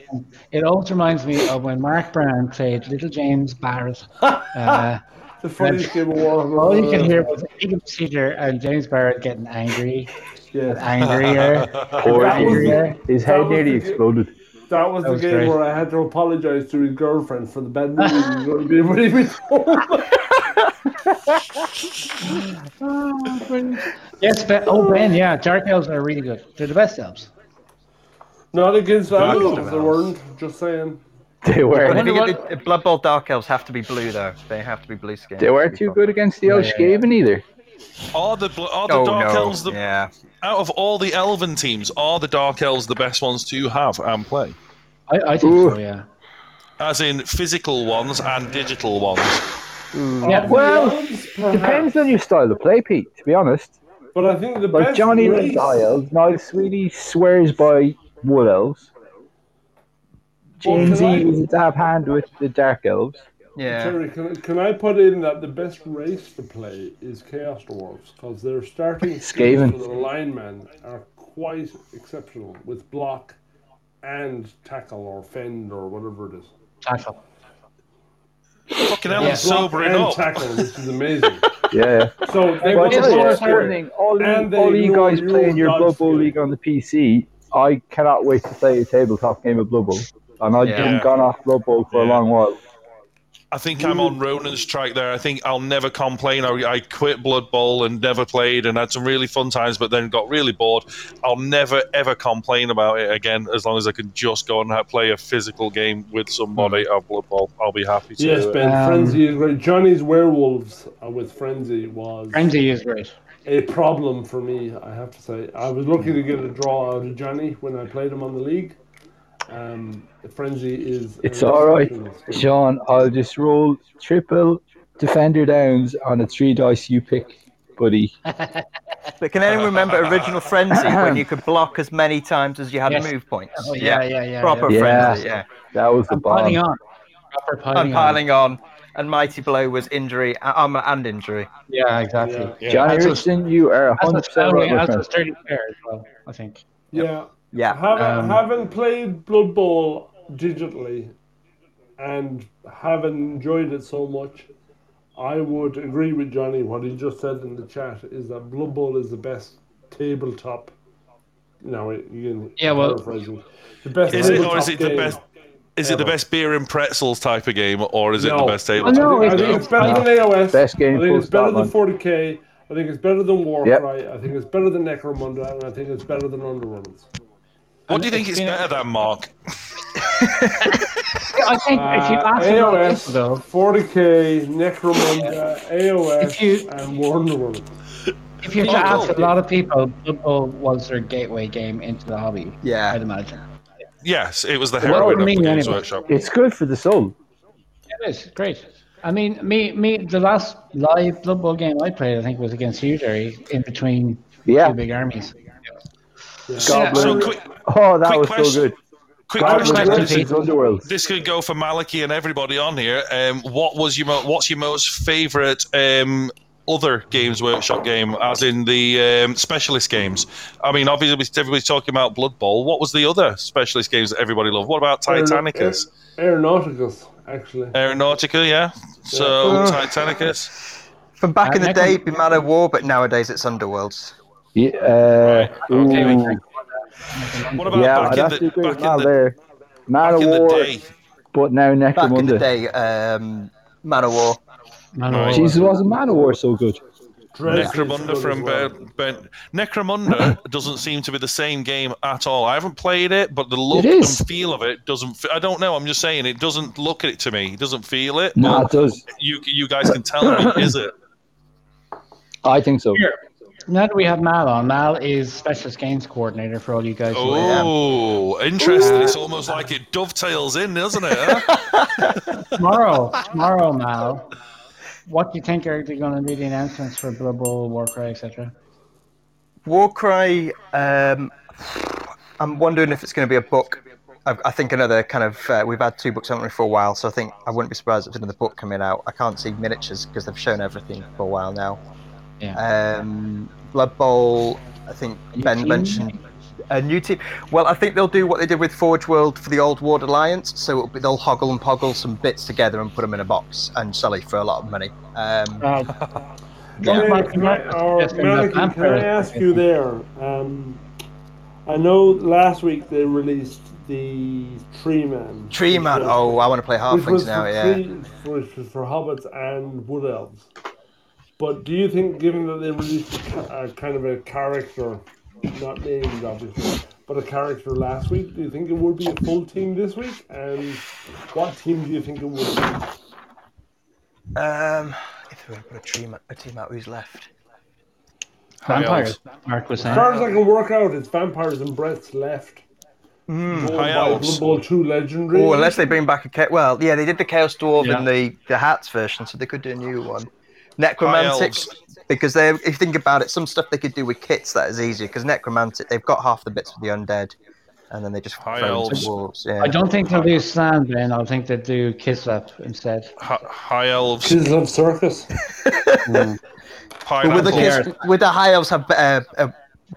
Speaker 1: It always reminds me of when Mark Brown played Little James
Speaker 3: <laughs>
Speaker 1: Barrett. Uh,
Speaker 4: The funniest game of
Speaker 1: all
Speaker 4: Warhammer.
Speaker 1: you could hear was Adam Cedar and James Barrett getting angry,
Speaker 4: Yeah.
Speaker 1: angrier,
Speaker 2: Poor
Speaker 4: That was-
Speaker 1: angrier.
Speaker 2: His
Speaker 4: that
Speaker 2: head
Speaker 4: was
Speaker 2: nearly
Speaker 4: the-
Speaker 2: exploded. <laughs>
Speaker 4: That was the
Speaker 1: was
Speaker 4: game
Speaker 1: great.
Speaker 4: where I had to apologize to his girlfriend for the bad news he was going to be with me before.
Speaker 1: Oh, brilliant. <laughs> yes, Ben. Oh, Ben. Yeah, dark elves are really good. They're the best elves.
Speaker 4: <laughs> Not against that,
Speaker 7: against
Speaker 4: if
Speaker 7: the
Speaker 4: they weren't. Just saying.
Speaker 2: They
Speaker 7: But
Speaker 2: were.
Speaker 7: if you
Speaker 1: wonder
Speaker 7: get the, Blood Bowl Dark Elves have to be blue, though. They have to be blue skin.
Speaker 2: They weren't too good against the Irish Gaven either.
Speaker 3: are the, bl- are the
Speaker 7: Oh,
Speaker 3: Dark
Speaker 7: no.
Speaker 3: Elves, the,
Speaker 7: Yeah.
Speaker 3: out of all the Elven teams, are the Dark Elves the best ones to have and play?
Speaker 1: I, I think
Speaker 2: Ooh.
Speaker 1: so. Yeah.
Speaker 3: As in physical ones and digital ones.
Speaker 1: Yeah.
Speaker 2: Well,
Speaker 4: Perhaps,
Speaker 2: Depends on your style of play, Pete, to be honest.
Speaker 4: But I think the
Speaker 2: Like
Speaker 4: best
Speaker 2: Johnny
Speaker 4: race-
Speaker 2: Dial, Niall Sweetie swears by Wood Elves. James
Speaker 4: Well,
Speaker 2: E
Speaker 4: can
Speaker 2: was a dab hand with the Dark Elves.
Speaker 7: Yeah.
Speaker 4: Terry, can, can I put in that the best race to play is Chaos Dwarves because their starting
Speaker 2: Skaven.
Speaker 4: skills for their linemen are quite exceptional with block and tackle or fend or whatever it is.
Speaker 1: Tackle.
Speaker 3: Fucking hell,
Speaker 1: Yeah.
Speaker 3: it's
Speaker 4: Block
Speaker 3: sobering
Speaker 4: and
Speaker 3: up.
Speaker 4: tackle, which is amazing.
Speaker 2: Yeah.
Speaker 4: so they
Speaker 2: Well, I
Speaker 4: want
Speaker 2: tell
Speaker 4: to
Speaker 2: you,
Speaker 1: more
Speaker 2: it's
Speaker 1: exciting.
Speaker 4: work here.
Speaker 2: happening. all,
Speaker 4: And
Speaker 2: you, all
Speaker 4: they
Speaker 2: you
Speaker 4: know
Speaker 2: guys
Speaker 4: your
Speaker 2: playing your
Speaker 4: dodge
Speaker 2: Blood Bowl
Speaker 4: skill.
Speaker 2: League on the PC, I cannot wait to play a tabletop game of Blood Bowl. And I've
Speaker 7: Yeah.
Speaker 2: been gone off Blood Bowl for
Speaker 3: Yeah.
Speaker 2: a long while.
Speaker 3: I think I'm on Ronan's track there. I think I'll never complain. I, I quit Blood Bowl and never played and had some really fun times, but then got really bored. I'll never, ever complain about it again as long as I can just go and ha- play a physical game with somebody at Blood Bowl. I'll be happy to.
Speaker 4: Hmm. Yes,
Speaker 3: do it.
Speaker 4: Ben.
Speaker 1: Um,
Speaker 4: Frenzy is great. Johnny's werewolves uh, with Frenzy was
Speaker 1: Frenzy is great.
Speaker 4: a problem for me, I have to say. I was lucky to get a draw out of Johnny when I played him on the league. Um, the frenzy is.
Speaker 2: It's
Speaker 4: an
Speaker 2: all right,
Speaker 4: exceptional skill.
Speaker 2: Sean. I'll just roll triple defender downs on a three dice you pick, buddy.
Speaker 7: But can anyone remember Original Frenzy when
Speaker 2: <laughs>
Speaker 7: you could block as many times as you had
Speaker 1: Yes.
Speaker 7: move points?
Speaker 1: Oh, yeah, yeah, yeah. yeah.
Speaker 7: Proper
Speaker 2: Yeah.
Speaker 7: Frenzy, yeah.
Speaker 2: That was the
Speaker 1: I'm piling
Speaker 2: bomb.
Speaker 1: on. Proper
Speaker 7: And
Speaker 1: piling,
Speaker 7: piling on. And Mighty Blow was injury, uh, armor and injury.
Speaker 1: on. Yeah, exactly.
Speaker 4: Yeah.
Speaker 2: Johnny
Speaker 1: That's a-
Speaker 2: Richardson, you are
Speaker 1: That's
Speaker 2: 100
Speaker 1: what's
Speaker 2: percent right, my
Speaker 1: that's
Speaker 2: friend.
Speaker 1: what's dirty fair as well, I think.
Speaker 4: Yeah.
Speaker 7: Yeah.
Speaker 1: Um,
Speaker 4: Having, having played Blood Bowl digitally and having enjoyed it so much, I would agree with Johnny. What he just said in the chat is that Blood Bowl is the best tabletop. No, you can
Speaker 1: Yeah, well-
Speaker 4: paraphrase it. the best
Speaker 3: Is it, or
Speaker 4: tabletop
Speaker 3: is it the
Speaker 4: game.
Speaker 3: best? Is it the
Speaker 4: Ever.
Speaker 3: best beer and pretzels type of game, or is it
Speaker 4: No.
Speaker 3: the best
Speaker 1: Oh,
Speaker 3: table?
Speaker 1: no,
Speaker 4: I
Speaker 1: it's-
Speaker 4: think it's better than AOS.
Speaker 2: Best game
Speaker 4: I think
Speaker 2: full
Speaker 4: it's better
Speaker 2: stop,
Speaker 4: than
Speaker 2: man.
Speaker 4: 40k. I think it's better than Warcry.
Speaker 2: Yep.
Speaker 4: I think it's better than Necromunda, and I think it's better than Underworlds.
Speaker 3: What do you think
Speaker 1: It's
Speaker 3: is
Speaker 1: been a-
Speaker 3: better than Mark?
Speaker 1: I think if you
Speaker 4: Uh,
Speaker 1: ask me about this,
Speaker 4: AOS,
Speaker 1: though,
Speaker 4: 40k, Necromunda, AOS,
Speaker 1: If you-
Speaker 4: and Underworld.
Speaker 1: if you
Speaker 3: Oh,
Speaker 1: to ask
Speaker 3: cool.
Speaker 1: a lot of people, Blood Bowl was their gateway game into the hobby.
Speaker 7: Yeah.
Speaker 1: I'd imagine.
Speaker 3: Yes, it was the
Speaker 1: what
Speaker 3: heroin
Speaker 1: would
Speaker 3: of the
Speaker 1: mean
Speaker 3: Games
Speaker 1: anyway?
Speaker 3: Workshop.
Speaker 2: It's good for the soul.
Speaker 1: It is great. I mean, me, me, the last live Blood Bowl game I played, I think, was against you, Jerry, in between
Speaker 2: Yeah.
Speaker 1: two big armies.
Speaker 2: God
Speaker 1: Yeah,
Speaker 2: bless.
Speaker 3: So
Speaker 1: Um,
Speaker 3: quick,
Speaker 2: Oh, that
Speaker 3: quick
Speaker 2: was so
Speaker 3: question.
Speaker 2: good.
Speaker 3: quick
Speaker 1: Right,
Speaker 3: question.
Speaker 1: we're
Speaker 2: Versus
Speaker 1: Pete.
Speaker 2: Underworld.
Speaker 3: This could go for Maliki and everybody on here. Um, what was your mo- what's your most favourite um, other Games Workshop game, as in the um, specialist games? I mean, obviously everybody's talking about Blood Bowl. What was the other specialist games that everybody loved? What about Titanicus, Uh,
Speaker 4: Aer- Aeronauticus, actually.
Speaker 3: Aeronautica? Yeah, so
Speaker 7: Yeah.
Speaker 3: Titanicus.
Speaker 7: From back in
Speaker 1: Uh,
Speaker 7: the
Speaker 1: Necron-
Speaker 7: day, it'd be Man of War, but nowadays it's Underworlds.
Speaker 2: Yeah, uh,
Speaker 3: Okay, we
Speaker 2: ooh,
Speaker 3: can- What about
Speaker 2: yeah, I'd
Speaker 3: back,
Speaker 2: have to
Speaker 3: in the,
Speaker 2: agree with
Speaker 3: back,
Speaker 2: Mal
Speaker 3: in the,
Speaker 2: there. Man
Speaker 3: back
Speaker 2: of
Speaker 3: in the
Speaker 2: War,
Speaker 3: day?
Speaker 2: but now
Speaker 7: Back in the
Speaker 2: Necromunda.
Speaker 7: day, um, Man of War.
Speaker 1: Man of
Speaker 3: Right.
Speaker 1: War.
Speaker 2: Jesus, wasn't Man of War so good?
Speaker 4: Dresden's good
Speaker 3: Necromunda
Speaker 4: as
Speaker 3: from uh,
Speaker 4: well.
Speaker 3: ben, ben, Necromunda doesn't seem to be the same game at all. I haven't played it, but the look
Speaker 2: It
Speaker 3: and
Speaker 2: is.
Speaker 3: feel of it doesn't. F- I don't know. I'm just saying it doesn't look it to me. It doesn't feel it.
Speaker 2: No,
Speaker 3: Well,
Speaker 2: it does.
Speaker 3: you you guys can tell me. Is it?
Speaker 2: I think so.
Speaker 1: Now that we have Mal on, Mal is specialist games coordinator for all you guys.
Speaker 3: Oh, interesting. It's almost like it dovetails in, doesn't it? huh?
Speaker 1: Tomorrow, tomorrow, Mal. What do you think are going to be the announcements for Blood Bowl, Warcry, etc.?
Speaker 7: Warcry. Um, I'm wondering if it's going to be a book. I, I think another kind of. Uh, we've had two books, haven't we, for a while? So I think I wouldn't be surprised if another book coming out. I can't see miniatures because they've shown everything for a while now. Yeah. Um, Blood Bowl. I think Ben
Speaker 1: team?
Speaker 7: mentioned a new team. Well, I think they'll do what they did with Forge World for the Old Ward Alliance. So it'll be, they'll hoggle and poggle some bits together and put them in a box and sell it for a lot of money. Um,
Speaker 1: Uh,
Speaker 4: Can I-
Speaker 1: Mark,
Speaker 4: can I-
Speaker 1: Mark,
Speaker 4: or
Speaker 1: yes,
Speaker 4: Maliki,
Speaker 1: I'm
Speaker 4: can I
Speaker 1: first.
Speaker 4: ask you there? Um, I know last week they released the Tree Man.
Speaker 7: Tree Man. Oh, I want to play
Speaker 4: which was
Speaker 7: Halflings
Speaker 4: for
Speaker 7: now. Yeah.
Speaker 4: tree- which was for hobbits and wood elves. But do you think, given that they released a, ca- a kind of a character, not named obviously, but a character last week, do you think it would be a full team this week? And what team do you think it would be?
Speaker 7: Um, if we were to put a team, a team out, who's left?
Speaker 1: vampires. Mark was
Speaker 4: As
Speaker 1: saying.
Speaker 4: far as I can work out, it's vampires and Brett's left. Going
Speaker 3: high
Speaker 4: by
Speaker 3: elves. Oh,
Speaker 4: Blood Bowl 2 Legendary.
Speaker 7: Or Hmm. Oh, unless they bring back a ca- well, yeah, they did the Chaos Dwarf in
Speaker 1: Yeah.
Speaker 7: the the Hats version, so they could do a new one. Necromantic, because they, if you think about it, some stuff they could do with kits that is easier. Because Necromantic, they've got half the bits for the undead, and then they just
Speaker 3: High
Speaker 7: throw them
Speaker 3: elves.
Speaker 7: to wolves. Yeah.
Speaker 1: I don't think they'll do sand, Ben. I think they'll do kiss up instead.
Speaker 3: Hi- High elves,
Speaker 4: Kids Love Circus.
Speaker 7: But
Speaker 3: pineapples.
Speaker 7: with the kits, with the high elves have uh, uh,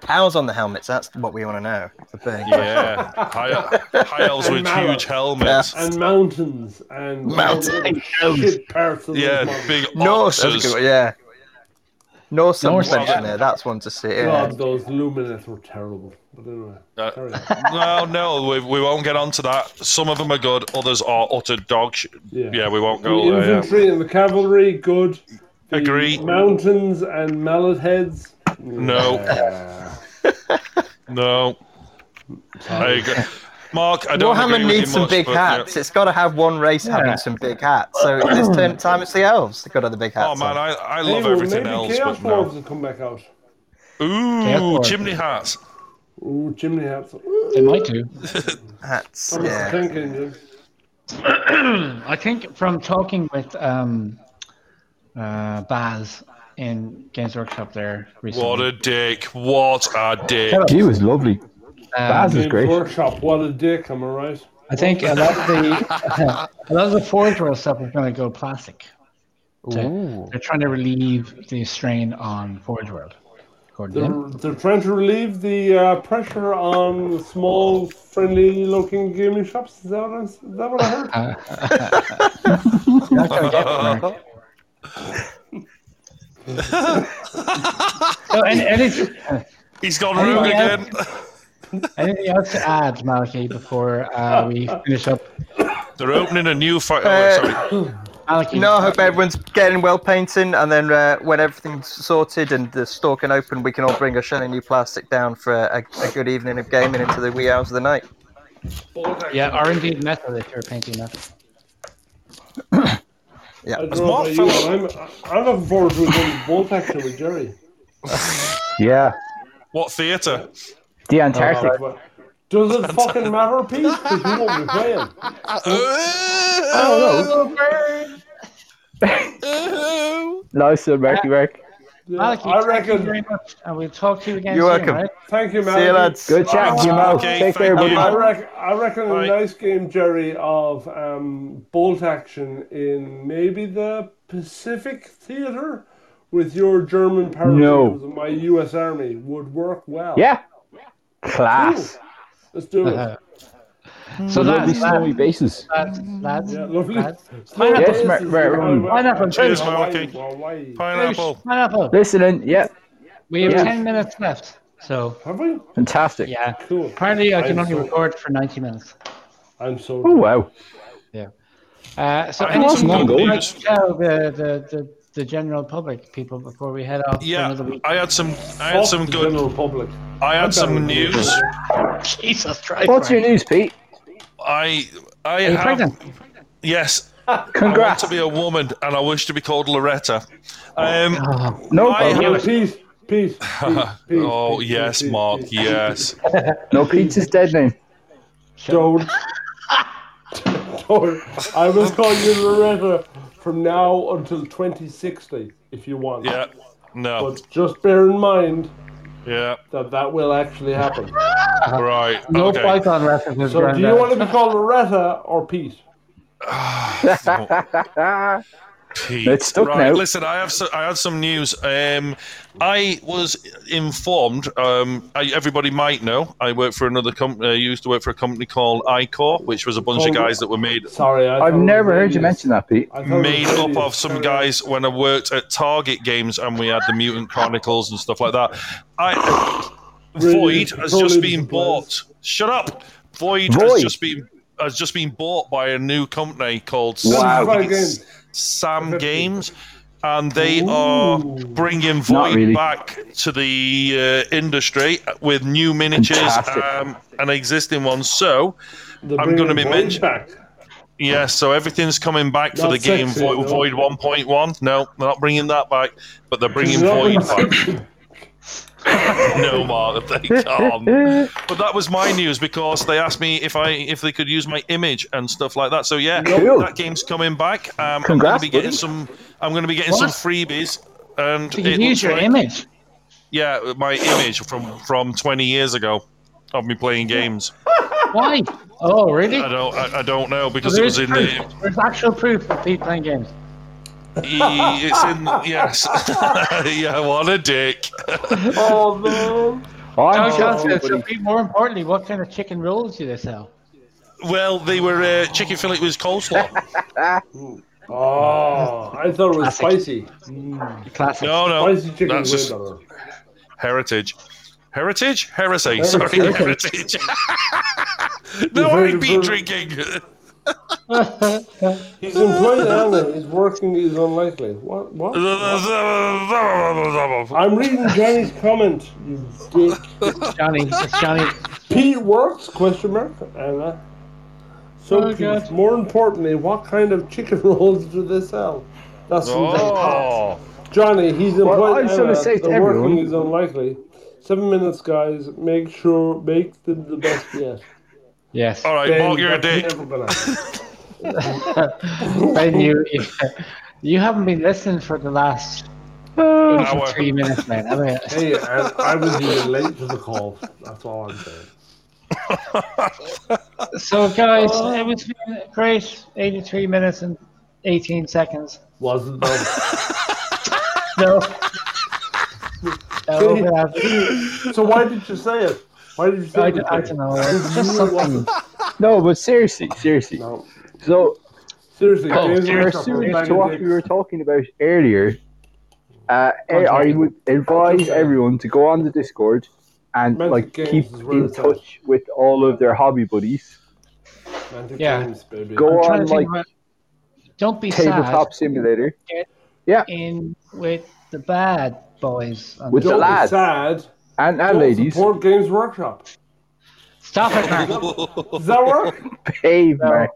Speaker 7: powers on the helmets. That's what we want to know. The thing.
Speaker 3: yeah, high, high elves with
Speaker 4: mallow.
Speaker 3: huge helmets.
Speaker 4: And mountains. And
Speaker 7: Mountain
Speaker 4: Shit parts of
Speaker 3: Yeah,
Speaker 4: those
Speaker 3: big
Speaker 7: Norse, that's a good
Speaker 3: oxes.
Speaker 7: one, yeah. Norse,
Speaker 1: Norse,
Speaker 7: Norse
Speaker 3: yeah.
Speaker 7: mentioned there. That's one to see. Yeah.
Speaker 4: God, those Lumineth were terrible. But anyway,
Speaker 3: Uh,
Speaker 4: carry
Speaker 3: <laughs>
Speaker 4: on.
Speaker 3: No, no, we, we won't get onto that. Some of them are good, others are utter dog shit.
Speaker 4: Yeah.
Speaker 3: Yeah. we won't
Speaker 4: the
Speaker 3: go there. yeah.
Speaker 4: infantry and the cavalry, good. The
Speaker 3: Agree.
Speaker 4: Mountains and mallet heads.
Speaker 3: No. <laughs>
Speaker 4: Yeah.
Speaker 3: No. I agree. Mark, I don't agree
Speaker 7: Warhammer
Speaker 3: with you
Speaker 7: needs some
Speaker 3: much,
Speaker 7: big
Speaker 3: but, yeah.
Speaker 7: hats. It's got to have one race having some big hats. So this turn, time it's the elves. They've got to have the big
Speaker 3: Oh
Speaker 7: hats.
Speaker 3: man,
Speaker 7: on.
Speaker 3: I, I
Speaker 4: Hey,
Speaker 3: love
Speaker 4: well,
Speaker 3: everything
Speaker 4: maybe
Speaker 3: else,
Speaker 4: Chaos
Speaker 3: but no.
Speaker 4: Dwarves will come back out.
Speaker 3: Ooh,
Speaker 1: Dwarves.
Speaker 3: chimney hats.
Speaker 4: Ooh, chimney hats.
Speaker 1: They might do.
Speaker 4: Thomas
Speaker 7: hats.
Speaker 4: the
Speaker 7: Yeah.
Speaker 4: Tank Engine.
Speaker 1: <clears throat> I think from talking with um, uh, Baz in Games Workshop there recently.
Speaker 3: What a dick. What a dick.
Speaker 2: He was lovely.
Speaker 1: um,
Speaker 2: Baz is
Speaker 4: Games
Speaker 2: great.
Speaker 4: Workshop, what a dick, am I right?
Speaker 1: I think a lot of the
Speaker 2: <laughs>
Speaker 1: <laughs> a lot of the Forge World stuff is going to go plastic. To- They're trying to relieve the strain on Forge World. according to
Speaker 4: They're,
Speaker 1: him.
Speaker 4: they're trying to relieve the uh, pressure on small, friendly looking gaming shops. Is that what, I'm, is that what I heard?
Speaker 1: Uh, That's what I get from her. so, Oh, and, and it's,
Speaker 3: <laughs> He's gone
Speaker 1: Hey,
Speaker 3: rogue
Speaker 1: yeah.
Speaker 3: again. <laughs>
Speaker 1: anything else to add, Maliki, before uh, we finish up?
Speaker 3: They're opening a new fight.
Speaker 7: Uh,
Speaker 3: Oh, sorry.
Speaker 1: Maliki,
Speaker 7: No, I hope everyone's getting well painting, and then uh, when everything's sorted and the store can open, we can all bring a shiny new plastic down for a, a good evening of gaming into the wee hours of the night.
Speaker 1: yeah, R and D metal if you're painting that.
Speaker 4: I don't know about you, but I'm, I'm looking forward to a bolt action with Jerry.
Speaker 2: Yeah.
Speaker 3: What theatre?
Speaker 2: The Antarctic.
Speaker 4: Uh, Does it fucking matter, Pete? 'Cause you won't be playing.
Speaker 2: <laughs> Nice, uh, Marky Mark.
Speaker 4: Yeah,
Speaker 1: Maliki,
Speaker 4: I
Speaker 1: thank you
Speaker 4: reckon.
Speaker 1: very much, and we'll talk to you again
Speaker 7: You're
Speaker 1: soon,
Speaker 7: welcome.
Speaker 1: right?
Speaker 4: Thank you,
Speaker 7: See you,
Speaker 4: man.
Speaker 7: lads.
Speaker 2: Good chat,
Speaker 3: Alright,
Speaker 2: Jamal.
Speaker 3: okay,
Speaker 2: Take care, buddy.
Speaker 3: thank you.
Speaker 4: I, rec- I reckon
Speaker 3: Bye.
Speaker 4: a nice game, Jerry, of um, bolt action in maybe the Pacific Theater with your German paratroopers
Speaker 2: No.
Speaker 4: and my U.S. Army would work well.
Speaker 2: Yeah. Class.
Speaker 4: Let's do it.
Speaker 1: So
Speaker 2: Lovely
Speaker 1: lads,
Speaker 2: snowy
Speaker 1: lads,
Speaker 2: bases.
Speaker 1: lads, lads,
Speaker 4: Yeah, lovely.
Speaker 1: lads.
Speaker 4: Slow
Speaker 2: Yes,
Speaker 4: pace
Speaker 2: Mar-
Speaker 4: is
Speaker 2: Mar-
Speaker 4: how it works.
Speaker 1: Pineapple,
Speaker 3: Cheers,
Speaker 4: Hawaii,
Speaker 3: Maliki.
Speaker 4: Hawaii.
Speaker 3: Pineapple.
Speaker 1: Pineapple.
Speaker 2: Listening. Yeah.
Speaker 1: We have
Speaker 2: Yeah.
Speaker 1: 10 minutes left. So,
Speaker 4: Have we?
Speaker 2: Fantastic.
Speaker 1: yeah.
Speaker 4: Cool.
Speaker 1: Apparently, I can
Speaker 4: I'm
Speaker 1: only
Speaker 4: so-
Speaker 1: record for 90 minutes.
Speaker 4: I'm so.
Speaker 2: Oh, wow.
Speaker 1: Uh, so,
Speaker 3: I
Speaker 1: anything
Speaker 3: had some
Speaker 1: you'd
Speaker 3: good
Speaker 1: like
Speaker 3: news.
Speaker 1: to tell the, the, the, the general public, people, before we head off for
Speaker 3: Yeah,
Speaker 1: another week? <laughs>
Speaker 3: I had some. I had some
Speaker 4: the
Speaker 3: good.
Speaker 4: General public.
Speaker 3: I had some news.
Speaker 1: Jesus Christ.
Speaker 2: What's your
Speaker 1: Frank.
Speaker 2: news, Pete?
Speaker 3: I. I
Speaker 1: Are you
Speaker 3: have.
Speaker 1: pregnant?
Speaker 3: Yes, I want
Speaker 2: Congrats.
Speaker 3: to be a woman, and I wish to be called Loretta. Um,
Speaker 2: No
Speaker 3: I
Speaker 2: problem.
Speaker 3: have-
Speaker 4: Peace, peace,
Speaker 3: <laughs>
Speaker 4: peace, peace, peace,
Speaker 3: oh
Speaker 4: peace,
Speaker 3: yes,
Speaker 4: peace,
Speaker 3: Mark.
Speaker 4: peace.
Speaker 3: Yes.
Speaker 2: No Pete's dead name.
Speaker 4: Don't. <laughs> Don't. I
Speaker 3: <laughs>
Speaker 4: was calling you Loretta from now until 2060, if you want.
Speaker 3: Yeah. No.
Speaker 4: But just bear in mind
Speaker 3: Yeah.
Speaker 4: that that will actually
Speaker 2: <laughs>
Speaker 4: happen.
Speaker 3: Right.
Speaker 1: No
Speaker 3: okay.
Speaker 1: Python references.
Speaker 4: So, do you want to be called Loretta or Pete?
Speaker 3: <laughs> Pete.
Speaker 2: It's stuck
Speaker 3: right,
Speaker 2: now.
Speaker 3: Listen, I have so, I had some news. Um, I was informed. Um, I, everybody might know. I work for another company. I used to work for a company called Icor, which was a bunch of guys that were made
Speaker 4: Sorry, I
Speaker 2: I've never heard you mention that, Pete.
Speaker 3: made up of some guys when I worked at Target Games and we had the Mutant Chronicles and stuff like that. I Void has just been bought. Shut up. Void,
Speaker 2: Void?
Speaker 3: has just been has just been bought by a new company called
Speaker 2: Wow.
Speaker 3: Sam, I think it's
Speaker 4: Again.
Speaker 3: Sam Games. And they are bringing
Speaker 2: Not
Speaker 3: Void
Speaker 2: really.
Speaker 3: back to the uh, industry with new miniatures
Speaker 2: Fantastic.
Speaker 3: um, and existing ones. So, I'm gonna be mentioned.
Speaker 4: back.
Speaker 3: yeah, so everything's coming back for
Speaker 4: Not
Speaker 3: the game
Speaker 4: sexy,
Speaker 3: Void,
Speaker 4: no.
Speaker 3: Void 1.1. No, they're not bringing that back, but they're bringing
Speaker 4: Not
Speaker 3: Void
Speaker 4: been
Speaker 3: back. <laughs> no, Mark, they can't. but that was my news because they asked me if I if they could use my image and stuff like that. So yeah,
Speaker 2: Cool.
Speaker 3: that game's coming back. Um, I'm going
Speaker 2: Congrats,
Speaker 3: to be getting
Speaker 2: buddy.
Speaker 3: some. I'm going to be getting
Speaker 1: What?
Speaker 3: some freebies. And
Speaker 1: You can
Speaker 3: it
Speaker 1: use
Speaker 3: looks
Speaker 1: your
Speaker 3: like-
Speaker 1: image.
Speaker 3: Yeah, my image from from 20 years ago of me playing games.
Speaker 1: Why? Oh, really?
Speaker 3: I don't I, I don't know because it
Speaker 1: There
Speaker 3: was
Speaker 1: is
Speaker 3: in
Speaker 1: proof.
Speaker 3: the
Speaker 1: There's actual proof of Pete playing games.
Speaker 3: it's in yes <laughs> yeah what a dick
Speaker 4: Oh no!
Speaker 2: Oh,
Speaker 1: Oh,
Speaker 2: I'm
Speaker 1: Johnson,
Speaker 2: joking,
Speaker 1: so
Speaker 2: buddy.
Speaker 1: Pete, more importantly, what kind of chicken rolls do they sell?
Speaker 3: Well, they were uh, chicken fillet with coleslaw.
Speaker 4: Oh, I thought it was spicy. Mm,
Speaker 1: Classic.
Speaker 3: No, Oh, no,
Speaker 4: spicy chicken
Speaker 3: that's
Speaker 4: is way
Speaker 3: just
Speaker 4: better.
Speaker 3: heritage, heritage, heresy. Sorry, heritage. <laughs> no,
Speaker 4: You've heard
Speaker 3: I've
Speaker 4: of
Speaker 3: been
Speaker 4: her-
Speaker 3: drinking. <laughs>
Speaker 4: He's employed Alan. His working is unlikely. What? What?
Speaker 3: Oh,
Speaker 4: I'm reading Johnny's comment. You dick.
Speaker 1: Johnny, it's Johnny.
Speaker 4: Pete works? Question mark. Anna. So,
Speaker 1: Oh,
Speaker 4: Pete,
Speaker 1: God.
Speaker 4: more importantly, what kind of chicken <laughs> rolls do they sell? That's from the pot.
Speaker 3: Oh,
Speaker 4: Johnny. He's employed
Speaker 2: Well, I was
Speaker 4: Anna.
Speaker 2: gonna say to
Speaker 4: the
Speaker 2: everyone-
Speaker 4: working is unlikely. Seven minutes, guys. Make sure make them the best yet.
Speaker 1: Yes.
Speaker 3: all right, Mark, you're a
Speaker 4: that's
Speaker 3: dick.
Speaker 4: never gonna happen.
Speaker 1: Ben, you, you haven't been listening for the last Ah.
Speaker 3: hour.
Speaker 1: three minutes, man. I mean,
Speaker 4: Hey, I, I was even late to the call. That's all I'm saying.
Speaker 1: so, guys, it was been great. 83 minutes and 18 seconds.
Speaker 4: Wasn't that?
Speaker 1: <laughs> No. no but I've-
Speaker 4: so why did you say it? Why did you say
Speaker 1: I,
Speaker 4: it?
Speaker 1: I don't know. It's just something.
Speaker 2: No, but seriously, seriously.
Speaker 4: No.
Speaker 2: So,
Speaker 4: Seriously,
Speaker 1: Oh,
Speaker 4: James
Speaker 1: you're
Speaker 2: Pursuant
Speaker 4: Winchester was back
Speaker 2: to
Speaker 4: in
Speaker 2: what
Speaker 4: the
Speaker 2: we were talking about earlier, uh,
Speaker 1: Okay.
Speaker 2: I would advise everyone to go on the Discord and
Speaker 4: Magic
Speaker 2: like
Speaker 4: Games
Speaker 2: keep
Speaker 4: is where
Speaker 2: in
Speaker 4: it's at.
Speaker 2: touch with all of their hobby buddies.
Speaker 4: Atlantic
Speaker 1: Yeah.
Speaker 4: Games, baby.
Speaker 2: Go
Speaker 1: I'm trying to
Speaker 2: on
Speaker 1: think
Speaker 2: like
Speaker 1: about, don't be sad.
Speaker 2: Tabletop Simulator
Speaker 1: in with the bad boys. on
Speaker 2: With
Speaker 1: the-
Speaker 2: the
Speaker 4: Don't be
Speaker 2: lads
Speaker 4: sad.
Speaker 2: and, and
Speaker 4: Don't
Speaker 2: ladies.
Speaker 4: Support Games Workshop.
Speaker 1: Stop it, <laughs> Mark.
Speaker 4: Does that work?
Speaker 2: Hey, Mark.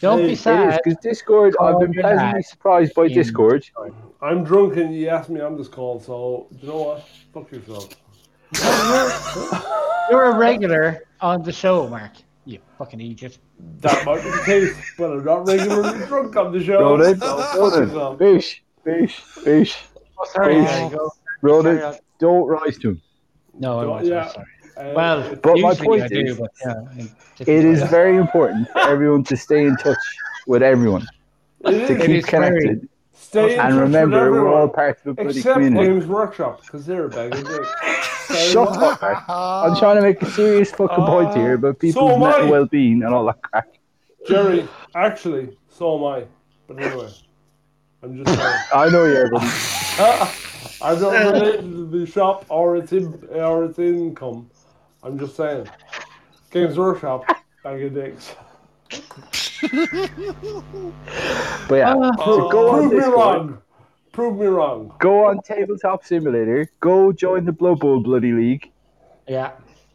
Speaker 1: Don't
Speaker 4: It
Speaker 1: be
Speaker 2: It is
Speaker 4: is,
Speaker 1: sad.
Speaker 2: because Discord. I've been
Speaker 1: Call
Speaker 2: pleasantly
Speaker 1: back.
Speaker 2: surprised by
Speaker 1: In-
Speaker 2: Discord.
Speaker 4: I'm drunk and you asked me on this call, so you know what? Fuck yourself.
Speaker 1: You're a regular on the show, Mark. You fucking idiot.
Speaker 4: That might be the case, but I'm not regularly drunk on the show.
Speaker 2: Don't it?
Speaker 4: so fuck
Speaker 2: Don't it?
Speaker 4: yourself.
Speaker 2: Boosh, boosh, boosh.
Speaker 1: Oh, sorry,
Speaker 2: Please.
Speaker 1: there you go. Sorry,
Speaker 2: Rhoda,
Speaker 1: I-
Speaker 2: don't rise to him.
Speaker 1: No, I
Speaker 4: Don't-
Speaker 1: won't.
Speaker 4: yeah.
Speaker 1: I'm sorry.
Speaker 4: Uh,
Speaker 1: Well,
Speaker 2: But my
Speaker 1: usually
Speaker 2: point
Speaker 1: I do,
Speaker 2: is-
Speaker 1: but yeah. in
Speaker 2: It
Speaker 1: particular-
Speaker 2: is very important for everyone to stay in touch with everyone, to
Speaker 4: it is.
Speaker 1: It
Speaker 2: keep
Speaker 1: is very-
Speaker 2: connected.
Speaker 4: Stay in touch
Speaker 2: And
Speaker 4: with
Speaker 2: remember, we're all
Speaker 4: everyone,
Speaker 2: part of a bloody
Speaker 4: except
Speaker 2: community.
Speaker 4: Games Workshop because they're a bag of dicks.
Speaker 2: <laughs>
Speaker 4: Sorry.
Speaker 2: Shut up,
Speaker 4: <laughs>
Speaker 2: man. I'm trying to make a serious fucking point here about people's
Speaker 4: Uh, so am I.
Speaker 2: mental well being and all that crap.
Speaker 4: Jerry, actually, so am I. But anyway, I'm
Speaker 2: <laughs>
Speaker 4: just saying.
Speaker 2: I know you're, but
Speaker 4: I don't relate to the shop or its, in, or its income. I'm just saying. Games Workshop, bag of dicks.
Speaker 2: but yeah.
Speaker 4: Uh.
Speaker 1: Ah.
Speaker 2: so <laughs> go on
Speaker 4: Prove me
Speaker 2: Discord,
Speaker 4: wrong. Prove me wrong.
Speaker 2: go on Tabletop Simulator, go join the Blow Bowl Bloody League,
Speaker 1: Yeah.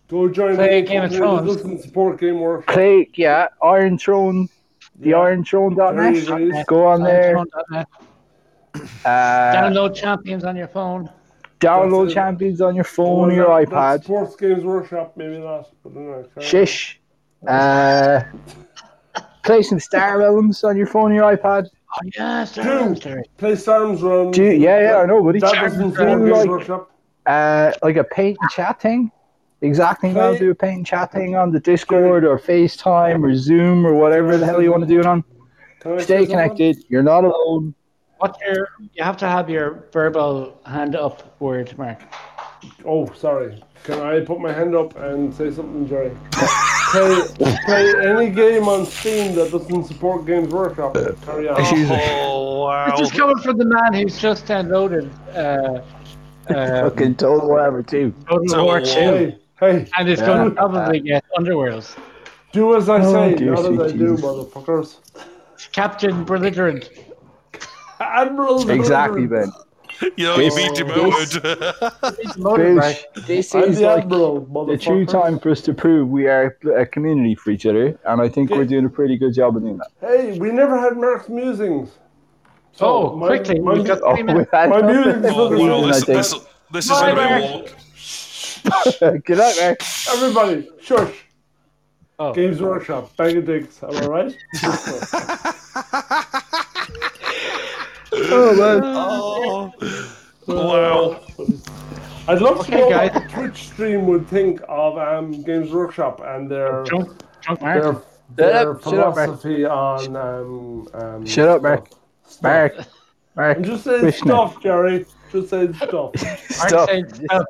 Speaker 4: Go join
Speaker 1: Play
Speaker 4: the
Speaker 1: Game of
Speaker 4: community,
Speaker 1: Thrones.
Speaker 4: Listen, support Game Workshop.
Speaker 2: play, yeah, Iron Throne, the Iron
Speaker 4: There you
Speaker 2: Throne.net.
Speaker 4: go.
Speaker 2: Go on there,
Speaker 1: Download
Speaker 2: uh,
Speaker 1: champions on your phone.
Speaker 2: download
Speaker 4: That's it.
Speaker 2: Champions on your phone,
Speaker 4: Well,
Speaker 2: your
Speaker 4: that- that's
Speaker 2: iPad.
Speaker 4: Sports Games Workshop, maybe not. But anyway, carry on.
Speaker 2: Shish. Uh, play some Star Realms on your phone, your iPad.
Speaker 1: Oh, yeah,
Speaker 4: Two.
Speaker 1: sorry. sorry.
Speaker 4: Play Storms Run.
Speaker 2: Do yeah, yeah, I know, buddy.
Speaker 4: That doesn't
Speaker 2: Do
Speaker 4: Games
Speaker 2: like
Speaker 4: Workshop.
Speaker 2: uh, like a paint and chat thing. Exactly,
Speaker 4: Play-
Speaker 2: I'll do a paint and chat thing on the Discord or FaceTime or Zoom or whatever the hell you want to do it on.
Speaker 4: Can I say
Speaker 2: Stay
Speaker 4: something?
Speaker 2: connected. You're not alone.
Speaker 1: What's your? You have to have your verbal hand up word, Mark.
Speaker 4: Oh, sorry. Can I put my hand up and say something, Jerry? play, play any game on Steam that doesn't support Games Workshop. Carry on.
Speaker 3: Oh, wow.
Speaker 1: This is coming from the man who's just downloaded uh,
Speaker 2: <laughs>
Speaker 1: uh,
Speaker 2: Fucking total whatever too.
Speaker 1: Total
Speaker 3: Total
Speaker 1: War
Speaker 3: War.
Speaker 1: Two,
Speaker 4: Hey, hey,
Speaker 1: and is going to probably get Underworlds.
Speaker 4: do as I
Speaker 2: Oh,
Speaker 4: say,
Speaker 2: dear
Speaker 4: not as
Speaker 2: sweet
Speaker 4: I do,
Speaker 2: Jesus.
Speaker 4: motherfuckers. <laughs>
Speaker 1: Captain Belligerent.
Speaker 4: Admiral's
Speaker 2: Exactly, Ben.
Speaker 3: You know, you've been
Speaker 4: This-
Speaker 3: demoted.
Speaker 2: Bitch, this
Speaker 4: I'm
Speaker 2: is
Speaker 4: the
Speaker 2: like
Speaker 4: Admiral,
Speaker 2: the
Speaker 4: motherfuckers.
Speaker 2: true time for us to prove we are a community for each other, and I think we're doing a pretty good job of doing that.
Speaker 4: Hey, we never had Mark's musings.
Speaker 1: Oh, quickly,
Speaker 4: My,
Speaker 1: we've got
Speaker 2: Oh,
Speaker 1: three
Speaker 2: <laughs>
Speaker 1: minutes.
Speaker 2: had
Speaker 4: my
Speaker 2: nothing.
Speaker 4: musings for
Speaker 3: oh,
Speaker 4: the
Speaker 3: wow.
Speaker 4: week.
Speaker 3: This,
Speaker 2: I think.
Speaker 3: this, this is going to be a walk.
Speaker 2: <laughs> Good night, man.
Speaker 4: Everybody, shush.
Speaker 1: Oh.
Speaker 4: Games Workshop, bag of dicks. Am I right?
Speaker 2: Oh, man.
Speaker 3: Oh, wow.
Speaker 4: I'd love
Speaker 1: Okay,
Speaker 4: to know
Speaker 1: guys.
Speaker 4: what the Twitch stream would think of um, Games Workshop and their
Speaker 1: Drunk, drunk
Speaker 4: their,
Speaker 1: Mark.
Speaker 4: their
Speaker 2: up, shut up, Mark.
Speaker 4: philosophy on um, um
Speaker 2: Shut up, Mark.
Speaker 4: stuff. Stuff.
Speaker 2: Mark, Mark,
Speaker 4: I'm just saying
Speaker 2: Krishna.
Speaker 4: stuff, Jerry. Just
Speaker 2: <laughs>
Speaker 4: saying stuff.
Speaker 1: Mark
Speaker 2: stop.
Speaker 1: said stop.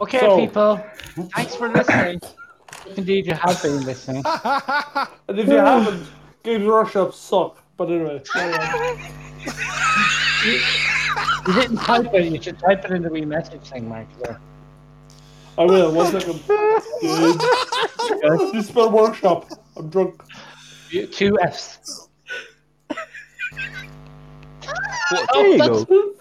Speaker 1: Okay,
Speaker 4: So-
Speaker 1: people, thanks for listening. If Indeed, you have been listening.
Speaker 4: and if you haven't, Games Workshop suck. But anyway, carry on.
Speaker 1: You didn't type it. You should type it in the wee message thing, Mark. there.
Speaker 4: I will. One
Speaker 2: <laughs>
Speaker 4: second. Dude. you spell workshop. I'm drunk.
Speaker 1: You- Two Fs.
Speaker 2: There you go.
Speaker 1: Good,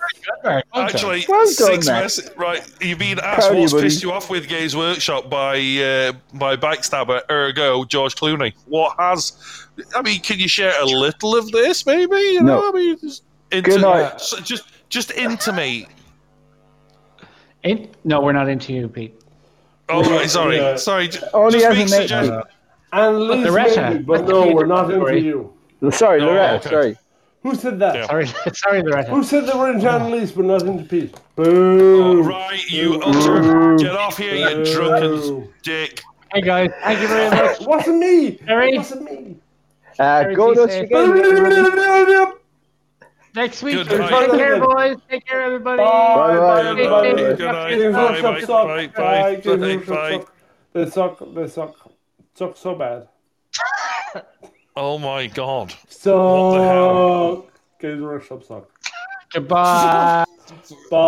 Speaker 1: Mark. Well done.
Speaker 3: Actually,
Speaker 2: Well done,
Speaker 3: six
Speaker 2: Matt.
Speaker 3: mess Right, you've been
Speaker 2: Proud
Speaker 3: asked
Speaker 2: of you,
Speaker 3: what's
Speaker 2: buddy.
Speaker 3: pissed you off with Games Workshop by uh, by backstabber, ergo George Clooney. What has? I mean, can you share a little of this, maybe? You
Speaker 2: No.
Speaker 3: know, I mean, just, inti-
Speaker 2: Good night.
Speaker 3: so just just intimate.
Speaker 1: In- no, we're not into you, Pete.
Speaker 3: Oh, right, sorry,
Speaker 4: Yeah.
Speaker 3: sorry. j-
Speaker 2: Only
Speaker 3: just
Speaker 2: as
Speaker 3: make
Speaker 2: a mate.
Speaker 3: suggestions.
Speaker 4: And Liz
Speaker 1: Loretta,
Speaker 4: maybe, but
Speaker 1: that's
Speaker 4: no,
Speaker 1: me.
Speaker 4: we're not into
Speaker 1: Sorry.
Speaker 4: you.
Speaker 2: Sorry,
Speaker 3: No,
Speaker 2: Loretta.
Speaker 3: Oh, okay.
Speaker 2: Sorry.
Speaker 4: Who said that?
Speaker 3: Yeah.
Speaker 1: Sorry, <laughs> sorry, Loretta.
Speaker 4: Who said they were in John Lee's but not into Pete? Boo!
Speaker 3: Right, you utter. Get off here, you drunken
Speaker 4: Boo.
Speaker 3: dick.
Speaker 1: Hey guys, thank you very much.
Speaker 3: <laughs>
Speaker 4: Wasn't me!
Speaker 1: Harry?
Speaker 4: Wasn't me!
Speaker 2: Uh,
Speaker 1: Sorry,
Speaker 2: go
Speaker 1: be
Speaker 2: to us
Speaker 1: safe.
Speaker 2: again.
Speaker 1: Next week,
Speaker 3: Good
Speaker 1: take
Speaker 3: night.
Speaker 1: care, boys. Take care,
Speaker 4: Bye,
Speaker 1: everybody.
Speaker 4: bye,
Speaker 2: Bye,
Speaker 3: Good
Speaker 1: bye,
Speaker 4: bye.
Speaker 3: night. Good night.
Speaker 4: Games
Speaker 3: Bye,
Speaker 4: Workshop
Speaker 3: mate.
Speaker 4: suck.
Speaker 3: Bye,
Speaker 4: Bye,
Speaker 3: bye,
Speaker 4: Games
Speaker 3: bye,
Speaker 4: Workshop
Speaker 3: bye.
Speaker 4: suck. They suck, they suck. Suck so bad.
Speaker 3: Oh my god.
Speaker 4: So
Speaker 3: hell?
Speaker 4: Games Workshop suck.
Speaker 1: Goodbye.
Speaker 4: Bye.